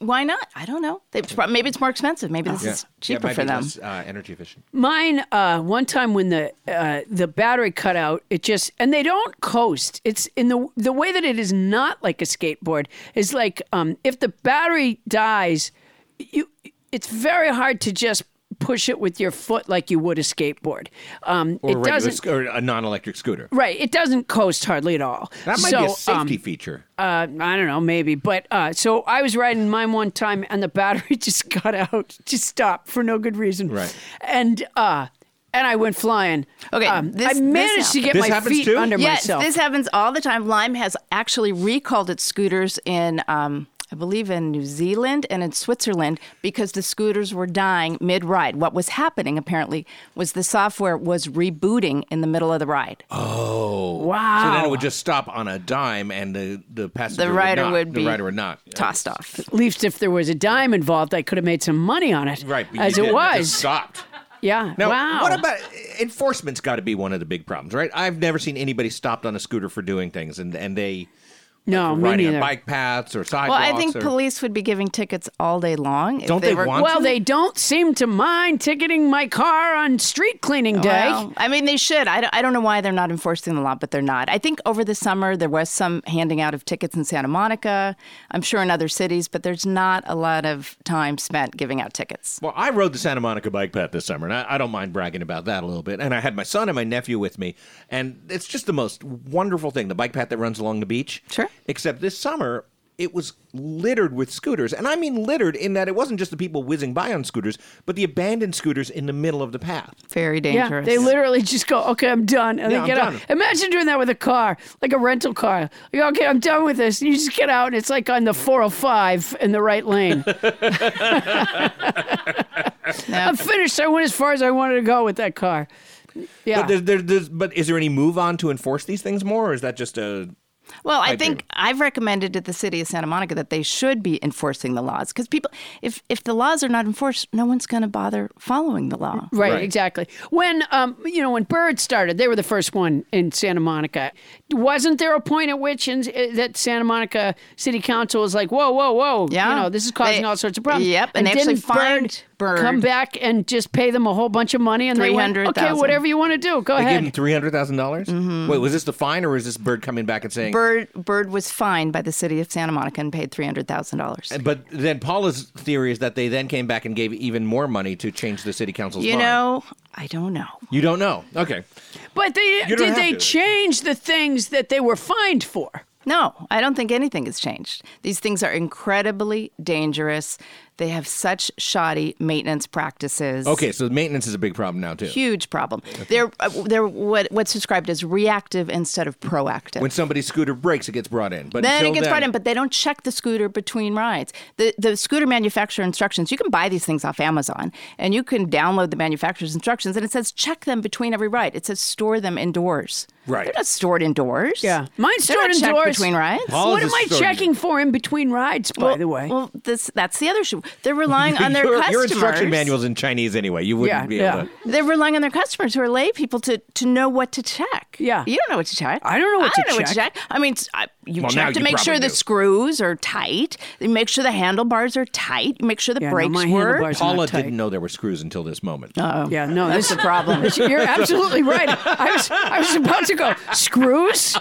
[SPEAKER 6] Why not? I don't know. They, maybe it's more expensive. Maybe this is
[SPEAKER 1] Oh. Yeah, it
[SPEAKER 6] cheaper
[SPEAKER 1] might
[SPEAKER 6] for
[SPEAKER 1] be
[SPEAKER 6] them.
[SPEAKER 1] less, uh, energy efficient.
[SPEAKER 2] Mine, uh, one time when the uh, the battery cut out, it just and they don't coast. It's in the the way that it is not like a skateboard. Is like um, if the battery dies, you it's very hard to just push it with your foot like you would a skateboard. Um,
[SPEAKER 1] Or, a
[SPEAKER 2] it
[SPEAKER 1] regular
[SPEAKER 2] doesn't.
[SPEAKER 1] sc- or a non-electric scooter.
[SPEAKER 2] Right, it doesn't coast hardly at all.
[SPEAKER 1] That might be a
[SPEAKER 2] So, um,
[SPEAKER 1] safety feature.
[SPEAKER 2] uh, I don't know, maybe. But uh, so I was riding mine one time, and the battery just got out, just stopped for no good reason.
[SPEAKER 1] Right.
[SPEAKER 2] And uh, and I went flying.
[SPEAKER 6] Okay,
[SPEAKER 2] Um,
[SPEAKER 6] this-
[SPEAKER 2] I
[SPEAKER 6] this
[SPEAKER 2] managed to
[SPEAKER 6] happened.
[SPEAKER 2] get
[SPEAKER 1] This
[SPEAKER 2] my
[SPEAKER 1] happens
[SPEAKER 2] feet
[SPEAKER 1] too?
[SPEAKER 2] under
[SPEAKER 6] yes,
[SPEAKER 2] myself.
[SPEAKER 6] this happens all the time. Lime has actually recalled its scooters in, um, I believe, in New Zealand and in Switzerland because the scooters were dying mid ride. What was happening, apparently, was the software was rebooting in the middle of the ride.
[SPEAKER 1] Oh,
[SPEAKER 2] wow.
[SPEAKER 1] so then it would just stop on a dime, and the the passenger
[SPEAKER 6] the rider
[SPEAKER 1] would, not,
[SPEAKER 6] would be
[SPEAKER 1] the rider would not
[SPEAKER 6] tossed off.
[SPEAKER 2] At least if there was a dime involved, I could have made some money on it.
[SPEAKER 1] Right, but you
[SPEAKER 2] as it
[SPEAKER 1] didn't.
[SPEAKER 2] was.
[SPEAKER 1] just stopped.
[SPEAKER 2] Yeah.
[SPEAKER 1] Now,
[SPEAKER 2] wow.
[SPEAKER 1] what about enforcement's got to be one of the big problems, right? I've never seen anybody stopped on a scooter for doing things, and and they
[SPEAKER 2] no? Oh, Me
[SPEAKER 1] riding on
[SPEAKER 2] neither.
[SPEAKER 1] bike paths or
[SPEAKER 6] Well,
[SPEAKER 1] sidewalks.
[SPEAKER 6] I think
[SPEAKER 1] or-
[SPEAKER 6] police would be giving tickets all day long. if
[SPEAKER 1] Don't they
[SPEAKER 6] were,
[SPEAKER 1] want
[SPEAKER 2] Well, they don't seem to mind ticketing my car on street cleaning day.
[SPEAKER 6] Well, Oh, I mean, they should. I don't, I don't know why they're not enforcing the law, but they're not. I think over the summer there was some handing out of tickets in Santa Monica. I'm sure in other cities, but there's not a lot of time spent giving out tickets.
[SPEAKER 1] Well, I rode the Santa Monica bike path this summer, and I, I don't mind bragging about that a little bit. And I had my son and my nephew with me, and it's just the most wonderful thing the bike path that runs along the beach.
[SPEAKER 6] Sure.
[SPEAKER 1] Except this summer, it was littered with scooters. And I mean littered in that it wasn't just the people whizzing by on scooters, but the abandoned scooters in the middle of the path.
[SPEAKER 6] Very
[SPEAKER 2] Yeah,
[SPEAKER 6] dangerous.
[SPEAKER 2] they literally just go, okay, I'm done, and
[SPEAKER 1] Yeah,
[SPEAKER 2] they
[SPEAKER 1] I'm
[SPEAKER 2] get
[SPEAKER 1] done.
[SPEAKER 2] out. Imagine doing that with a car, like a rental car. Like, okay, I'm done with this. And you just get out, and it's like on the 405 in the right lane. I'm finished. I went as far as I wanted to go with that car. Yeah.
[SPEAKER 1] But, there, there, there's, but is there any move on to enforce these things more, or is that just a.
[SPEAKER 6] Well, I,
[SPEAKER 1] I
[SPEAKER 6] think
[SPEAKER 1] do.
[SPEAKER 6] I've recommended to the city of Santa Monica that they should be enforcing the laws because people, if if the laws are not enforced, no one's going to bother following the law.
[SPEAKER 2] Right, exactly. When um, you know, when Bird started, they were the first one in Santa Monica. Wasn't there a point at which in, eh, that Santa Monica City Council was like, "Whoa, whoa, whoa!
[SPEAKER 6] Yeah.
[SPEAKER 2] You know, this is causing
[SPEAKER 6] They-
[SPEAKER 2] all sorts of problems."
[SPEAKER 6] yep, and they actually
[SPEAKER 2] didn't
[SPEAKER 6] fined Byrd.
[SPEAKER 2] come back and just pay them a whole bunch of money, and they went, "Okay,
[SPEAKER 6] 300,000.
[SPEAKER 2] whatever you want to do, go
[SPEAKER 1] They
[SPEAKER 2] ahead." Mm-hmm.
[SPEAKER 1] gave him three hundred thousand dollars. Wait, was this the fine, or is this Bird coming back and saying?
[SPEAKER 6] Bird Bird was fined by the city of Santa Monica and paid three hundred thousand dollars.
[SPEAKER 1] But then Paula's theory is that they then came back and gave even more money to change the city council's
[SPEAKER 6] You
[SPEAKER 1] mind.
[SPEAKER 6] know, I don't know.
[SPEAKER 1] you don't know. Okay,
[SPEAKER 2] but they
[SPEAKER 1] You don't
[SPEAKER 2] did
[SPEAKER 1] have
[SPEAKER 2] they
[SPEAKER 1] to.
[SPEAKER 2] change the things that they were fined for?
[SPEAKER 6] No, I don't think anything has changed. These things are incredibly dangerous. They have such shoddy maintenance practices.
[SPEAKER 1] okay. So maintenance is a big problem now too.
[SPEAKER 6] Huge problem. They're uh, they're what what's described as reactive instead of proactive.
[SPEAKER 1] When somebody's scooter breaks, it gets brought in. But
[SPEAKER 6] then it
[SPEAKER 1] until
[SPEAKER 6] gets brought
[SPEAKER 1] then-
[SPEAKER 6] in, but they don't check the scooter between rides. The the scooter manufacturer instructions, you can buy these things off Amazon and you can download the manufacturer's instructions and it says check them between every ride. It says store them indoors.
[SPEAKER 1] Right.
[SPEAKER 6] They're not stored indoors.
[SPEAKER 2] Yeah. Mine's
[SPEAKER 6] They're
[SPEAKER 2] stored
[SPEAKER 6] not checked
[SPEAKER 2] indoors.
[SPEAKER 6] between rides.
[SPEAKER 1] All
[SPEAKER 2] what
[SPEAKER 1] this
[SPEAKER 2] am I
[SPEAKER 1] story-
[SPEAKER 2] checking for in between rides? By the way,
[SPEAKER 6] Well, this that's the other issue. They're relying on their
[SPEAKER 1] your,
[SPEAKER 6] customers.
[SPEAKER 1] your instruction manual's in Chinese anyway. You wouldn't
[SPEAKER 2] Yeah,
[SPEAKER 1] be able
[SPEAKER 2] yeah.
[SPEAKER 1] to.
[SPEAKER 6] They're relying on their customers who are lay people to, to know what to check.
[SPEAKER 2] Yeah.
[SPEAKER 6] You don't know what to check.
[SPEAKER 2] I don't know what
[SPEAKER 6] I
[SPEAKER 2] to
[SPEAKER 6] don't know what to
[SPEAKER 2] check.
[SPEAKER 6] check. I mean, s- I- you
[SPEAKER 1] Well, now
[SPEAKER 6] check to
[SPEAKER 1] you
[SPEAKER 6] make sure
[SPEAKER 1] probably
[SPEAKER 6] the
[SPEAKER 1] do.
[SPEAKER 6] screws are tight. You make sure the handlebars are tight. You make sure the
[SPEAKER 2] Yeah, no,
[SPEAKER 6] brakes
[SPEAKER 2] my
[SPEAKER 6] work.
[SPEAKER 2] handlebars- It's not
[SPEAKER 1] Paula
[SPEAKER 2] tight. Uh,
[SPEAKER 1] didn't know there were screws until this moment.
[SPEAKER 2] yeah, no,
[SPEAKER 6] That's
[SPEAKER 2] this
[SPEAKER 6] the problem.
[SPEAKER 2] You're absolutely right. I was I was about to go screws.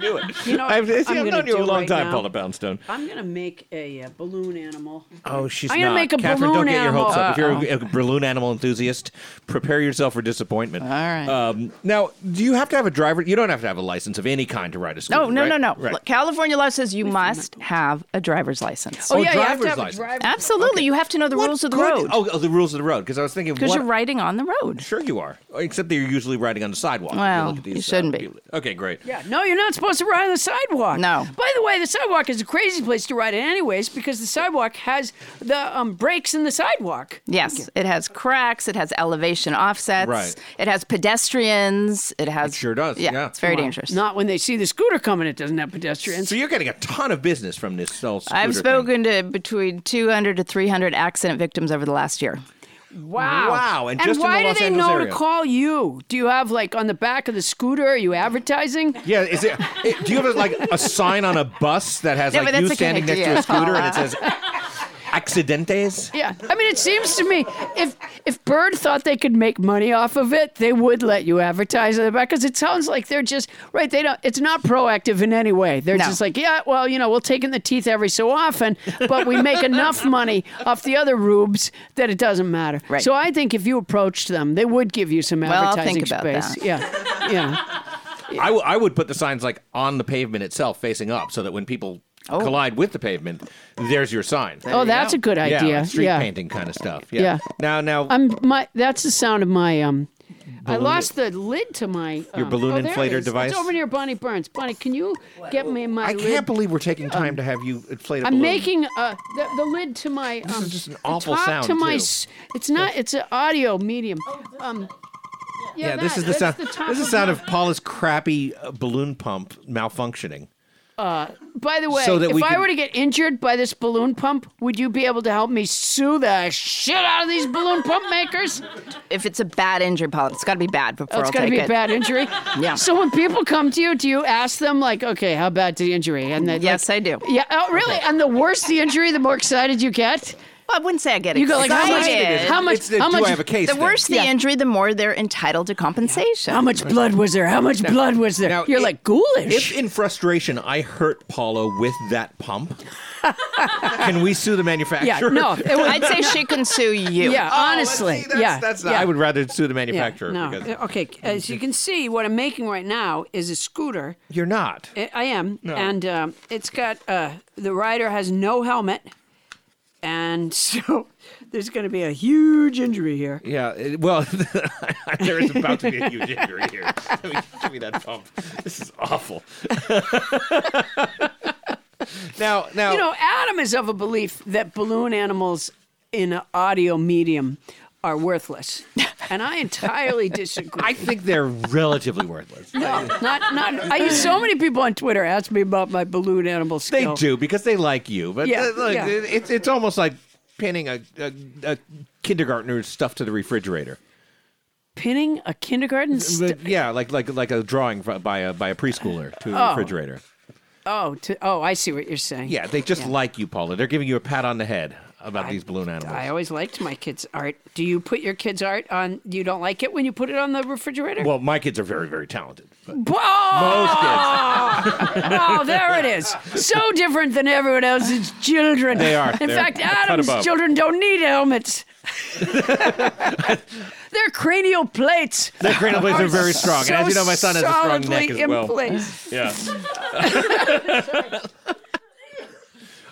[SPEAKER 1] Do it.
[SPEAKER 2] You know,
[SPEAKER 1] I've,
[SPEAKER 2] I'm
[SPEAKER 1] see, I've
[SPEAKER 2] gonna
[SPEAKER 1] known you
[SPEAKER 2] do
[SPEAKER 1] a long
[SPEAKER 2] right
[SPEAKER 1] time,
[SPEAKER 2] now.
[SPEAKER 1] Paula Poundstone.
[SPEAKER 9] I'm gonna make a, uh balloon animal.
[SPEAKER 1] Oh, she's
[SPEAKER 2] I'm gonna
[SPEAKER 1] not.
[SPEAKER 2] make a
[SPEAKER 1] Catherine,
[SPEAKER 2] balloon
[SPEAKER 1] don't get your hopes
[SPEAKER 2] animal.
[SPEAKER 1] up. If you're a, a balloon animal enthusiast, prepare yourself for disappointment. All
[SPEAKER 6] right.
[SPEAKER 1] Um, now, do you have to have a driver? You don't have to have a license of any kind to ride a scooter.
[SPEAKER 6] Oh, No, no,
[SPEAKER 1] right?
[SPEAKER 6] no, no.
[SPEAKER 1] Right.
[SPEAKER 6] Look, California law says you must have a driver's license.
[SPEAKER 2] Oh, yeah, you have
[SPEAKER 1] driver's
[SPEAKER 2] to have
[SPEAKER 1] license.
[SPEAKER 2] a driver.
[SPEAKER 6] Absolutely. You have to know the
[SPEAKER 1] What
[SPEAKER 6] rules of the
[SPEAKER 1] could-
[SPEAKER 6] road.
[SPEAKER 1] Oh, oh, the rules of the road. Because I was thinking,
[SPEAKER 6] Because
[SPEAKER 1] what-
[SPEAKER 6] you're riding on the road.
[SPEAKER 1] Sure, you are. Except that you're usually riding on the sidewalk. if
[SPEAKER 6] Well,
[SPEAKER 1] look at uh,
[SPEAKER 6] you shouldn't be.
[SPEAKER 1] people- Okay, great.
[SPEAKER 2] Yeah, no, you're not supposed to ride on the sidewalk.
[SPEAKER 6] No.
[SPEAKER 2] By the way, the sidewalk is a crazy place to ride in, anyways, because the sidewalk has the um, brakes in the sidewalk.
[SPEAKER 6] Yes, it has cracks. It has elevation offsets.
[SPEAKER 1] Right.
[SPEAKER 6] It has pedestrians. It has.
[SPEAKER 1] sure does,
[SPEAKER 6] Yeah,
[SPEAKER 1] yeah.
[SPEAKER 6] it's very dangerous.
[SPEAKER 2] Not when they see the scooter coming, it doesn't have pedestrians.
[SPEAKER 1] So you're getting a ton of business from this whole scooter
[SPEAKER 6] I've
[SPEAKER 1] thing.
[SPEAKER 6] spoken to between 200 to 300 accident victims over the last year.
[SPEAKER 2] Wow.
[SPEAKER 1] Wow, and just in
[SPEAKER 2] why
[SPEAKER 1] the Los
[SPEAKER 2] do they
[SPEAKER 1] Angeles
[SPEAKER 2] know
[SPEAKER 1] area.
[SPEAKER 2] to call you? Do you have like on the back of the scooter? Are you advertising?
[SPEAKER 1] Yeah, is it, it- Do you have like a sign on a bus that has
[SPEAKER 6] No,
[SPEAKER 1] like
[SPEAKER 6] but
[SPEAKER 1] you
[SPEAKER 6] that's a
[SPEAKER 1] standing
[SPEAKER 6] good
[SPEAKER 1] next to a
[SPEAKER 6] idea.
[SPEAKER 1] scooter and it says accidentes?
[SPEAKER 2] Yeah, I mean, it seems to me if if Bird thought they could make money off of it, they would let you advertise it because it sounds like they're just right. They don't. It's not proactive in any way. They're
[SPEAKER 6] No.
[SPEAKER 2] just like, yeah, well, you know, we'll take in the teeth every so often, but we make enough money off the other rubes that it doesn't matter.
[SPEAKER 6] Right.
[SPEAKER 2] So I think if you approached them, they would give you some
[SPEAKER 6] I'll
[SPEAKER 2] advertising
[SPEAKER 6] think about
[SPEAKER 2] space.
[SPEAKER 6] that.
[SPEAKER 2] Yeah, yeah.
[SPEAKER 1] I, w- I would put the signs like on the pavement itself, facing up, so that when people collide with the pavement, there's your sign.
[SPEAKER 2] Oh, that's a good
[SPEAKER 1] yeah,
[SPEAKER 2] idea.
[SPEAKER 1] like street
[SPEAKER 2] yeah.
[SPEAKER 1] painting kind of stuff. Yeah.
[SPEAKER 2] Yeah.
[SPEAKER 1] Now, now
[SPEAKER 2] I'm my. That's the sound of my um. I lost the lid to my um,
[SPEAKER 1] Your balloon
[SPEAKER 2] oh, there it
[SPEAKER 1] inflator
[SPEAKER 2] is.
[SPEAKER 1] device?
[SPEAKER 2] It's over near Bonnie Burns. Bonnie, can you get me my?
[SPEAKER 1] I
[SPEAKER 2] lid?
[SPEAKER 1] can't believe we're taking time to have you inflate a
[SPEAKER 2] I'm
[SPEAKER 1] balloon.
[SPEAKER 2] making uh, the, the lid to my. Um, this
[SPEAKER 1] is just an awful
[SPEAKER 2] the top
[SPEAKER 1] sound,
[SPEAKER 2] to my.
[SPEAKER 1] too.
[SPEAKER 2] s- It's not. It's an audio medium. Um, yeah,
[SPEAKER 1] Yeah, this
[SPEAKER 2] that-
[SPEAKER 1] is the
[SPEAKER 2] that's
[SPEAKER 1] sound.
[SPEAKER 2] top
[SPEAKER 1] this is
[SPEAKER 2] of
[SPEAKER 1] the sound
[SPEAKER 2] my-
[SPEAKER 1] of Paula's crappy uh, balloon pump malfunctioning.
[SPEAKER 2] By the way,
[SPEAKER 1] so that
[SPEAKER 2] if
[SPEAKER 1] we
[SPEAKER 2] I
[SPEAKER 1] can-
[SPEAKER 2] were to get injured by this balloon pump, would you be able to help me sue the shit out of these balloon pump makers?
[SPEAKER 6] If it's a bad injury, Paul, it's got to be bad before
[SPEAKER 2] Oh, it's
[SPEAKER 6] I'll
[SPEAKER 2] got to
[SPEAKER 6] take
[SPEAKER 2] be a
[SPEAKER 6] it.
[SPEAKER 2] bad injury.
[SPEAKER 6] Yeah.
[SPEAKER 2] So when people come to you, do you ask them like, okay, how bad's the injury? And then
[SPEAKER 6] Yes, I do.
[SPEAKER 2] Yeah. Oh, really? And the worse the injury, the more excited you get.
[SPEAKER 6] Well, I wouldn't say I get
[SPEAKER 2] You go like
[SPEAKER 6] excited.
[SPEAKER 2] how much?
[SPEAKER 6] Excited.
[SPEAKER 2] How much?
[SPEAKER 1] It's the,
[SPEAKER 2] how
[SPEAKER 1] do
[SPEAKER 2] much?
[SPEAKER 1] I have a case?
[SPEAKER 6] the
[SPEAKER 1] thing.
[SPEAKER 6] worse the
[SPEAKER 2] Yeah.
[SPEAKER 6] injury, the more they're entitled to compensation.
[SPEAKER 2] How much blood was there? How much blood was there?
[SPEAKER 1] now,
[SPEAKER 2] You're
[SPEAKER 1] if-
[SPEAKER 2] like ghoulish.
[SPEAKER 1] If in frustration I hurt Paula with that pump, can we sue the
[SPEAKER 2] yeah,
[SPEAKER 1] manufacturer?
[SPEAKER 2] no, it was,
[SPEAKER 6] I'd say she can sue you.
[SPEAKER 2] yeah,
[SPEAKER 1] Oh, let's see,
[SPEAKER 2] honestly,
[SPEAKER 1] that's-
[SPEAKER 2] yeah,
[SPEAKER 1] that's not-
[SPEAKER 2] yeah.
[SPEAKER 1] I would rather sue the
[SPEAKER 2] Yeah,
[SPEAKER 1] manufacturer
[SPEAKER 2] no.
[SPEAKER 1] because
[SPEAKER 2] Uh, Okay, as you can see, what I'm making right now is a scooter.
[SPEAKER 1] you're not.
[SPEAKER 2] I I am, and um, it's got uh, the rider has no helmet, and so there's going to be a huge injury here.
[SPEAKER 1] Yeah, it- well, there is about to be a huge injury here. Let me- give me that pump. This is awful. now, now,
[SPEAKER 2] You know, Adam is of a belief that balloon animals in an audio medium are worthless, and I entirely disagree.
[SPEAKER 1] I think they're relatively worthless.
[SPEAKER 2] No, not not. I, so many people on Twitter ask me about my balloon animal
[SPEAKER 1] They
[SPEAKER 2] skill.
[SPEAKER 1] do because they like you, but
[SPEAKER 2] Yeah,
[SPEAKER 1] uh, look,
[SPEAKER 2] yeah.
[SPEAKER 1] it- it's it's almost like pinning a, a, a kindergartner's stuff to the refrigerator.
[SPEAKER 2] Pinning a kindergarten. St-
[SPEAKER 1] But yeah, like like like a drawing fro- by a by a preschooler to a refrigerator.
[SPEAKER 2] oh, to, oh, I see what you're saying.
[SPEAKER 1] Yeah, they just like you, Paula. They're giving you a pat on the head about these balloon animals.
[SPEAKER 2] I always liked my kids' art. Do you put your kids' art on? You don't like it when you put it on the refrigerator?
[SPEAKER 1] well, my kids are very very talented. But
[SPEAKER 2] Whoa!
[SPEAKER 1] those kids,
[SPEAKER 2] Oh, there it is. So different than everyone else's children.
[SPEAKER 1] They are.
[SPEAKER 2] In
[SPEAKER 1] They're
[SPEAKER 2] fact,
[SPEAKER 1] a cut
[SPEAKER 2] Adam's
[SPEAKER 1] above.
[SPEAKER 2] children don't need helmets. Their cranial plates.
[SPEAKER 1] their cranial blades are very strong,
[SPEAKER 2] So
[SPEAKER 1] and as you know, my son has a strong neck
[SPEAKER 2] solidly
[SPEAKER 1] as
[SPEAKER 2] in
[SPEAKER 1] well.
[SPEAKER 2] place.
[SPEAKER 1] Yeah.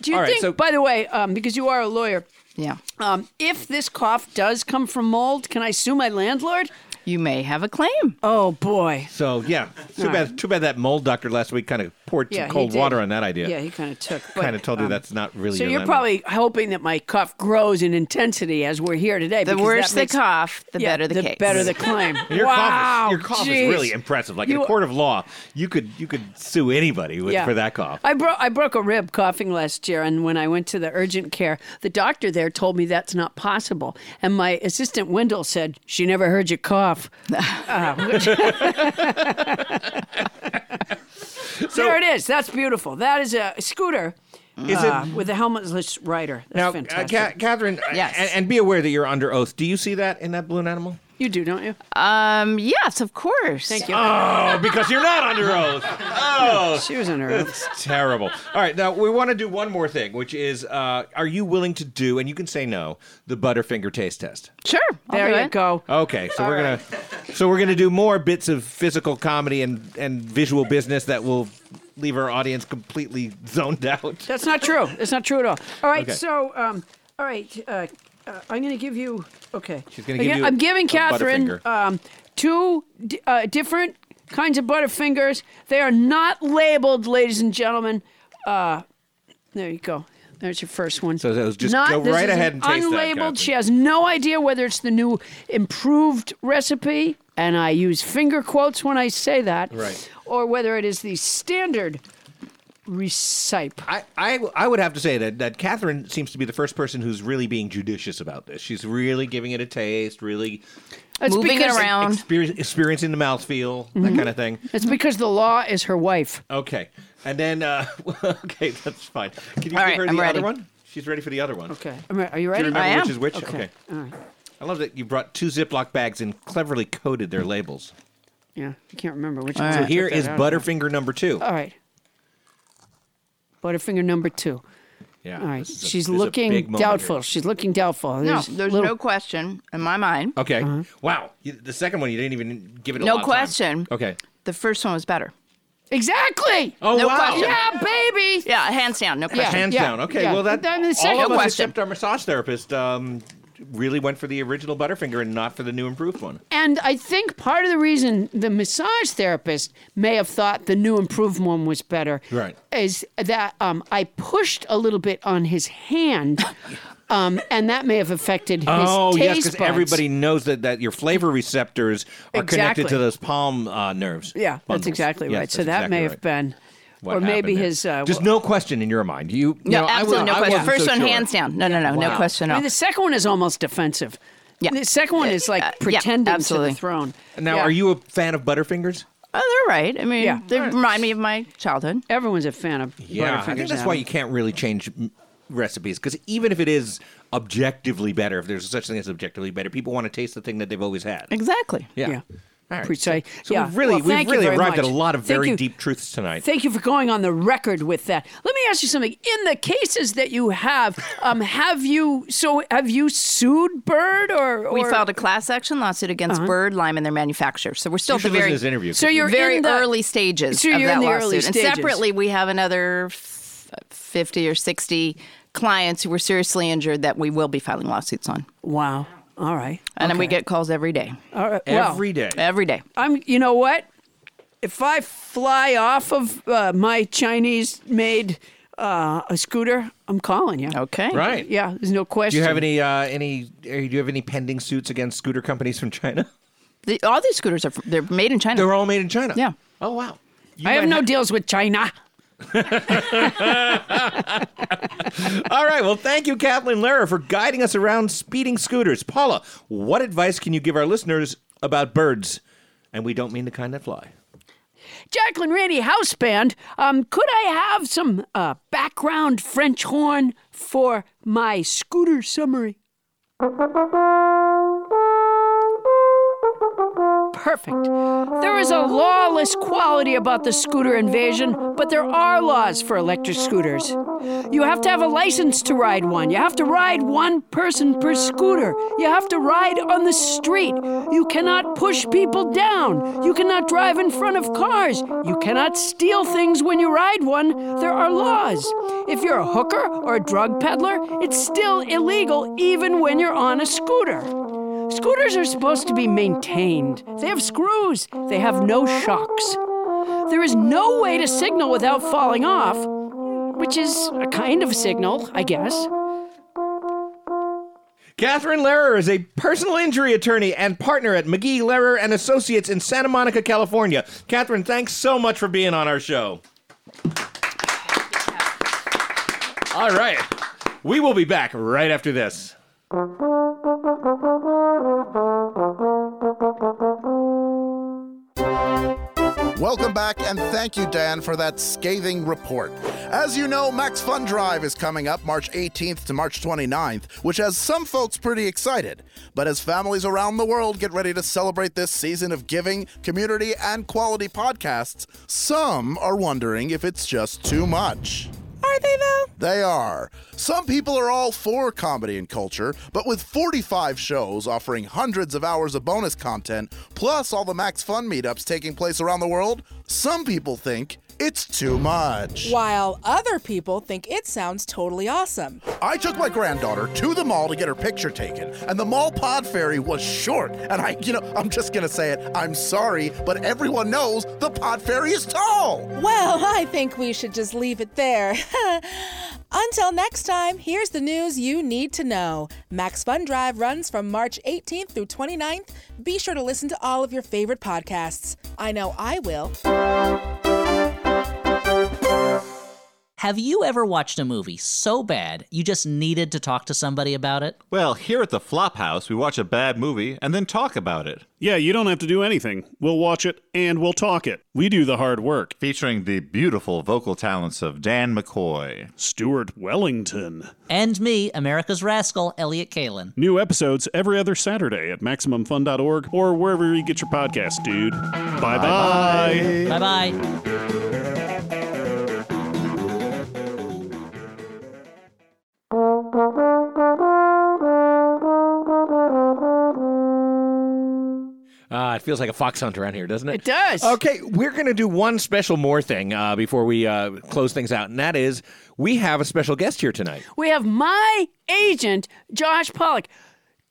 [SPEAKER 2] Do you
[SPEAKER 1] All right,
[SPEAKER 2] think,
[SPEAKER 1] so-
[SPEAKER 2] by the way, um, because you are a lawyer,
[SPEAKER 6] Yeah.
[SPEAKER 2] um, if this cough does come from mold, can I sue my landlord?
[SPEAKER 6] You may have a claim.
[SPEAKER 2] Oh boy.
[SPEAKER 1] So yeah, too
[SPEAKER 2] All
[SPEAKER 1] bad. Too bad that mold doctor last week kind of poured
[SPEAKER 2] Yeah,
[SPEAKER 1] some
[SPEAKER 2] he
[SPEAKER 1] cold
[SPEAKER 2] did.
[SPEAKER 1] water on that idea.
[SPEAKER 2] Yeah, he kind of took. but,
[SPEAKER 1] kind of told you
[SPEAKER 2] um,
[SPEAKER 1] that's not really.
[SPEAKER 2] So
[SPEAKER 1] your
[SPEAKER 2] you're
[SPEAKER 1] lemon.
[SPEAKER 2] probably hoping that my cough grows in intensity as we're here today.
[SPEAKER 6] The
[SPEAKER 2] because
[SPEAKER 6] worse
[SPEAKER 2] that
[SPEAKER 6] the
[SPEAKER 2] makes-
[SPEAKER 6] cough, the
[SPEAKER 2] yeah,
[SPEAKER 6] better the, case.
[SPEAKER 2] better the claim.
[SPEAKER 1] Your
[SPEAKER 2] wow,
[SPEAKER 1] cough is, your cough
[SPEAKER 2] jeez.
[SPEAKER 1] is really impressive. Like in
[SPEAKER 2] You-
[SPEAKER 1] a court of law, you could you could sue anybody with,
[SPEAKER 2] Yeah.
[SPEAKER 1] for that cough.
[SPEAKER 2] I broke I broke a rib coughing last year, and when I went to the urgent care, the doctor there told me that's not possible. And my assistant Wendell said she never heard you cough. Uh, which- there it is. That's beautiful. That is a scooter
[SPEAKER 1] Is it
[SPEAKER 2] uh, with a helmetless rider. That's
[SPEAKER 1] now, uh,
[SPEAKER 2] fantastic.
[SPEAKER 1] Ca- Catherine? uh,
[SPEAKER 6] Yes.
[SPEAKER 1] And, and be aware that you're under oath. Do you see that in that balloon animal?
[SPEAKER 2] you do, don't you?
[SPEAKER 6] Um, yes, of course.
[SPEAKER 2] Thank you.
[SPEAKER 1] Oh, because you're not under oath. Oh,
[SPEAKER 2] she was on her own.
[SPEAKER 1] terrible. All right, now we want to do one more thing, which is, uh, are you willing to do? And you can say no. The Butterfinger taste test.
[SPEAKER 6] Sure. I'll
[SPEAKER 2] There
[SPEAKER 6] do
[SPEAKER 2] you
[SPEAKER 6] it.
[SPEAKER 2] go.
[SPEAKER 1] Okay, so we're gonna so we're gonna do more bits of physical comedy and and visual business that will leave our audience completely zoned out.
[SPEAKER 2] That's not true. That's not true at all. All right.
[SPEAKER 1] Okay.
[SPEAKER 2] So, um, all right. Uh, uh, I'm going to give you. Okay. She's
[SPEAKER 1] gonna give you
[SPEAKER 2] I'm
[SPEAKER 1] a-
[SPEAKER 2] giving
[SPEAKER 1] a
[SPEAKER 2] Catherine
[SPEAKER 1] Butterfinger.
[SPEAKER 2] um, two di- uh, different kinds of butterfingers. They are not labeled, ladies and gentlemen. Uh, there you go. There's your first one.
[SPEAKER 1] So that was just
[SPEAKER 2] Not-
[SPEAKER 1] go
[SPEAKER 2] this
[SPEAKER 1] right
[SPEAKER 2] is
[SPEAKER 1] ahead
[SPEAKER 2] an
[SPEAKER 1] and taste that,
[SPEAKER 2] unlabeled.
[SPEAKER 1] Catherine.
[SPEAKER 2] she has no idea whether it's the new improved recipe, and I use finger quotes when I say that,
[SPEAKER 1] Right.
[SPEAKER 2] Or whether it is the standard recipe.
[SPEAKER 1] I, I, I would have to say that, that Catherine seems to be the first person who's really being judicious about this. She's really giving it a taste, really
[SPEAKER 2] It's
[SPEAKER 6] Moving it
[SPEAKER 2] because-
[SPEAKER 6] around.
[SPEAKER 1] exper- experiencing the mouthfeel, that kind of thing.
[SPEAKER 2] It's because the law is her wife.
[SPEAKER 1] Okay. And then, uh, okay, that's fine. Can you
[SPEAKER 6] All
[SPEAKER 1] give
[SPEAKER 6] right,
[SPEAKER 1] her
[SPEAKER 6] I'm
[SPEAKER 1] the
[SPEAKER 6] ready.
[SPEAKER 1] other one? She's ready for the other one.
[SPEAKER 2] Okay. Are you
[SPEAKER 1] Do you
[SPEAKER 2] ready?
[SPEAKER 1] remember
[SPEAKER 6] I
[SPEAKER 1] which
[SPEAKER 6] am.
[SPEAKER 1] is which?
[SPEAKER 2] Okay. All right.
[SPEAKER 1] I love that you brought two Ziploc bags and cleverly coded their labels.
[SPEAKER 2] Yeah. I can't remember which
[SPEAKER 6] All
[SPEAKER 2] one.
[SPEAKER 6] right.
[SPEAKER 1] So here
[SPEAKER 2] Check that
[SPEAKER 1] is
[SPEAKER 2] out. Oh,
[SPEAKER 1] Butterfinger number two.
[SPEAKER 2] All right. Butterfinger number two.
[SPEAKER 1] Yeah.
[SPEAKER 2] All right.
[SPEAKER 1] this is a-
[SPEAKER 2] She's
[SPEAKER 1] this is a big
[SPEAKER 2] looking
[SPEAKER 1] moment here.
[SPEAKER 2] doubtful. She's looking doubtful.
[SPEAKER 6] No,
[SPEAKER 2] There's
[SPEAKER 6] there's
[SPEAKER 2] little-
[SPEAKER 6] no question in my mind.
[SPEAKER 1] Okay.
[SPEAKER 2] Uh-huh.
[SPEAKER 1] Wow. You, the second one, you didn't even give it a
[SPEAKER 6] No
[SPEAKER 1] lot of time.
[SPEAKER 6] question.
[SPEAKER 1] Okay.
[SPEAKER 6] The first one was better.
[SPEAKER 2] Exactly.
[SPEAKER 1] Oh,
[SPEAKER 6] No
[SPEAKER 1] wow.
[SPEAKER 6] question.
[SPEAKER 2] Yeah, baby.
[SPEAKER 6] Yeah, hands down, no question.
[SPEAKER 1] hands
[SPEAKER 2] Uh, yeah,
[SPEAKER 1] down. Okay,
[SPEAKER 2] yeah.
[SPEAKER 1] well that
[SPEAKER 2] Then the
[SPEAKER 1] all
[SPEAKER 2] second
[SPEAKER 1] of us
[SPEAKER 6] question.
[SPEAKER 1] except our massage therapist um, really went for the original Butterfinger and not for the new improved one.
[SPEAKER 2] And I think part of the reason the massage therapist may have thought the new improved one was better
[SPEAKER 1] Right.
[SPEAKER 2] is that um, I pushed a little bit on his hand, um, and that may have affected his
[SPEAKER 1] oh
[SPEAKER 2] taste
[SPEAKER 1] yes, because
[SPEAKER 2] buds.
[SPEAKER 1] everybody knows that, that your flavor receptors are
[SPEAKER 2] Exactly.
[SPEAKER 1] connected to those palm uh, nerves.
[SPEAKER 2] Yeah,
[SPEAKER 1] bundles.
[SPEAKER 2] that's exactly
[SPEAKER 1] Yes,
[SPEAKER 2] right. So
[SPEAKER 1] that's
[SPEAKER 2] that may
[SPEAKER 1] exactly
[SPEAKER 2] have
[SPEAKER 1] right.
[SPEAKER 2] been,
[SPEAKER 1] What
[SPEAKER 2] or maybe
[SPEAKER 1] happened there.
[SPEAKER 2] his. Uh,
[SPEAKER 1] Just no
[SPEAKER 2] well-
[SPEAKER 1] question in your mind. You
[SPEAKER 6] No,
[SPEAKER 1] you know, I
[SPEAKER 6] absolutely
[SPEAKER 1] was-
[SPEAKER 6] no
[SPEAKER 1] I
[SPEAKER 6] question.
[SPEAKER 1] wasn't
[SPEAKER 6] First
[SPEAKER 1] so
[SPEAKER 6] one,
[SPEAKER 1] sure.
[SPEAKER 6] hands down. No, no, no, no
[SPEAKER 1] Wow.
[SPEAKER 6] question
[SPEAKER 2] I
[SPEAKER 6] at all.
[SPEAKER 2] mean, the second one is almost offensive.
[SPEAKER 6] Yeah.
[SPEAKER 2] The second one is like
[SPEAKER 6] Uh, yeah,
[SPEAKER 2] pretending to
[SPEAKER 6] absolutely.
[SPEAKER 2] the throne.
[SPEAKER 1] Now,
[SPEAKER 2] Yeah.
[SPEAKER 1] are you a fan of Butterfingers?
[SPEAKER 6] Oh, they're right. I mean,
[SPEAKER 2] Yeah.
[SPEAKER 6] they remind me of my childhood.
[SPEAKER 2] Everyone's a fan of
[SPEAKER 1] Yeah, I
[SPEAKER 2] Butterfingers
[SPEAKER 1] think that's
[SPEAKER 2] now.
[SPEAKER 1] why you can't really change m- recipes because even if it is objectively better, if there's such thing as objectively better, people want to taste the thing that they've always had.
[SPEAKER 6] Exactly.
[SPEAKER 1] Yeah.
[SPEAKER 2] Yeah.
[SPEAKER 1] All right.
[SPEAKER 2] Precise.
[SPEAKER 1] So, so
[SPEAKER 2] Yeah.
[SPEAKER 1] we've really,
[SPEAKER 2] Well,
[SPEAKER 1] we've
[SPEAKER 2] thank you
[SPEAKER 1] really
[SPEAKER 2] very
[SPEAKER 1] arrived at a
[SPEAKER 2] much.
[SPEAKER 1] lot of
[SPEAKER 2] Thank
[SPEAKER 1] very
[SPEAKER 2] you.
[SPEAKER 1] deep truths tonight.
[SPEAKER 2] Thank you for going on the record with that. Let me ask you something. In the cases that you have, um, have you so have you sued Bird or, or
[SPEAKER 6] We filed a class action lawsuit against Bird Lime and their manufacturers. So we're still
[SPEAKER 1] Uh-huh. you
[SPEAKER 6] at the
[SPEAKER 1] should listen
[SPEAKER 6] very
[SPEAKER 1] to this interview.
[SPEAKER 2] So you're
[SPEAKER 6] very
[SPEAKER 2] in the,
[SPEAKER 6] early stages
[SPEAKER 2] So
[SPEAKER 6] of
[SPEAKER 2] you're
[SPEAKER 6] that
[SPEAKER 2] in the
[SPEAKER 6] lawsuit.
[SPEAKER 2] early stages.
[SPEAKER 6] And separately, we have another f- 50 or 60 clients who were seriously injured that we will be filing lawsuits on.
[SPEAKER 2] Wow. All right.
[SPEAKER 6] And then we get calls every day.
[SPEAKER 2] All right. Well,
[SPEAKER 1] Every day.
[SPEAKER 6] Every day.
[SPEAKER 2] I'm. You know what? If I fly off of uh, my Chinese-made uh, a scooter, I'm calling you.
[SPEAKER 6] Okay.
[SPEAKER 1] Right.
[SPEAKER 2] Yeah. There's no question.
[SPEAKER 1] Do you have any uh, any uh, do you have any pending suits against scooter companies from China?
[SPEAKER 6] The, all these scooters are f- they're made in China.
[SPEAKER 1] They're all made in China.
[SPEAKER 6] Yeah.
[SPEAKER 1] Oh wow. You
[SPEAKER 2] I have
[SPEAKER 1] might
[SPEAKER 2] no deals with China.
[SPEAKER 1] All right. Well, thank you, Kathleen Lehrer, for guiding us around speeding scooters. Paula, what advice can you give our listeners about birds? And we don't mean the kind that fly.
[SPEAKER 2] Jacqueline Rainey House Band, um, could I have some uh, background French horn for my scooter summary? Perfect. There is a lawless quality about the scooter invasion, but there are laws for electric scooters. You have to have a license to ride one. You have to ride one person per scooter. You have to ride on the street. You cannot push people down. You cannot drive in front of cars. You cannot steal things when you ride one. There are laws. If you're a hooker or a drug peddler, it's still illegal even when you're on a scooter. Scooters are supposed to be maintained. They have screws, they have no shocks. There is no way to signal without falling off, which is a kind of signal, I guess.
[SPEAKER 1] Catherine Lehrer is a personal injury attorney and partner at McGee Lehrer and Associates in Santa Monica, California. Catherine, thanks so much for being on our show. All right. We will be back right after this.
[SPEAKER 10] Welcome back, and thank you, Dan, for that scathing report. As you know, Max Fun Drive is coming up March 18th to March 29th, which has some folks pretty excited. But as families around the world get ready to celebrate this season of giving, community, and quality podcasts, some are wondering if it's just too much. Are they though? They are. Some people are all for comedy and culture, but with 45 shows offering hundreds of hours of bonus content, plus all the Max Fun meetups taking place around the world, some people think it's too much.
[SPEAKER 5] While other people think it sounds totally awesome.
[SPEAKER 10] I took my granddaughter to the mall to get her picture taken, and the mall pod ferry was short. And I, you know, I'm just gonna say it. I'm sorry, but everyone knows the pod ferry is tall.
[SPEAKER 5] Well, I think we should just leave it there. Until next time, here's the news you need to know. Max Fun Drive runs from March 18th through 29th. Be sure to listen to all of your favorite podcasts. I know I will.
[SPEAKER 11] Have you ever watched a movie so bad you just needed to talk to somebody about it?
[SPEAKER 12] Well, here at the Flophouse, we watch a bad movie and then talk about it.
[SPEAKER 13] Yeah, you don't have to do anything. We'll watch it and we'll talk it. We do the hard work.
[SPEAKER 12] Featuring the beautiful vocal talents of Dan McCoy.
[SPEAKER 13] Stuart Wellington.
[SPEAKER 11] And me, America's Rascal, Elliot Kalin.
[SPEAKER 13] New episodes every other Saturday at MaximumFun.org or wherever you get your podcast, dude. Bye bye.
[SPEAKER 11] Bye bye.
[SPEAKER 1] Ah, it feels like a fox hunt around here, doesn't it?
[SPEAKER 2] It does.
[SPEAKER 1] Okay, we're going to do one special more thing uh, before we uh, close things out, and that is we have a special guest here tonight.
[SPEAKER 2] We have my agent, Josh Pollock.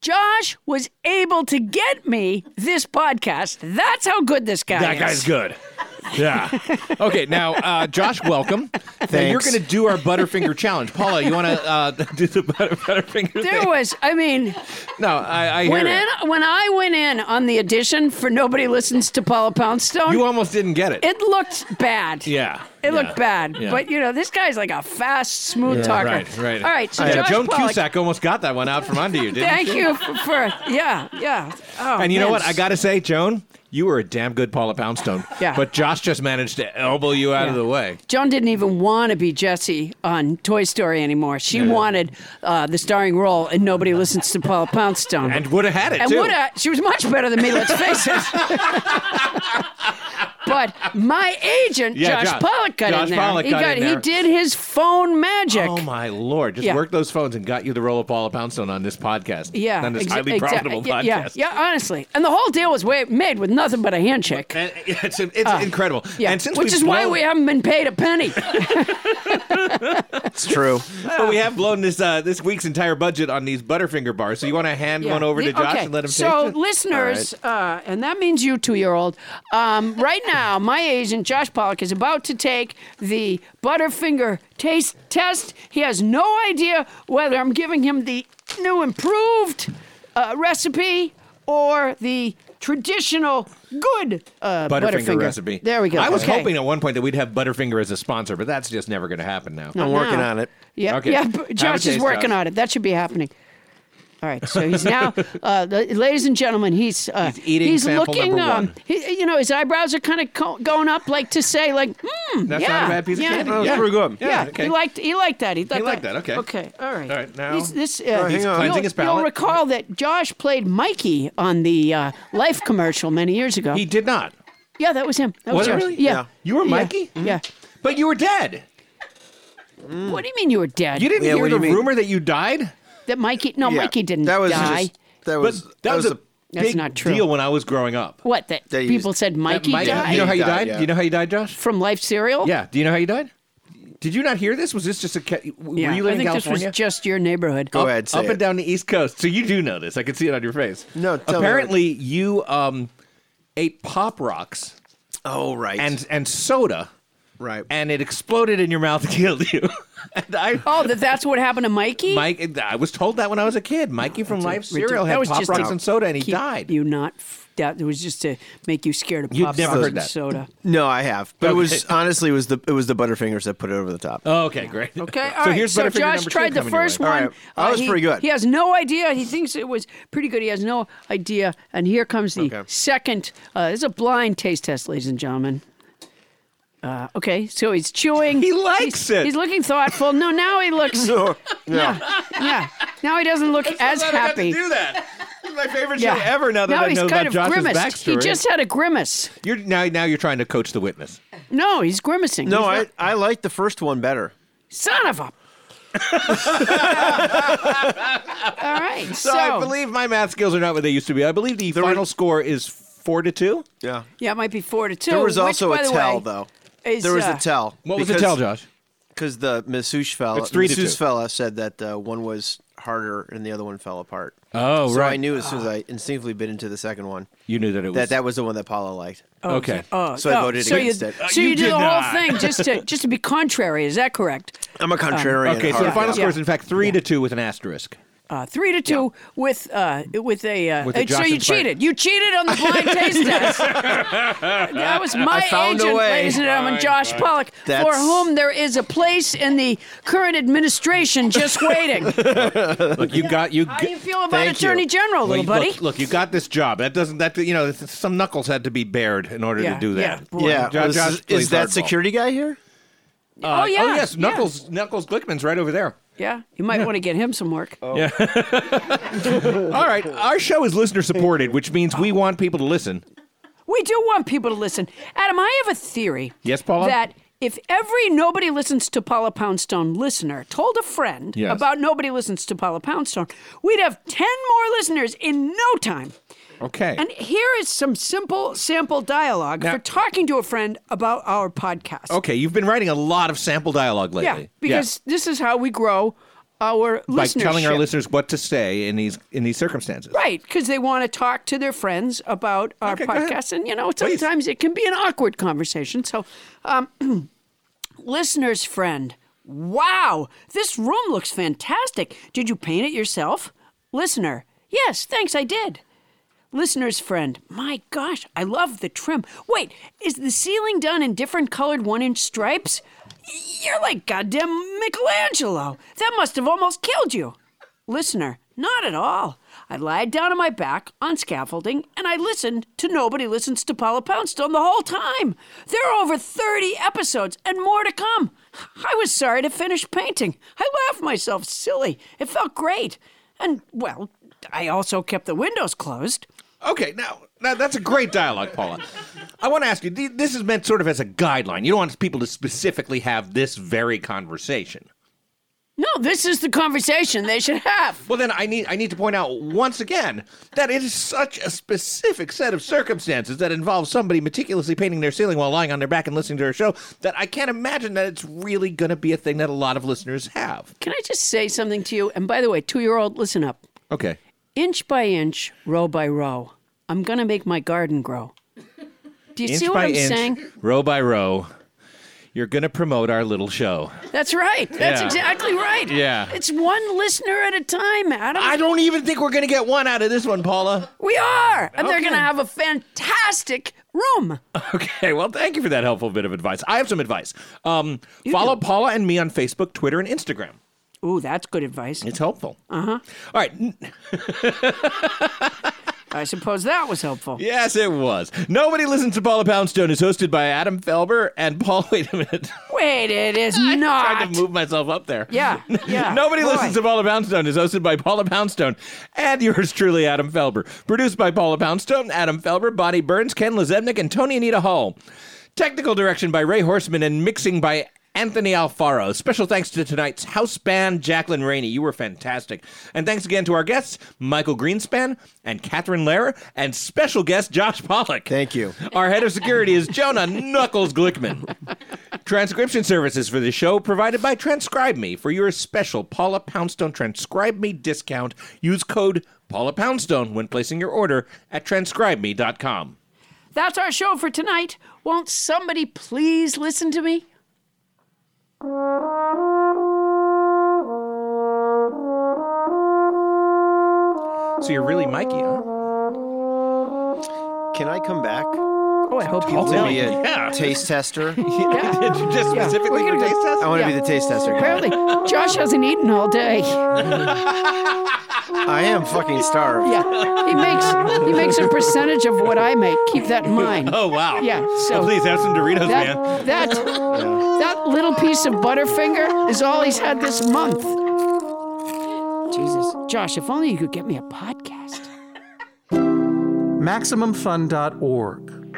[SPEAKER 2] Josh was able to get me this podcast. That's how good this guy
[SPEAKER 1] That
[SPEAKER 2] is.
[SPEAKER 1] guy's good. Yeah. Okay. Now, uh, Josh, welcome. Now you're
[SPEAKER 8] Thanks.
[SPEAKER 1] going to do our Butterfinger challenge, Paula. You want to uh, do the butter, Butterfinger
[SPEAKER 2] There
[SPEAKER 1] thing?
[SPEAKER 2] was, I mean,
[SPEAKER 1] No, I, I hear
[SPEAKER 2] when, in,
[SPEAKER 1] it.
[SPEAKER 2] when I went in on the edition for Nobody Listens to Paula Poundstone,
[SPEAKER 1] You almost didn't get it.
[SPEAKER 2] it looked bad.
[SPEAKER 1] yeah.
[SPEAKER 2] It looked bad,
[SPEAKER 1] Yeah.
[SPEAKER 2] but you know this guy's like a fast, smooth talker.
[SPEAKER 1] Right, right.
[SPEAKER 2] All right, so
[SPEAKER 1] Yeah,
[SPEAKER 2] Josh
[SPEAKER 1] Joan
[SPEAKER 2] Pollack,
[SPEAKER 1] Cusack almost got that one out from under you, didn't
[SPEAKER 2] Thank
[SPEAKER 1] she?
[SPEAKER 2] you for, for yeah, yeah. Oh,
[SPEAKER 1] and you know
[SPEAKER 2] man.
[SPEAKER 1] what? I got to say, Joan, you were a damn good Paula Poundstone.
[SPEAKER 2] Yeah.
[SPEAKER 1] But Josh just managed to elbow you out of the way.
[SPEAKER 2] Joan didn't even want to be Jessie on Toy Story anymore. She wanted uh, the starring role, and nobody listens to Paula Poundstone.
[SPEAKER 1] And would have had it,
[SPEAKER 2] And
[SPEAKER 1] too.
[SPEAKER 2] would have. She was much better than me. Let's face it. but my agent,
[SPEAKER 1] Yeah,
[SPEAKER 2] Josh,
[SPEAKER 1] Josh-
[SPEAKER 2] Pollock, got
[SPEAKER 1] Josh
[SPEAKER 2] in there.
[SPEAKER 1] Pollock
[SPEAKER 2] he
[SPEAKER 1] got in
[SPEAKER 2] He
[SPEAKER 1] there.
[SPEAKER 2] did his phone magic.
[SPEAKER 1] Oh my lord! Just
[SPEAKER 2] Yeah.
[SPEAKER 1] worked those phones and got you the role of Paula Poundstone on this podcast.
[SPEAKER 2] Yeah,
[SPEAKER 1] on this
[SPEAKER 2] exa-
[SPEAKER 1] highly
[SPEAKER 2] exa-
[SPEAKER 1] profitable
[SPEAKER 2] yeah,
[SPEAKER 1] podcast.
[SPEAKER 2] Yeah, yeah, honestly, and the whole deal was wa- made with nothing but a handshake.
[SPEAKER 1] And it's it's
[SPEAKER 2] Ah.
[SPEAKER 1] incredible.
[SPEAKER 2] Yeah,
[SPEAKER 1] And since
[SPEAKER 2] which
[SPEAKER 1] we've
[SPEAKER 2] is why
[SPEAKER 1] blown-
[SPEAKER 2] we haven't been paid a penny.
[SPEAKER 1] It's true. but we have blown this uh, this week's entire budget on these Butterfinger bars. So you want to hand
[SPEAKER 2] Yeah.
[SPEAKER 1] one over to
[SPEAKER 2] The-
[SPEAKER 1] Josh
[SPEAKER 2] okay.
[SPEAKER 1] and let him
[SPEAKER 2] So,
[SPEAKER 1] taste it?
[SPEAKER 2] listeners,
[SPEAKER 1] All
[SPEAKER 2] uh, and that means you, two year old, um, right now, my agent, Josh Pollock, is about to take the Butterfinger taste test. He has no idea whether I'm giving him the new improved uh, recipe or the traditional good uh,
[SPEAKER 1] right.
[SPEAKER 2] Butterfinger,
[SPEAKER 1] Butterfinger, recipe.
[SPEAKER 2] There we go.
[SPEAKER 1] I was
[SPEAKER 2] Okay.
[SPEAKER 1] hoping at one point that we'd have Butterfinger as a sponsor, but that's just never going to happen now.
[SPEAKER 2] Not I'm working now. on
[SPEAKER 1] it.
[SPEAKER 2] Yeah, yeah. b- Josh is working on it. That should be happening. All right, so he's now, uh, la- ladies and gentlemen, he's uh, he's,
[SPEAKER 1] eating sample
[SPEAKER 2] looking.
[SPEAKER 1] number
[SPEAKER 2] um,
[SPEAKER 1] one.
[SPEAKER 2] he, you know, his eyebrows are kind of co- going up, like to say, like, hmm,
[SPEAKER 1] That's
[SPEAKER 2] yeah,
[SPEAKER 1] not a bad piece of
[SPEAKER 2] yeah,
[SPEAKER 1] candy.
[SPEAKER 2] Yeah,
[SPEAKER 1] That's pretty good.
[SPEAKER 2] Yeah,
[SPEAKER 1] Yeah, okay.
[SPEAKER 2] he liked he liked that. He liked,
[SPEAKER 1] liked that, okay.
[SPEAKER 2] Okay, all right.
[SPEAKER 1] All right, now-
[SPEAKER 2] He's- this uh,
[SPEAKER 1] Oh, hang He's on. cleansing
[SPEAKER 2] you'll,
[SPEAKER 1] his palate.
[SPEAKER 2] you'll recall that Josh played Mikey on the uh, Life commercial many years ago.
[SPEAKER 1] He did not.
[SPEAKER 2] yeah, that was him. That
[SPEAKER 1] Was
[SPEAKER 2] was,
[SPEAKER 1] it
[SPEAKER 2] Oh, Josh.
[SPEAKER 1] really?
[SPEAKER 2] Yeah.
[SPEAKER 1] Yeah. You were
[SPEAKER 2] Yeah.
[SPEAKER 1] Mikey?
[SPEAKER 2] Yeah.
[SPEAKER 1] But you were dead.
[SPEAKER 2] What do you mean you were dead?
[SPEAKER 1] Mm-hmm. You didn't hear the rumor that you died?
[SPEAKER 2] That Mikey? No,
[SPEAKER 14] Yeah,
[SPEAKER 2] Mikey didn't
[SPEAKER 14] that was
[SPEAKER 2] die.
[SPEAKER 14] just- that was
[SPEAKER 1] but that was, a
[SPEAKER 2] That's
[SPEAKER 1] big
[SPEAKER 2] not true.
[SPEAKER 1] deal when I was growing up.
[SPEAKER 2] What that
[SPEAKER 14] They
[SPEAKER 2] people
[SPEAKER 14] used-
[SPEAKER 2] said Mikey
[SPEAKER 1] Mike-
[SPEAKER 2] died.
[SPEAKER 1] You know how you
[SPEAKER 14] He died,
[SPEAKER 1] died?
[SPEAKER 14] yeah.
[SPEAKER 1] Do you know how you died, Josh?
[SPEAKER 2] from Life cereal?
[SPEAKER 1] Yeah. Do you know how you died? Did you not hear this? Was this just a? ca- Were
[SPEAKER 2] Yeah.
[SPEAKER 1] you living
[SPEAKER 2] I think
[SPEAKER 1] in
[SPEAKER 2] this was
[SPEAKER 1] California?
[SPEAKER 2] just your neighborhood. Oh,
[SPEAKER 14] Go
[SPEAKER 1] up,
[SPEAKER 14] ahead, say
[SPEAKER 1] up
[SPEAKER 14] it.
[SPEAKER 1] and down the East Coast. So you do know this. I can see it on your face.
[SPEAKER 14] No, tell me what-
[SPEAKER 1] apparently you um, ate pop rocks
[SPEAKER 14] Oh, right.
[SPEAKER 1] and and soda,
[SPEAKER 14] right.
[SPEAKER 1] and it exploded in your mouth and killed you. and I.
[SPEAKER 2] Oh, that that's what happened to Mikey.
[SPEAKER 1] Mike, I was told that when I was a kid. Mikey from Life Cereal
[SPEAKER 2] Ridiculous. That
[SPEAKER 1] had
[SPEAKER 2] was
[SPEAKER 1] pop
[SPEAKER 2] just
[SPEAKER 1] rocks
[SPEAKER 2] to
[SPEAKER 1] and soda, and he
[SPEAKER 2] keep
[SPEAKER 1] died.
[SPEAKER 2] You not f- that it was just to make you scared of
[SPEAKER 1] You'd
[SPEAKER 2] pop
[SPEAKER 1] never
[SPEAKER 2] rocks
[SPEAKER 1] heard
[SPEAKER 2] and
[SPEAKER 1] that.
[SPEAKER 2] soda.
[SPEAKER 14] No, I have, but it was
[SPEAKER 1] Okay.
[SPEAKER 14] honestly it was the it was the Butterfingers that put it over the top.
[SPEAKER 1] Oh, okay, great.
[SPEAKER 2] Okay, all
[SPEAKER 1] so
[SPEAKER 2] right.
[SPEAKER 1] here's
[SPEAKER 2] so
[SPEAKER 1] Butterfinger
[SPEAKER 2] Josh
[SPEAKER 1] number two
[SPEAKER 2] tried the
[SPEAKER 1] coming your
[SPEAKER 2] first
[SPEAKER 1] way.
[SPEAKER 14] All
[SPEAKER 2] one. Uh,
[SPEAKER 14] right. That was
[SPEAKER 2] he-
[SPEAKER 14] pretty good.
[SPEAKER 2] He has no idea. He thinks it was pretty good. He has no idea. And here comes the second. Uh, this is a blind taste test, ladies and gentlemen. Uh, okay, so he's chewing.
[SPEAKER 1] He likes
[SPEAKER 2] he's,
[SPEAKER 1] it.
[SPEAKER 2] He's looking thoughtful. No, now he looks.
[SPEAKER 14] No,
[SPEAKER 2] yeah. yeah. Now he doesn't look as
[SPEAKER 1] I'm glad I got
[SPEAKER 2] happy.
[SPEAKER 1] to do that. This is my favorite
[SPEAKER 2] Yeah.
[SPEAKER 1] show ever. Now that
[SPEAKER 2] now
[SPEAKER 1] I
[SPEAKER 2] he's
[SPEAKER 1] know about
[SPEAKER 2] kind of
[SPEAKER 1] Josh's
[SPEAKER 2] grimaced.
[SPEAKER 1] backstory,
[SPEAKER 2] He just had a grimace.
[SPEAKER 1] you're now now you're trying to coach the witness.
[SPEAKER 2] No, he's grimacing.
[SPEAKER 14] no,
[SPEAKER 2] He's
[SPEAKER 14] I
[SPEAKER 2] not-
[SPEAKER 14] I like the first one better.
[SPEAKER 2] son of a. All right. So,
[SPEAKER 1] So, I believe my math skills are not what they used to be. I believe the final score is four to two.
[SPEAKER 14] Yeah,
[SPEAKER 2] yeah, it might be four to two.
[SPEAKER 14] there was
[SPEAKER 2] which,
[SPEAKER 14] also
[SPEAKER 2] by
[SPEAKER 14] a
[SPEAKER 2] the
[SPEAKER 14] tell
[SPEAKER 2] way,
[SPEAKER 14] though.
[SPEAKER 2] is,
[SPEAKER 14] There was
[SPEAKER 2] uh,
[SPEAKER 14] a tell.
[SPEAKER 1] What was the tell, Josh?
[SPEAKER 14] Because 'cause the Masouche fella,
[SPEAKER 1] It's three to
[SPEAKER 14] masseuse
[SPEAKER 1] two.
[SPEAKER 14] fella said that uh, one was harder and the other one fell apart.
[SPEAKER 1] Oh,
[SPEAKER 14] so I
[SPEAKER 1] right.
[SPEAKER 14] knew as soon as I instinctively bit into the second one
[SPEAKER 1] You knew that it was
[SPEAKER 14] that that was the one that Paula liked.
[SPEAKER 1] okay.
[SPEAKER 2] Oh,
[SPEAKER 14] So I
[SPEAKER 2] oh,
[SPEAKER 14] voted
[SPEAKER 2] so
[SPEAKER 14] against
[SPEAKER 2] you,
[SPEAKER 14] it.
[SPEAKER 2] So
[SPEAKER 1] Uh, You
[SPEAKER 2] you, do
[SPEAKER 1] did
[SPEAKER 2] the
[SPEAKER 1] not.
[SPEAKER 2] whole thing just to just to be contrary. Is that correct?
[SPEAKER 14] I'm a contrarian.
[SPEAKER 1] okay,
[SPEAKER 14] at
[SPEAKER 1] so the
[SPEAKER 14] heart.
[SPEAKER 1] final
[SPEAKER 2] yeah.
[SPEAKER 1] score is in fact three to two with an asterisk.
[SPEAKER 2] Uh, three to two with uh, with a. Uh,
[SPEAKER 1] With a
[SPEAKER 2] uh, so
[SPEAKER 1] Josh
[SPEAKER 2] you
[SPEAKER 1] and Frank.
[SPEAKER 2] cheated. You cheated on the blind taste test. that was my
[SPEAKER 14] found a
[SPEAKER 2] agent,
[SPEAKER 14] way.
[SPEAKER 2] ladies and gentlemen, Josh Pollock, for
[SPEAKER 14] That's-
[SPEAKER 2] whom there is a place in the current administration just waiting.
[SPEAKER 1] Look, you got you.
[SPEAKER 2] How
[SPEAKER 1] g-
[SPEAKER 2] do you feel about
[SPEAKER 14] Thank you.
[SPEAKER 2] Attorney
[SPEAKER 1] well,
[SPEAKER 2] General, little
[SPEAKER 1] you-
[SPEAKER 2] buddy?
[SPEAKER 1] Look, look, you got this job. That doesn't that you know some knuckles had to be bared in order
[SPEAKER 2] Yeah,
[SPEAKER 1] to do
[SPEAKER 2] yeah,
[SPEAKER 1] that.
[SPEAKER 2] boy.
[SPEAKER 14] Yeah,
[SPEAKER 1] Jo-
[SPEAKER 14] was-
[SPEAKER 1] Josh
[SPEAKER 14] is,
[SPEAKER 1] plays
[SPEAKER 14] that
[SPEAKER 1] hardball.
[SPEAKER 14] security guy here?
[SPEAKER 1] Oh
[SPEAKER 2] oh yeah.
[SPEAKER 1] yes,
[SPEAKER 2] yeah.
[SPEAKER 1] Knuckles Knuckles Glickman's right over there.
[SPEAKER 2] Yeah, you might want to get him some work.
[SPEAKER 1] All right, our show is listener supported, which means we want people to listen.
[SPEAKER 2] We do want people to listen. Adam, I have a theory.
[SPEAKER 1] Yes, Paula?
[SPEAKER 2] That if every nobody listens to Paula Poundstone listener told a friend
[SPEAKER 1] Yes.
[SPEAKER 2] about nobody listens to Paula Poundstone, we'd have 10 more listeners in no time.
[SPEAKER 1] Okay.
[SPEAKER 2] And here is some simple sample dialogue
[SPEAKER 1] Now-
[SPEAKER 2] for talking to a friend about our podcast.
[SPEAKER 1] Okay, you've been writing a lot of sample dialogue lately.
[SPEAKER 2] Yeah, because this is how we grow our
[SPEAKER 1] Yeah. like
[SPEAKER 2] listeners.
[SPEAKER 1] telling our listeners what to say in these in these circumstances.
[SPEAKER 2] Right, because they want to talk to their friends about our
[SPEAKER 1] Okay, go ahead.
[SPEAKER 2] podcast. And, you know, sometimes it can be an awkward conversation. So, um, listener's friend, wow, this room looks fantastic. Did you paint it yourself? Listener, yes, thanks, I did. Listener's friend, my gosh, I love the trim. Wait, is the ceiling done in different colored one inch stripes? You're like goddamn Michelangelo. That must have almost killed you. Listener, not at all. I lied down on my back on scaffolding and I listened to Nobody Listens to Paula Poundstone the whole time. There are over 30 episodes and more to come. I was sorry to finish painting. I laughed myself silly. It felt great. And, well, I also kept the windows closed.
[SPEAKER 1] Okay, now, now that's a great dialogue, Paula. I want to ask you th- this is meant sort of as a guideline. You don't want people to specifically have this very conversation.
[SPEAKER 2] No, this is the conversation they should have.
[SPEAKER 1] Well, then I need I need to point out once again that it is such a specific set of circumstances that involves somebody meticulously painting their ceiling while lying on their back and listening to our show that I can't imagine that it's really going to be a thing that a lot of listeners have.
[SPEAKER 2] Can I just say something to you? And by the way, two year old, listen up.
[SPEAKER 1] Okay.
[SPEAKER 2] Inch by inch, row by row, I'm going to make my garden grow. Do you
[SPEAKER 1] inch
[SPEAKER 2] see what
[SPEAKER 1] by
[SPEAKER 2] I'm
[SPEAKER 1] inch,
[SPEAKER 2] saying?
[SPEAKER 1] row by row, you're going to promote our little show.
[SPEAKER 2] That's right. That's
[SPEAKER 1] Yeah.
[SPEAKER 2] exactly right.
[SPEAKER 1] Yeah.
[SPEAKER 2] It's one listener at a time, Adam.
[SPEAKER 1] I don't even think we're going to get one out of this one, Paula.
[SPEAKER 2] We are. And they're
[SPEAKER 1] Okay.
[SPEAKER 2] going to have a fantastic room.
[SPEAKER 1] Okay, well, thank you for that helpful bit of advice. I have some advice. Um, follow Paula and me on Facebook, Twitter, and Instagram.
[SPEAKER 2] Ooh, that's good advice.
[SPEAKER 1] It's helpful.
[SPEAKER 2] Uh huh.
[SPEAKER 1] All right.
[SPEAKER 2] I suppose that was helpful.
[SPEAKER 1] Yes, it was. Nobody listens to Paula Poundstone is hosted by Adam Felber and Paul. Wait a minute.
[SPEAKER 2] Wait, it is
[SPEAKER 1] I
[SPEAKER 2] not.
[SPEAKER 1] tried to move myself up there.
[SPEAKER 2] Yeah, yeah.
[SPEAKER 1] Nobody
[SPEAKER 2] Boy.
[SPEAKER 1] listens to Paula Poundstone is hosted by Paula Poundstone and yours truly, Adam Felber. Produced by Paula Poundstone, Adam Felber, Bonnie Burns, Ken Lezebnik, and Tony Anita Hall. Technical direction by Ray Horseman and mixing by Anthony Alfaro. Special thanks to tonight's house band, Jacqueline Rainey. You were fantastic. And thanks again to our guests, Michael Greenspan and Catherine Lehrer, and special guest, Josh Pollock. Thank
[SPEAKER 14] you.
[SPEAKER 1] Our head of security is Jonah Knuckles Glickman. Transcription services for the show provided by Transcribe Me for your special Paula Poundstone Transcribe Me discount. Use code Paula Poundstone when placing your order at transcribeme.com.
[SPEAKER 2] That's our show for tonight. Won't somebody please listen to me?
[SPEAKER 1] So you're really Mikey, huh?
[SPEAKER 14] Can I come back?
[SPEAKER 2] Oh, I hope you
[SPEAKER 14] to
[SPEAKER 2] will.
[SPEAKER 14] be a
[SPEAKER 2] Yeah.
[SPEAKER 14] taste tester.
[SPEAKER 1] Did you just
[SPEAKER 2] Yeah. specifically We're gonna do a taste go- test?
[SPEAKER 14] I want to
[SPEAKER 2] Yeah.
[SPEAKER 14] be the taste tester. guy.
[SPEAKER 2] Apparently, Josh hasn't eaten all day.
[SPEAKER 14] I am fucking starved.
[SPEAKER 2] Yeah, he makes he makes a percentage of what I make. Keep that in mind.
[SPEAKER 1] Oh, wow.
[SPEAKER 2] Yeah, so
[SPEAKER 1] Oh, please have some Doritos,
[SPEAKER 2] that,
[SPEAKER 1] man.
[SPEAKER 2] That that little piece of Butterfinger is all he's had this month. Jesus, Josh, if only you could get me a podcast.
[SPEAKER 13] MaximumFun.org.